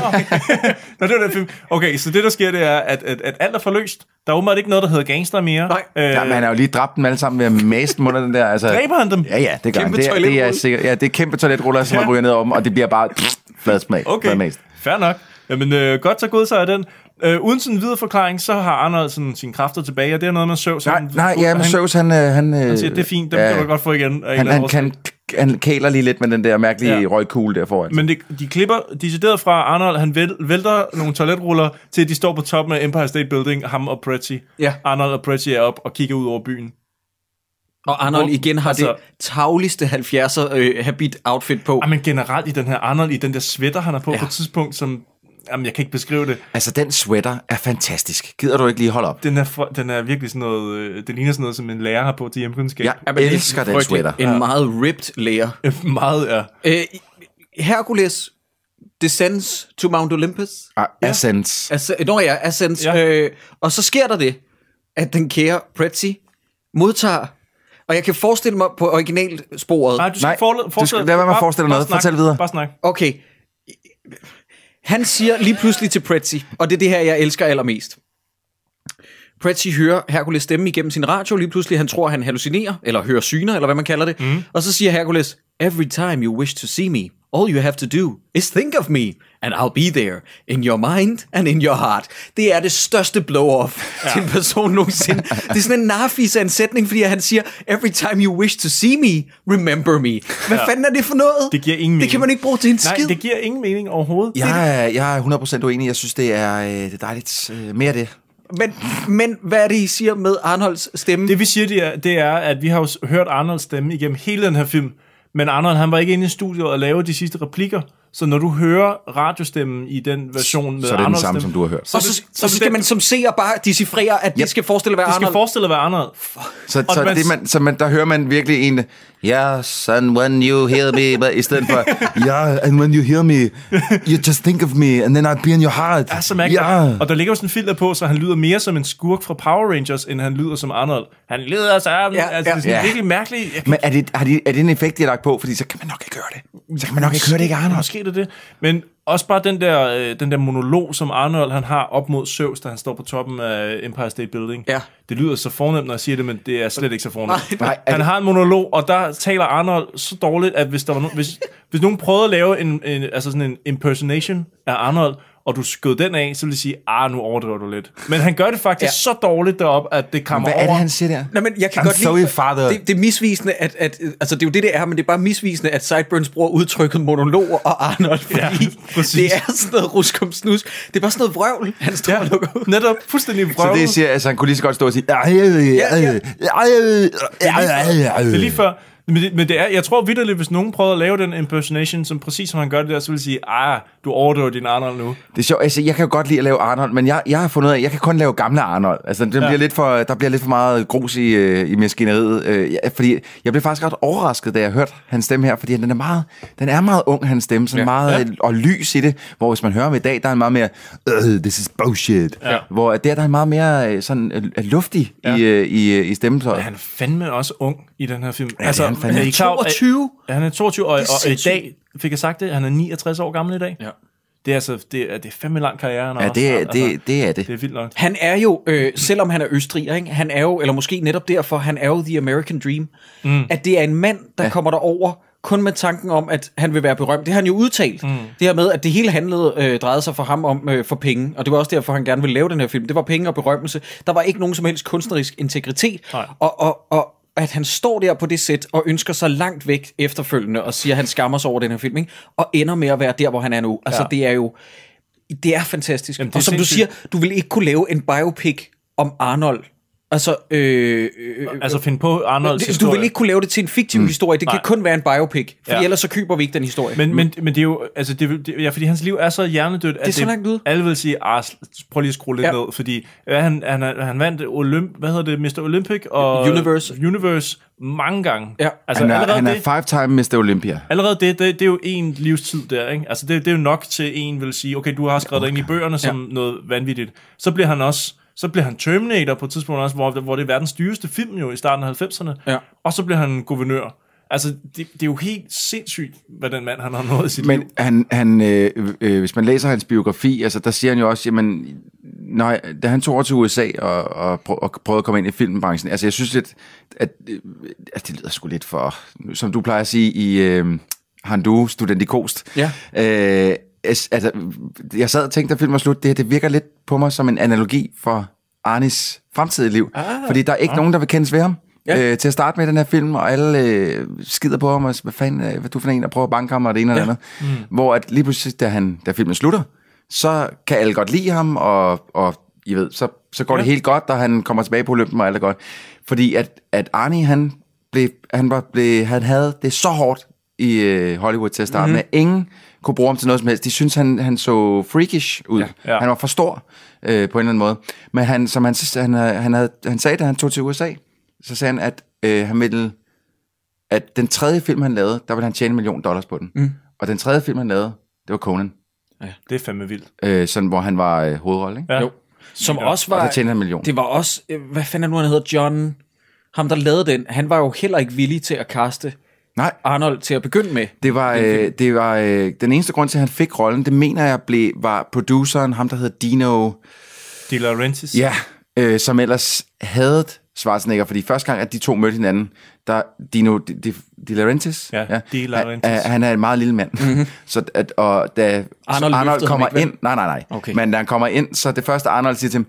[SPEAKER 2] Nå, det var den film. Okay, så det, der sker, det er, at, at, at alt er forløst. Der er åbenbart ikke noget, der hedder gangster mere.
[SPEAKER 1] Nej.
[SPEAKER 2] Øh,
[SPEAKER 3] Ja, men han har jo lige dræbt dem alle sammen ved at mase dem under den der. Altså,
[SPEAKER 2] Dræber han dem?
[SPEAKER 3] Ja, ja, det
[SPEAKER 1] Kæmpe
[SPEAKER 3] gør han. Det er, det er
[SPEAKER 1] toiletrulle.
[SPEAKER 3] sikkert. Ja, det er kæmpe toiletruller, som ja.
[SPEAKER 2] Ja.
[SPEAKER 3] han ryger ned om, og det bliver bare fladsmag.
[SPEAKER 2] okay,
[SPEAKER 3] Fladmast.
[SPEAKER 2] fair nok. Jamen, øh, godt så god så er den. Øh, uden sådan en videre forklaring, så har Arnold sådan, sine kræfter tilbage, og det er noget, man så.
[SPEAKER 3] Nej,
[SPEAKER 2] sådan-
[SPEAKER 3] nej, ja, men
[SPEAKER 2] han-
[SPEAKER 3] Søvs, han... øh, Han, han
[SPEAKER 2] siger, det er fint, dem ja. kan du godt få igen. af en eller
[SPEAKER 3] Han,
[SPEAKER 2] anden
[SPEAKER 3] han,
[SPEAKER 2] årsag.
[SPEAKER 3] kan, han kæler lige lidt med den der mærkelige
[SPEAKER 2] Ja.
[SPEAKER 3] ja. røgkugle der foran.
[SPEAKER 2] Men det, de klipper decideret fra Arnold, han væl- vælter nogle toiletruller, til at de står på toppen af Empire State Building, ham og Pretty.
[SPEAKER 1] Ja.
[SPEAKER 2] Arnold og Pretty er op og kigger ud over byen.
[SPEAKER 1] Og Arnold igen har
[SPEAKER 2] Altså-
[SPEAKER 1] det tavligste 70'er øh, habit-outfit på.
[SPEAKER 2] Jamen Ah, generelt i den her Arnold, i den der sweater, han har på ja.
[SPEAKER 1] Ja.
[SPEAKER 2] på et tidspunkt, som... Jamen, jeg kan ikke beskrive det.
[SPEAKER 3] Altså, den sweater er fantastisk. Gider du ikke lige holde op?
[SPEAKER 2] Den er, for, den er virkelig sådan noget... øh, Det ligner sådan noget, som en lærer har på til hjemkundskab.
[SPEAKER 3] Jeg elsker den
[SPEAKER 1] Frygtelig.
[SPEAKER 3] sweater.
[SPEAKER 1] En meget ripped lærer.
[SPEAKER 2] Meget, ja.
[SPEAKER 1] Øh, Hercules descends to Mount Olympus.
[SPEAKER 3] Ah, Essence.
[SPEAKER 1] Altså, når jeg ascends,
[SPEAKER 2] Ja.
[SPEAKER 1] ja. øh, og så sker der det, at den kære Pretty modtager, og jeg kan forestille mig på originalsporet,
[SPEAKER 2] Nej, du skal
[SPEAKER 3] Nej,
[SPEAKER 2] forle-
[SPEAKER 3] du
[SPEAKER 2] fortsætte.
[SPEAKER 3] skal- lad være med at
[SPEAKER 2] Bare-
[SPEAKER 3] forestille dig
[SPEAKER 2] bare
[SPEAKER 3] noget.
[SPEAKER 2] snak.
[SPEAKER 3] Fortæl videre.
[SPEAKER 2] Bare snak.
[SPEAKER 1] okay, han siger lige pludselig til Pretty, og det er det her, jeg elsker allermest. Pretty hører Hercules stemme igennem sin radio, lige pludselig han tror, han hallucinerer, eller hører syner, eller hvad man kalder det, mm. og så siger Hercules, Every time you wish to see me, all you have to do is think of me, and I'll be there, in your mind and in your heart. Det er det største blow-off ja. til en person nogensinde. Det er sådan en narfis af en sætning, fordi han siger, every time you wish to see me, remember me. Hvad ja. fanden er det for noget?
[SPEAKER 2] Det giver ingen
[SPEAKER 1] Det kan
[SPEAKER 2] mening.
[SPEAKER 1] man ikke bruge til en
[SPEAKER 2] Nej,
[SPEAKER 1] skid.
[SPEAKER 2] det giver ingen mening overhovedet.
[SPEAKER 3] Jeg, er- jeg er 100% uenig. Jeg synes, det er, øh, det er dejligt. Øh, mere af det.
[SPEAKER 1] Men, men hvad er det, I siger med Arnholds stemme?
[SPEAKER 2] Det vi siger, det er, det er, at vi har jo s- hørt Arnold stemme igennem hele den her film, men Arnold han var ikke inde i studiet og lavede de sidste replikker, så når du hører radiostemmen i den version med
[SPEAKER 3] Så er det den
[SPEAKER 2] Arnolds
[SPEAKER 3] samme, som
[SPEAKER 2] stemme,
[SPEAKER 3] du har hørt.
[SPEAKER 1] og
[SPEAKER 2] så
[SPEAKER 1] så,
[SPEAKER 2] det-
[SPEAKER 1] så, så
[SPEAKER 2] så det-
[SPEAKER 1] skal man som seer bare decifrere, at det skal forestille at være
[SPEAKER 2] Det skal
[SPEAKER 1] Arnold.
[SPEAKER 2] forestille at være Arnold.
[SPEAKER 3] Så,
[SPEAKER 2] Og
[SPEAKER 3] så,
[SPEAKER 2] man-
[SPEAKER 3] det, man, så man, der hører man virkelig en, yeah, son, when you hear me, but i stedet for, yeah, and when you hear me, you just think of me, and then I'd be in your heart.
[SPEAKER 2] er så mærkeligt. Yeah. Og der ligger jo sådan en filter på, så han lyder mere som en skurk fra Power Rangers, end han lyder som Arnold. Han lyder som... Ja, altså, det er sådan
[SPEAKER 3] ja.
[SPEAKER 2] ja. virkelig mærkeligt. Jeg kan,
[SPEAKER 3] Men er det, er, det, er det en effekt, de har lagt på? Fordi så kan man nok ikke høre det. Så kan man nok ikke høre det, ikke Arnold?
[SPEAKER 2] måske er det det. Men også bare den der, øh, den der monolog, som Arnold han har op mod Zeus, da han står på toppen af Empire State Building.
[SPEAKER 1] Ja.
[SPEAKER 2] Det lyder så fornemt, når jeg siger det, men det er slet ikke så fornemt.
[SPEAKER 3] Nej, er
[SPEAKER 2] han
[SPEAKER 3] det-
[SPEAKER 2] har en monolog, og der taler Arnold så dårligt, at hvis, der var no, hvis, hvis nogen prøvede at lave en, en, altså sådan en impersonation af Arnold, og du skød den af, så ville de sige, ah, nu overdriver du lidt. Men han gør det faktisk ja. så dårligt derop, at det kommer
[SPEAKER 3] Hvad
[SPEAKER 2] over.
[SPEAKER 3] er det, han siger der?
[SPEAKER 1] Nej, men jeg kan
[SPEAKER 3] I'm
[SPEAKER 1] godt
[SPEAKER 3] sorry,
[SPEAKER 1] lide,
[SPEAKER 3] father.
[SPEAKER 1] Det, det er misvisende, at, at, øh, altså det er jo det, det er, men det er bare misvisende, at Sideburns bruger udtrykket monolog og Arnold, fordi ja,
[SPEAKER 2] præcis.
[SPEAKER 1] det er sådan noget ruskum snus. Det er bare sådan noget vrøvl, han står ja. og lukker ud.
[SPEAKER 2] Netop fuldstændig
[SPEAKER 3] Så
[SPEAKER 2] prøvet.
[SPEAKER 3] det siger, altså han kunne lige så godt stå og sige, "Ej, øh, øh,
[SPEAKER 1] Ja, ja.
[SPEAKER 3] øh, øh, øh,
[SPEAKER 2] Det er
[SPEAKER 3] øh,
[SPEAKER 2] lige
[SPEAKER 3] øh."
[SPEAKER 2] før. Men det, men det er, jeg tror vidderligt, hvis nogen prøvede at lave den impersonation, som præcis som han gør det der, så ville de sige, ah, du overdøver din Arnold nu.
[SPEAKER 3] det er sjovt, altså jeg kan jo godt lide at lave Arnold, men jeg, jeg har fundet ud af, at jeg kan kun lave gamle Arnold. Altså den ja. bliver lidt for, der bliver lidt for meget grus i, øh, i maskineriet. Øh, jeg, fordi jeg blev faktisk ret overrasket, da jeg hørte hans stemme her, fordi den er meget, den er meget ung, hans stemme, sådan ja. meget ja. og lys i det, hvor hvis man hører ham i dag, der er han meget mere, øh, this is bullshit. Ja. Hvor der, der er han meget mere øh, sådan øh, luftig ja. i, øh, i, øh, i stemmetøjet.
[SPEAKER 2] Han er fandme også ung i den her film. Ja,
[SPEAKER 3] er han fandme.
[SPEAKER 2] I klar over-
[SPEAKER 1] 22?
[SPEAKER 2] Ja, han er 22, og,
[SPEAKER 1] Det er
[SPEAKER 2] og i
[SPEAKER 1] sindssygt.
[SPEAKER 2] dag, fik jeg sagt det, han er 69 år gammel i dag.
[SPEAKER 1] Ja.
[SPEAKER 2] Det er altså, det er, det er fandme lang karriere, han har
[SPEAKER 3] Ja,
[SPEAKER 2] haft.
[SPEAKER 3] det, er-
[SPEAKER 2] altså,
[SPEAKER 3] det, det er det.
[SPEAKER 2] det er vildt nok.
[SPEAKER 1] Han er jo, øh, selvom han er østriger, ikke? han er jo, eller måske netop derfor, han er jo The American Dream. Mm. At det er en mand, der ja. kommer derover kun med tanken om, at han vil være berømt. Det har han jo udtalt. Mm. Det her med, at det hele handlede, øh, drejede sig for ham om øh, for penge. Og det var også derfor, han gerne ville lave den her film. Det var penge og berømmelse. Der var ikke nogen som helst kunstnerisk integritet.
[SPEAKER 2] Nej.
[SPEAKER 1] Og, og, og at han står der på det sæt og ønsker sig langt væk efterfølgende og siger, at han skammer sig over den her film, ikke? og ender med at være der, hvor han er nu. Altså, ja. det er jo det er fantastisk. Jamen,
[SPEAKER 2] Jamen,
[SPEAKER 1] det og
[SPEAKER 2] det
[SPEAKER 1] som
[SPEAKER 2] er
[SPEAKER 1] sindssygt. du
[SPEAKER 2] sindssygt.
[SPEAKER 1] siger, du vil ikke kunne lave en biopic om Arnold. Altså, øh, øh,
[SPEAKER 2] Altså, find på Arnolds
[SPEAKER 1] det, du
[SPEAKER 2] historie.
[SPEAKER 1] vil ikke kunne lave det til en fiktiv mm. historie. Det kan
[SPEAKER 2] Nej.
[SPEAKER 1] kun være en biopic, for ja.
[SPEAKER 2] Ja.
[SPEAKER 1] ellers så køber vi ikke den historie.
[SPEAKER 2] Men, men, men det er jo, altså det, vil- det, ja, fordi hans liv er så hjernedødt, at
[SPEAKER 1] så langt ude.
[SPEAKER 2] alle vil sige, ah, s- prøv lige at skrue lidt
[SPEAKER 1] Ja.
[SPEAKER 2] ja. ned, fordi ja, han, han, er- han vandt Olymp, hvad hedder det, Mr. Olympic og
[SPEAKER 1] Universe.
[SPEAKER 2] Universe mange gange.
[SPEAKER 1] Ja.
[SPEAKER 2] Altså,
[SPEAKER 3] Han er,
[SPEAKER 2] allerede,
[SPEAKER 3] han er
[SPEAKER 2] det,
[SPEAKER 3] five-time Mr. Olympia.
[SPEAKER 2] allerede det, det, det, er jo en livstid der, ikke? Altså det, det er jo nok til en vil sige, okay, du har skrevet dig ind i bøgerne som noget vanvittigt. Så bliver han også så bliver han Terminator på et tidspunkt også, hvor, hvor det er verdens dyreste film jo i starten af 90'erne.
[SPEAKER 1] Ja.
[SPEAKER 2] Og så bliver han guvernør. Altså, det, det er jo helt sindssygt, hvad den mand han har nået i sit liv.
[SPEAKER 3] Men han, han, øh, øh, hvis man læser hans biografi, altså, der siger han jo også, jamen, nej, da han tog over til USA og, og, prø- og prøvede at komme ind i filmbranchen, altså jeg synes lidt, at, øh, at det lyder sgu lidt for, som du plejer at sige i øh, Handu, Student i Kost.
[SPEAKER 1] Ja.
[SPEAKER 3] Øh, altså, altså, jeg sad og tænkte, da filmen var slut, det her, det virker lidt på mig som en analogi for Arnis fremtidige liv. Ah, fordi der er ikke ah. nogen, der vil kendes ved ham. Ja. Øh, til at starte med den her film, og alle øh, skider på ham, og s- hvad fanden, øh, hvad er du for en, der prøver at banke ham, og det ene og det andet. Mm. Hvor at lige pludselig, da, han, da filmen slutter, så kan alle godt lide ham, og, og I ved, så, så går ja. det helt godt, og han kommer tilbage på Olympen, og alt er godt. Fordi at, at Arnie, han, blev, han, var, blev, han havde det så hårdt i øh, Hollywood til at starte mm-hmm. med. Ingen kunne bruge ham til noget som helst. De syntes, han, han så freakish ud. Ja,
[SPEAKER 2] ja.
[SPEAKER 3] ja. Han var for stor øh, på en eller anden måde. Men han, som han, sidst- han, havde- han, havde, han sagde, da han tog til USA, så sagde han, at øh, han ville at den tredje film, han lavede, der ville han tjene en million dollars på den. Mm. Og den tredje film, han lavede, det var Conan,
[SPEAKER 2] Det er fandme vildt.
[SPEAKER 3] øh, sådan, hvor han var øh, hovedrolle. Ikke?
[SPEAKER 2] Ja.
[SPEAKER 1] Jo. Som også
[SPEAKER 3] Og
[SPEAKER 1] var...
[SPEAKER 3] der tjente han en million.
[SPEAKER 1] Det var også... øh, Hvad fanden er nu, han hedder? John... Ham, der lavede den, han var jo heller ikke villig til at kaste
[SPEAKER 3] Nej,
[SPEAKER 1] Arnold til at begynde med.
[SPEAKER 3] Det var, øh, det var øh, den eneste grund til, at han fik rollen, det mener jeg blev, var produceren, ham der hedder Dino,
[SPEAKER 2] De Laurentiis.
[SPEAKER 3] ja, øh, som ellers havde Schwarzenegger, fordi første gang, at de to mødte hinanden, der Dino De, De, De Laurentiis,
[SPEAKER 2] Ja, De Laurentiis.
[SPEAKER 3] Han, øh, han er en meget lille mand. Mm-hmm. Så at, og da
[SPEAKER 1] Mhm. Arnold
[SPEAKER 3] Arnold,
[SPEAKER 1] løftede
[SPEAKER 3] Arnold
[SPEAKER 1] ham
[SPEAKER 3] kommer
[SPEAKER 1] ikke, vel?
[SPEAKER 3] ind, nej, nej, nej,
[SPEAKER 1] Okay.
[SPEAKER 3] men da han kommer ind, så det første Arnold siger til ham,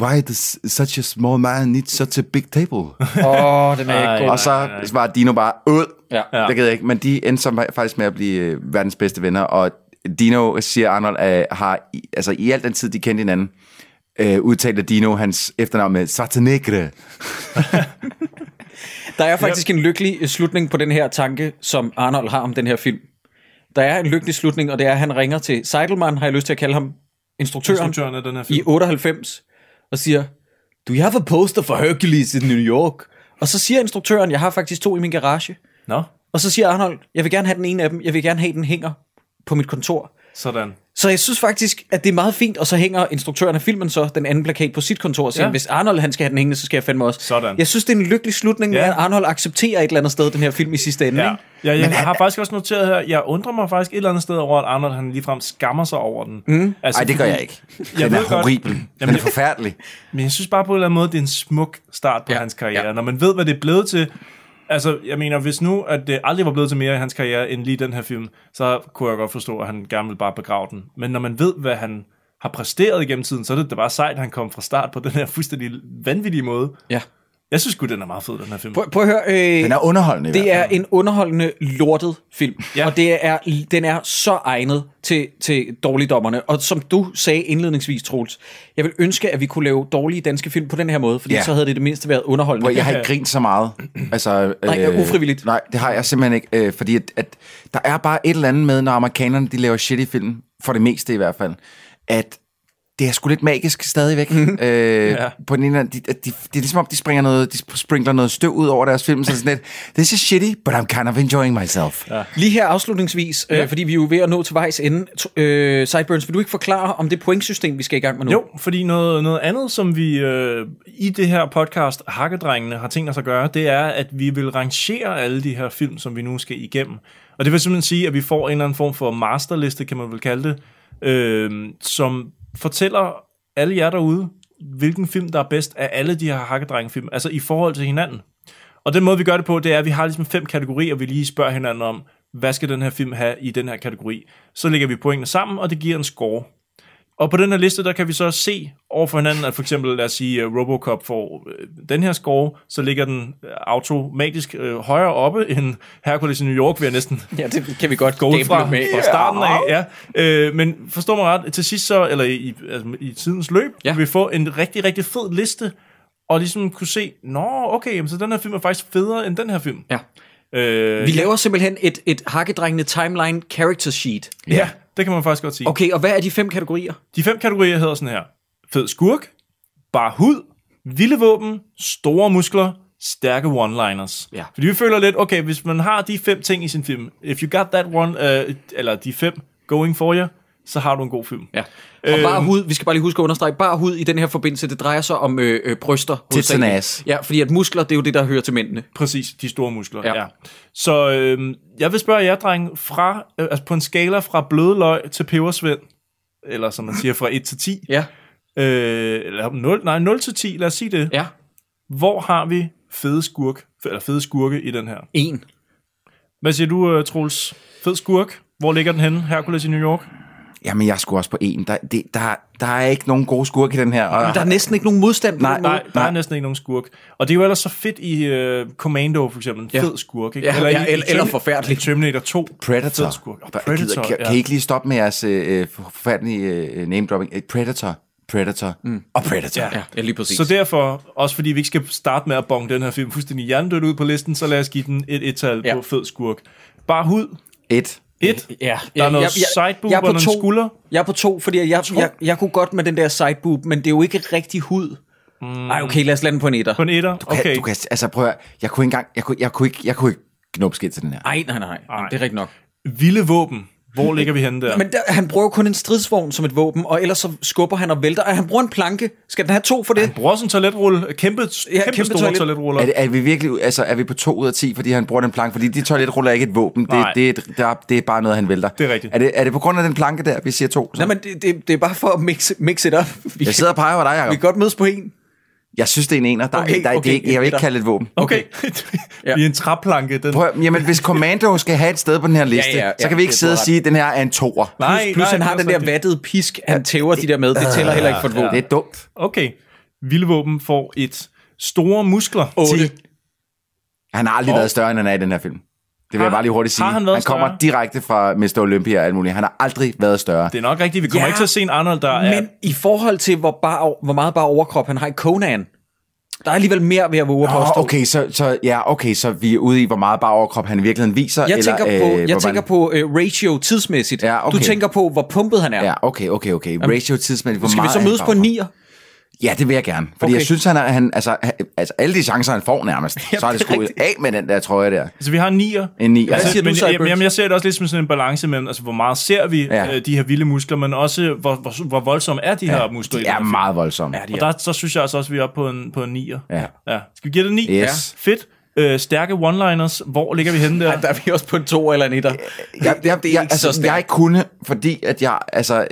[SPEAKER 3] Why does such a small man need such a big table?
[SPEAKER 1] Åh, oh, den er
[SPEAKER 2] Ej.
[SPEAKER 1] ikke god.
[SPEAKER 3] og så var Dino bare, ud.
[SPEAKER 1] Ja.
[SPEAKER 3] Ja. Det gider jeg ikke. Men de endte som faktisk med at blive øh, verdens bedste venner, og Dino, siger Arnold, øh, har i, altså i al den tid, de kendte hinanden, øh, udtalte Dino hans efternavn med Satanegre.
[SPEAKER 1] Der er faktisk en lykkelig øh, slutning på den her tanke, som Arnold har om den her film. Der er en lykkelig slutning, og det er, at han ringer til Seidelmann, har jeg lyst til at kalde ham, instruktøren,
[SPEAKER 2] Instruktøren af den her film.
[SPEAKER 1] i 98, og siger, du, jeg har fået poster for Hercules i New York. Og så siger instruktøren, jeg har faktisk to i min garage.
[SPEAKER 2] Nå,
[SPEAKER 1] Og så siger Arnold, jeg vil gerne have den ene af dem, jeg vil gerne have den hænger på mit kontor.
[SPEAKER 2] sådan.
[SPEAKER 1] Så jeg synes faktisk, at det er meget fint, og så hænger instruktøren af filmen så den anden plakat på sit kontor, og siger, ja.
[SPEAKER 2] Ja.
[SPEAKER 1] hvis Arnold han skal have den hængende, så skal jeg fandme også.
[SPEAKER 2] Sådan.
[SPEAKER 1] Jeg synes, det er en lykkelig slutning, ja.
[SPEAKER 2] Ja.
[SPEAKER 1] med, at Arnold accepterer et eller andet sted den her film i sidste ende.
[SPEAKER 2] Ja.
[SPEAKER 1] Ja.
[SPEAKER 2] ja
[SPEAKER 1] Ikke?
[SPEAKER 2] jeg har faktisk også noteret her, jeg undrer mig faktisk et eller andet sted over, at Arnold han ligefrem skammer sig over den. Mm. Altså,
[SPEAKER 3] Nej, det gør jeg ikke. Den
[SPEAKER 2] ved
[SPEAKER 3] er
[SPEAKER 2] godt-
[SPEAKER 3] horribel. Den
[SPEAKER 2] Jamen,
[SPEAKER 3] er
[SPEAKER 2] jeg-
[SPEAKER 3] forfærdelig.
[SPEAKER 2] Men jeg synes bare på en eller anden måde, det er en smuk start på
[SPEAKER 1] Ja,
[SPEAKER 2] ja. hans karriere.
[SPEAKER 1] ja.
[SPEAKER 2] Ja. Når man ved, hvad det er blevet til... Altså, jeg mener, hvis nu, at det aldrig var blevet til mere i hans karriere, end lige den her film, så kunne jeg godt forstå, at han gerne ville bare begrave den. Men når man ved, hvad han har præsteret igennem tiden, så er det da bare sejt, at han kom fra start på den her fuldstændig vanvittige måde.
[SPEAKER 1] Ja.
[SPEAKER 2] Jeg synes sgu, den er meget fed, den her film.
[SPEAKER 1] Prøv, prøv at høre, øh,
[SPEAKER 3] Den er underholdende i hvert
[SPEAKER 1] det
[SPEAKER 3] fald.
[SPEAKER 1] er en underholdende, lortet film, ja.
[SPEAKER 2] Ja.
[SPEAKER 1] og det er, den er så egnet til, til dårligdommerne. Og som du sagde indledningsvis, Troels, jeg vil ønske, at vi kunne lave dårlige danske film på den her måde, fordi ja.
[SPEAKER 3] Ja.
[SPEAKER 1] så havde det i det mindste været underholdende.
[SPEAKER 3] Hvor jeg har ikke grint så meget. Altså,
[SPEAKER 1] Nej, ja, ufrivilligt.
[SPEAKER 3] Nej, det har jeg simpelthen ikke. Øh, fordi at, at der er bare et eller andet med, når amerikanerne de laver shitty film, for det meste i hvert fald, at det er sgu lidt magisk stadigvæk.
[SPEAKER 1] Mhm.
[SPEAKER 3] øh, ja. På den ene eller anden, de, at de, det er ligesom om, de, springer noget, de sprinkler noget støv ud over deres film, så er det sådan lidt, this is shitty, but I'm kind of enjoying myself. Ja.
[SPEAKER 1] Lige her afslutningsvis, ja. øh, fordi vi er jo ved at nå til vejs ende. T- øh, Sideburns, vil du ikke forklare om det pointsystem, vi skal i gang med nu?
[SPEAKER 2] Jo, fordi noget, noget andet, som vi øh, i det her podcast, Hakkedrengene, har tænkt os at gøre, det er, at vi vil rangere alle de her film, som vi nu skal igennem. Og det vil simpelthen sige, at vi får en eller anden form for masterliste, kan man vel kalde det, øh, som fortæller alle jer derude, hvilken film, der er bedst af alle de her Hakkedrengefilm, altså i forhold til hinanden. Og den måde, vi gør det på, det er, at vi har ligesom fem kategorier, vi lige spørger hinanden om, hvad skal den her film have i den her kategori? Så lægger vi pointene sammen, og det giver en score. Og på den her liste, der kan vi så se over for hinanden, at for eksempel, lad os sige, uh, Robocop får øh, den her score, så ligger den øh, automatisk øh, højere oppe end Hercules i New York, vil jeg næsten
[SPEAKER 1] Ja, det kan vi godt gå
[SPEAKER 2] gå ud
[SPEAKER 1] fra.
[SPEAKER 2] fra,
[SPEAKER 1] med.
[SPEAKER 2] fra starten af. Ja. Øh, men forstår mig ret, til sidst så, eller i, altså, i tidens løb,
[SPEAKER 1] Ja.
[SPEAKER 2] ja. vil vi få en rigtig, rigtig fed liste, og ligesom kunne se, nå, okay, jamen, så den her film er faktisk federe end den her film.
[SPEAKER 1] Ja.
[SPEAKER 2] Øh,
[SPEAKER 1] Vi laver simpelthen et, et hakkedrengende timeline character sheet.
[SPEAKER 2] ja, det kan man faktisk godt sige.
[SPEAKER 1] Okay, og hvad er de fem kategorier?
[SPEAKER 2] De fem kategorier hedder sådan her. Fed skurk, bar hud, vilde våben, store muskler, stærke one-liners.
[SPEAKER 1] Ja.
[SPEAKER 2] Fordi vi føler lidt, okay, hvis man har de fem ting i sin film, if you got that one, uh, eller de fem going for you, så har du en god film.
[SPEAKER 1] Og
[SPEAKER 2] Øh,
[SPEAKER 1] bare hud, vi skal bare lige huske at understrege, bare hud i den her forbindelse, det drejer sig om øh, øh, bryster. hovedsageligt.
[SPEAKER 3] and ass.
[SPEAKER 1] Ja, fordi at muskler, det er jo det, der hører til mændene.
[SPEAKER 2] Præcis, de store muskler.
[SPEAKER 1] Ja.
[SPEAKER 2] Ja. ja. Så øh, jeg vil spørge jer, dreng, fra, øh, altså på en skala fra blødløg til pebersvend, eller som man siger, fra 1 til 10,
[SPEAKER 1] Ja,
[SPEAKER 2] øh, eller 0, nej, 0 til 10, lad os sige det.
[SPEAKER 1] ja.
[SPEAKER 2] Hvor har vi fede, skurk, eller fede skurke i den her?
[SPEAKER 1] En.
[SPEAKER 2] Hvad siger du, øh, Troels? Fed skurk? Hvor ligger den henne? Hercules i New York?
[SPEAKER 3] Jamen, jeg skulle også på en. Der, det, der, der er ikke nogen gode skurke i den her. Og,
[SPEAKER 1] Der er næsten ikke nogen modstand på
[SPEAKER 3] Nej,
[SPEAKER 1] den måde.
[SPEAKER 2] Nej, der er næsten ikke nogen skurk. Og det er jo ellers så fedt i øh, Commando, for eksempel. En
[SPEAKER 1] Ja.
[SPEAKER 2] fed skurk, ikke?
[SPEAKER 1] Ja, ja,
[SPEAKER 2] i,
[SPEAKER 1] eller- eller
[SPEAKER 2] Termin-
[SPEAKER 1] forfærdelig.
[SPEAKER 2] i Terminator 2.
[SPEAKER 3] Predator.
[SPEAKER 2] Fed skurk. Og
[SPEAKER 3] Der-
[SPEAKER 2] Predator,
[SPEAKER 3] gider- kan,
[SPEAKER 2] ja.
[SPEAKER 3] kan I ikke lige stoppe med jeres øh, øh, forfærdelige øh, name-dropping? Øh, Predator, Predator mm. og Predator.
[SPEAKER 2] Ja.
[SPEAKER 1] Ja, lige præcis.
[SPEAKER 2] Så derfor, også fordi vi ikke skal starte med at bonge den her film fuldstændig hjernedødt ud på listen, så lad os give den et et-tal
[SPEAKER 1] Ja.
[SPEAKER 2] på fed skurk. Bare hud.
[SPEAKER 3] Et.
[SPEAKER 2] Et.
[SPEAKER 1] Ja,
[SPEAKER 2] Der er noget sideboob og nogle skulder.
[SPEAKER 1] Jeg er på to, fordi jeg, jeg, jeg kunne godt med den der sideboob, men det er jo ikke rigtig hud. Nej, okay, lad os lande Mm. på en etter.
[SPEAKER 2] På en etter.
[SPEAKER 3] Okay.
[SPEAKER 2] Okay.
[SPEAKER 3] du kan, altså prøv at, høre, jeg kunne ikke engang, jeg kunne, jeg kunne ikke, jeg kunne ikke knuppe skidt til den her.
[SPEAKER 1] Ej, nej, nej, nej, det er rigtigt nok.
[SPEAKER 2] Vilde våben. Hvor ligger vi henne der?
[SPEAKER 1] Men der, han bruger kun en stridsvogn som et våben, og ellers så skubber han og vælter. Ej, han bruger en planke. Skal den have to for det?
[SPEAKER 2] Bruger også en toiletrulle. Kæmpe, ja, kæmpe,
[SPEAKER 1] kæmpe
[SPEAKER 2] kæmpe store
[SPEAKER 1] toilet.
[SPEAKER 2] toiletruller.
[SPEAKER 3] Er, det, er vi virkelig, altså er vi på 2 ud af 10, fordi han bruger den planke? Fordi de toiletruller er ikke et våben, det,
[SPEAKER 2] Nej.
[SPEAKER 3] det, er et- der, det er bare noget, han vælter.
[SPEAKER 2] Det er rigtigt.
[SPEAKER 3] Er det, er det på grund af den planke der, vi siger 2?
[SPEAKER 1] Nej, men det, det, det er bare for at mix, mix it up. Vi,
[SPEAKER 3] Jeg sidder og peger på dig, Jacob.
[SPEAKER 1] vi kan godt mødes på en.
[SPEAKER 3] Jeg synes, det er en ener. Der, okay,
[SPEAKER 1] Okay,
[SPEAKER 3] der, der, okay, det,
[SPEAKER 1] okay,
[SPEAKER 3] er ikke- jeg vil ikke
[SPEAKER 1] etter.
[SPEAKER 3] kalde det et våben.
[SPEAKER 2] Okay.
[SPEAKER 1] Ja.
[SPEAKER 2] Vi er en træplanke. Den.
[SPEAKER 3] Prøv, at- jamen, hvis Commando skal have et sted på den her liste, ja, ja, ja, så kan vi
[SPEAKER 1] det
[SPEAKER 3] ikke
[SPEAKER 1] er
[SPEAKER 3] sidde og
[SPEAKER 1] ret.
[SPEAKER 3] sige, at den her er en toer.
[SPEAKER 1] Plus, plus han har
[SPEAKER 2] det er
[SPEAKER 1] den der
[SPEAKER 2] også rigtigt.
[SPEAKER 1] vattede pisk, han tæver de der med. Det tæller heller ikke for et våben.
[SPEAKER 3] Det er dumt.
[SPEAKER 2] Okay. Vildvåben får et store muskler.
[SPEAKER 1] Otte.
[SPEAKER 3] Han har aldrig været større, end han er i den her film. Det vil
[SPEAKER 2] Har-
[SPEAKER 3] jeg bare lige hurtigt sige.
[SPEAKER 2] har han været
[SPEAKER 3] han kommer
[SPEAKER 2] større?
[SPEAKER 3] direkte fra Mr. Olympia og alt muligt. Han har aldrig været større.
[SPEAKER 2] Det er nok rigtigt. Vi kommer
[SPEAKER 1] Ja,
[SPEAKER 2] ikke til at se en Arnold, der er...
[SPEAKER 1] Men i forhold til, hvor, bar, hvor meget bare overkrop han har i Conan, der er alligevel mere ved at våge at påstå.
[SPEAKER 3] Åh, okay, så, så, ja, okay, så vi er ude i, hvor meget bare overkrop han i virkeligheden viser.
[SPEAKER 1] Jeg
[SPEAKER 3] eller,
[SPEAKER 1] tænker på,
[SPEAKER 3] øh,
[SPEAKER 1] jeg
[SPEAKER 3] hvor
[SPEAKER 1] tænker
[SPEAKER 3] man-
[SPEAKER 1] på uh, ratio tidsmæssigt.
[SPEAKER 3] Ja, okay.
[SPEAKER 1] Du tænker på, hvor pumpet han er.
[SPEAKER 3] Ja, okay, okay, okay. Ratio tidsmæssigt. Hvor
[SPEAKER 1] Skal vi
[SPEAKER 3] meget
[SPEAKER 1] så
[SPEAKER 3] er han
[SPEAKER 1] mødes på
[SPEAKER 3] bagover?
[SPEAKER 1] en nier?
[SPEAKER 3] Ja, det vil jeg gerne. Fordi
[SPEAKER 1] Okay.
[SPEAKER 3] okay. jeg synes, han, er, han altså, han- altså, alle de chancer, han får nærmest, så er det sgu af med den der trøje der.
[SPEAKER 2] Altså, vi har en nier. Altså,
[SPEAKER 3] En altså. nier.
[SPEAKER 1] Hvad siger
[SPEAKER 2] men,
[SPEAKER 1] du,
[SPEAKER 2] jeg,
[SPEAKER 1] Cyburns?
[SPEAKER 2] jamen, jeg ser det også lidt som sådan en balance mellem, altså, hvor meget ser vi
[SPEAKER 3] Ja.
[SPEAKER 2] ja. øh, de her vilde muskler, men også, hvor, hvor, hvor voldsomme er de ja. her muskler. i
[SPEAKER 3] Det
[SPEAKER 2] den
[SPEAKER 3] er
[SPEAKER 2] her film.
[SPEAKER 3] meget voldsomt.
[SPEAKER 1] Ja, de
[SPEAKER 2] Og
[SPEAKER 1] er.
[SPEAKER 2] der, så synes jeg altså også, at vi er oppe på en, på en nier.
[SPEAKER 3] Ja.
[SPEAKER 2] ja. Skal vi give det en ni?
[SPEAKER 3] Yes.
[SPEAKER 2] Ja. Fedt. Øh, stærke one-liners. Hvor ligger vi henne der?
[SPEAKER 1] Der er vi også på en to eller en etter.
[SPEAKER 3] jeg, jeg,
[SPEAKER 1] det er
[SPEAKER 3] jeg,
[SPEAKER 1] ikke så
[SPEAKER 3] altså,
[SPEAKER 1] stærkt.
[SPEAKER 3] jeg kunne, fordi at jeg, altså,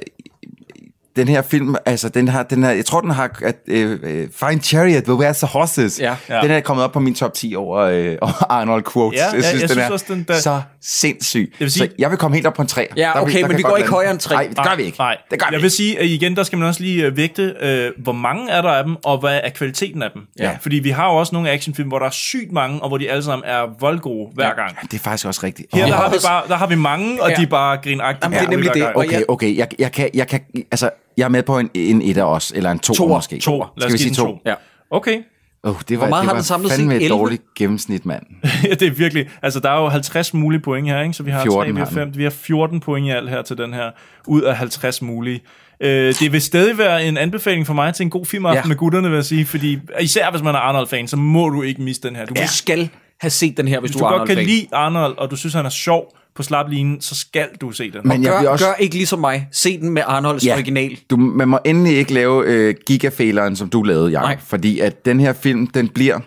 [SPEAKER 3] den her film, altså, den har, den har jeg tror, den har, at, øh, øh, Fine Chariot, Where's the Horses,
[SPEAKER 1] Ja.
[SPEAKER 2] Ja.
[SPEAKER 3] den er kommet op på min top 10 over, øh, over Arnold Quotes.
[SPEAKER 2] Ja, ja, jeg synes
[SPEAKER 3] er
[SPEAKER 2] også, den der-
[SPEAKER 3] så sindssyg. Jeg
[SPEAKER 2] vil
[SPEAKER 3] vil,
[SPEAKER 2] sige-
[SPEAKER 3] sige, så jeg vil komme helt op på en 3.
[SPEAKER 1] Ja, okay, men vi går ikke højere end tre. Ah,
[SPEAKER 3] Nej, det gør vi ikke.
[SPEAKER 2] Nej,
[SPEAKER 3] det gør
[SPEAKER 2] jeg
[SPEAKER 3] vi
[SPEAKER 2] vil
[SPEAKER 3] ikke.
[SPEAKER 2] sige, at igen, der skal man også lige øh, vægte, øh, hvor mange er der af dem, og hvad er kvaliteten af dem.
[SPEAKER 3] Ja.
[SPEAKER 2] Fordi vi har jo også nogle actionfilm, hvor der er sygt mange, og hvor de alle sammen er voldgode hver gang.
[SPEAKER 3] Ah, Det er faktisk også rigtigt.
[SPEAKER 2] Her
[SPEAKER 3] Åh.
[SPEAKER 2] der har, vi
[SPEAKER 1] også-
[SPEAKER 2] bare, der har vi mange, og
[SPEAKER 1] Ja.
[SPEAKER 2] de er bare grinagtige.
[SPEAKER 1] Jamen, det er nemlig det, og
[SPEAKER 3] Okay, okay. Jeg, jeg, kan, jeg, kan, altså, jeg er med på en, en etter også, eller en to
[SPEAKER 1] Toer.
[SPEAKER 3] måske.
[SPEAKER 2] To. Lad
[SPEAKER 3] Skal
[SPEAKER 2] os
[SPEAKER 3] vi
[SPEAKER 2] give
[SPEAKER 3] sige
[SPEAKER 2] den
[SPEAKER 3] to?
[SPEAKER 2] to.
[SPEAKER 1] Ja.
[SPEAKER 2] Okay.
[SPEAKER 3] Oh, det var,
[SPEAKER 1] meget
[SPEAKER 3] det
[SPEAKER 1] har
[SPEAKER 3] var
[SPEAKER 1] den samlet set?
[SPEAKER 3] fandme et
[SPEAKER 1] 11?
[SPEAKER 3] dårligt gennemsnit, mand.
[SPEAKER 2] Ja, det er virkelig... Altså, der er jo 50 mulige point her, ikke? Så vi har 3,
[SPEAKER 3] 14
[SPEAKER 2] vi har
[SPEAKER 3] har
[SPEAKER 2] 5, vi har 14 point i alt her til den her, ud af 50 mulige. Øh, det vil stadig være en anbefaling for mig til en god filmaften
[SPEAKER 1] Ja.
[SPEAKER 2] ja. med gutterne, vil jeg sige, fordi især hvis man er Arnold-fan, så må du ikke miste den her. Du ja.
[SPEAKER 1] Du skal have set den her, hvis,
[SPEAKER 2] Hvis
[SPEAKER 1] du
[SPEAKER 2] du
[SPEAKER 1] er
[SPEAKER 2] godt
[SPEAKER 1] Arnold
[SPEAKER 2] kan
[SPEAKER 1] fan.
[SPEAKER 2] lide Arnold, og du synes, han er sjov på slaplinen, så skal du se den.
[SPEAKER 3] Men jeg
[SPEAKER 1] Gør,
[SPEAKER 3] bliver
[SPEAKER 1] også...
[SPEAKER 3] også...
[SPEAKER 1] gør ikke ligesom mig. Se den med Arnolds ja. original.
[SPEAKER 3] Du, man må endelig ikke lave øh, gigafæleren, som du lavede, Jacob.
[SPEAKER 1] Nej.
[SPEAKER 3] Fordi at den her film, den bliver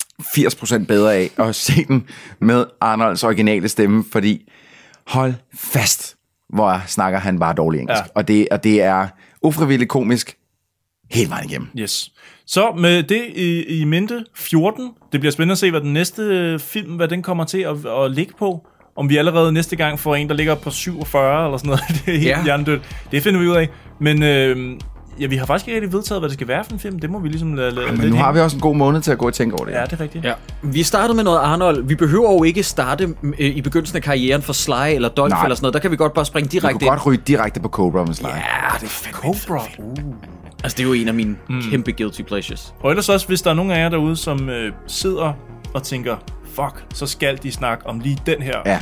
[SPEAKER 3] 80% bedre af at se den med Arnolds originale stemme, fordi hold fast, hvor snakker han bare dårlig engelsk.
[SPEAKER 2] Ja.
[SPEAKER 3] Ja. Og, det, og det er ufrivilligt komisk hele vejen igennem.
[SPEAKER 2] Yes. Så med det i, i mente, 14. Det bliver spændende at se, hvad den næste øh, film, hvad den kommer til at, at ligge på. Om vi allerede næste gang får en, der ligger på 47 eller sådan noget. Det er helt
[SPEAKER 1] Ja.
[SPEAKER 2] ja. hjernedødt. Det finder vi ud af. Men øh, ja, vi har faktisk ikke rigtig vedtaget, hvad det skal være for en film. Det må vi ligesom lade, lade
[SPEAKER 3] Men nu har vi også en god måned til at gå og tænke over det.
[SPEAKER 2] Ja, det er rigtigt.
[SPEAKER 1] Ja. Vi startede med noget Arnold. Vi behøver jo ikke starte øh, i begyndelsen af karrieren for Sly eller Dolph
[SPEAKER 3] Nej.
[SPEAKER 1] eller sådan noget. Der kan vi godt bare springe
[SPEAKER 3] Vi
[SPEAKER 1] direkte
[SPEAKER 3] kunne godt ryge direkte på Cobra, hvis yeah.
[SPEAKER 1] Ja, det er fandme Cobra. Uh. Altså, det er jo en af mine mm. kæmpe guilty pleasures.
[SPEAKER 2] Og ellers også, hvis der er nogen af jer derude, som øh, sidder og tænker, fuck, så skal de snakke om lige den her.
[SPEAKER 3] Ja,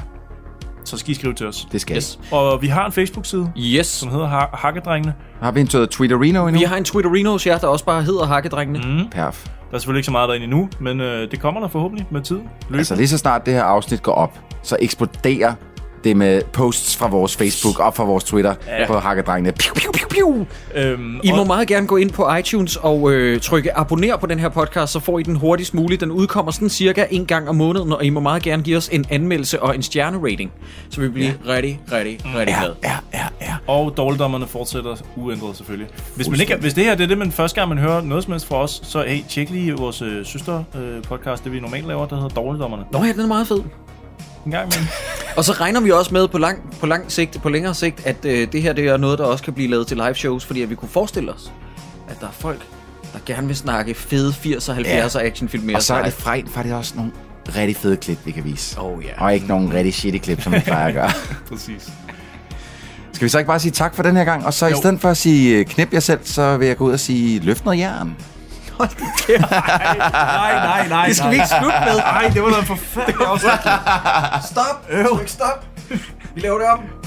[SPEAKER 2] Så skal I skrive til os.
[SPEAKER 3] det skal yes.
[SPEAKER 1] Yes.
[SPEAKER 2] Og vi har en Facebook-side,
[SPEAKER 1] Yes.
[SPEAKER 2] som hedder ha- Hakkedrengene.
[SPEAKER 3] Har vi en tøjet Twitterino endnu?
[SPEAKER 1] Vi har en Twitterinos, ja, der også bare hedder Hakkedrengene. Mm.
[SPEAKER 3] Perf.
[SPEAKER 2] Der er selvfølgelig ikke så meget derinde endnu, men øh, det kommer der forhåbentlig med tiden. Løbende.
[SPEAKER 3] Altså lige så snart det her afsnit går op, så eksploderer det med posts fra vores Facebook og fra vores Twitter ja. på Hakkedrengene. Piu, piu, piu, piu.
[SPEAKER 2] øhm,
[SPEAKER 1] I må
[SPEAKER 2] og,
[SPEAKER 1] meget gerne gå ind på iTunes og øh, trykke abonner på den her podcast, så får I den hurtigst muligt. Den udkommer sådan cirka en gang om måneden, og I må meget gerne give os en anmeldelse og en stjernerating, så vi bliver ja. rigtig, rigtig, rigtig glade.
[SPEAKER 3] Ja, ja, ja.
[SPEAKER 2] og dårligdommerne fortsætter uændret selvfølgelig. Hvis, man ikke, hvis det her det er det, man første gang man hører noget som helst fra os, så hey, tjek lige vores øh, søster øh, podcast, det vi normalt laver, der hedder Dårligdommerne.
[SPEAKER 1] Nå ja, den er meget fed.
[SPEAKER 2] En gang imellem.
[SPEAKER 1] Og så regner vi også med på lang, på lang sigt, på længere sigt, at øh, det her det er noget, der også kan blive lavet til live shows, fordi at vi kunne forestille os, at der er folk, der gerne vil snakke fede 80'er, 70'er ja. actionfilm mere.
[SPEAKER 3] Og så er det fra, for det er også nogle rigtig fede klip, vi kan vise.
[SPEAKER 1] Oh, ja.
[SPEAKER 3] Og ikke nogen rigtig shitty klip, som vi plejer at gøre.
[SPEAKER 2] Præcis.
[SPEAKER 3] Skal vi så ikke bare sige tak for den her gang? Og så jo. i stedet for at sige øh, knip jer selv, så vil jeg gå ud og sige løft noget jern.
[SPEAKER 2] Nej, nej, nej.
[SPEAKER 1] Det skal vi ikke slutte med.
[SPEAKER 2] Nej, det var noget forfærdeligt.
[SPEAKER 1] Stop! Øv. Stop! Vi laver det om.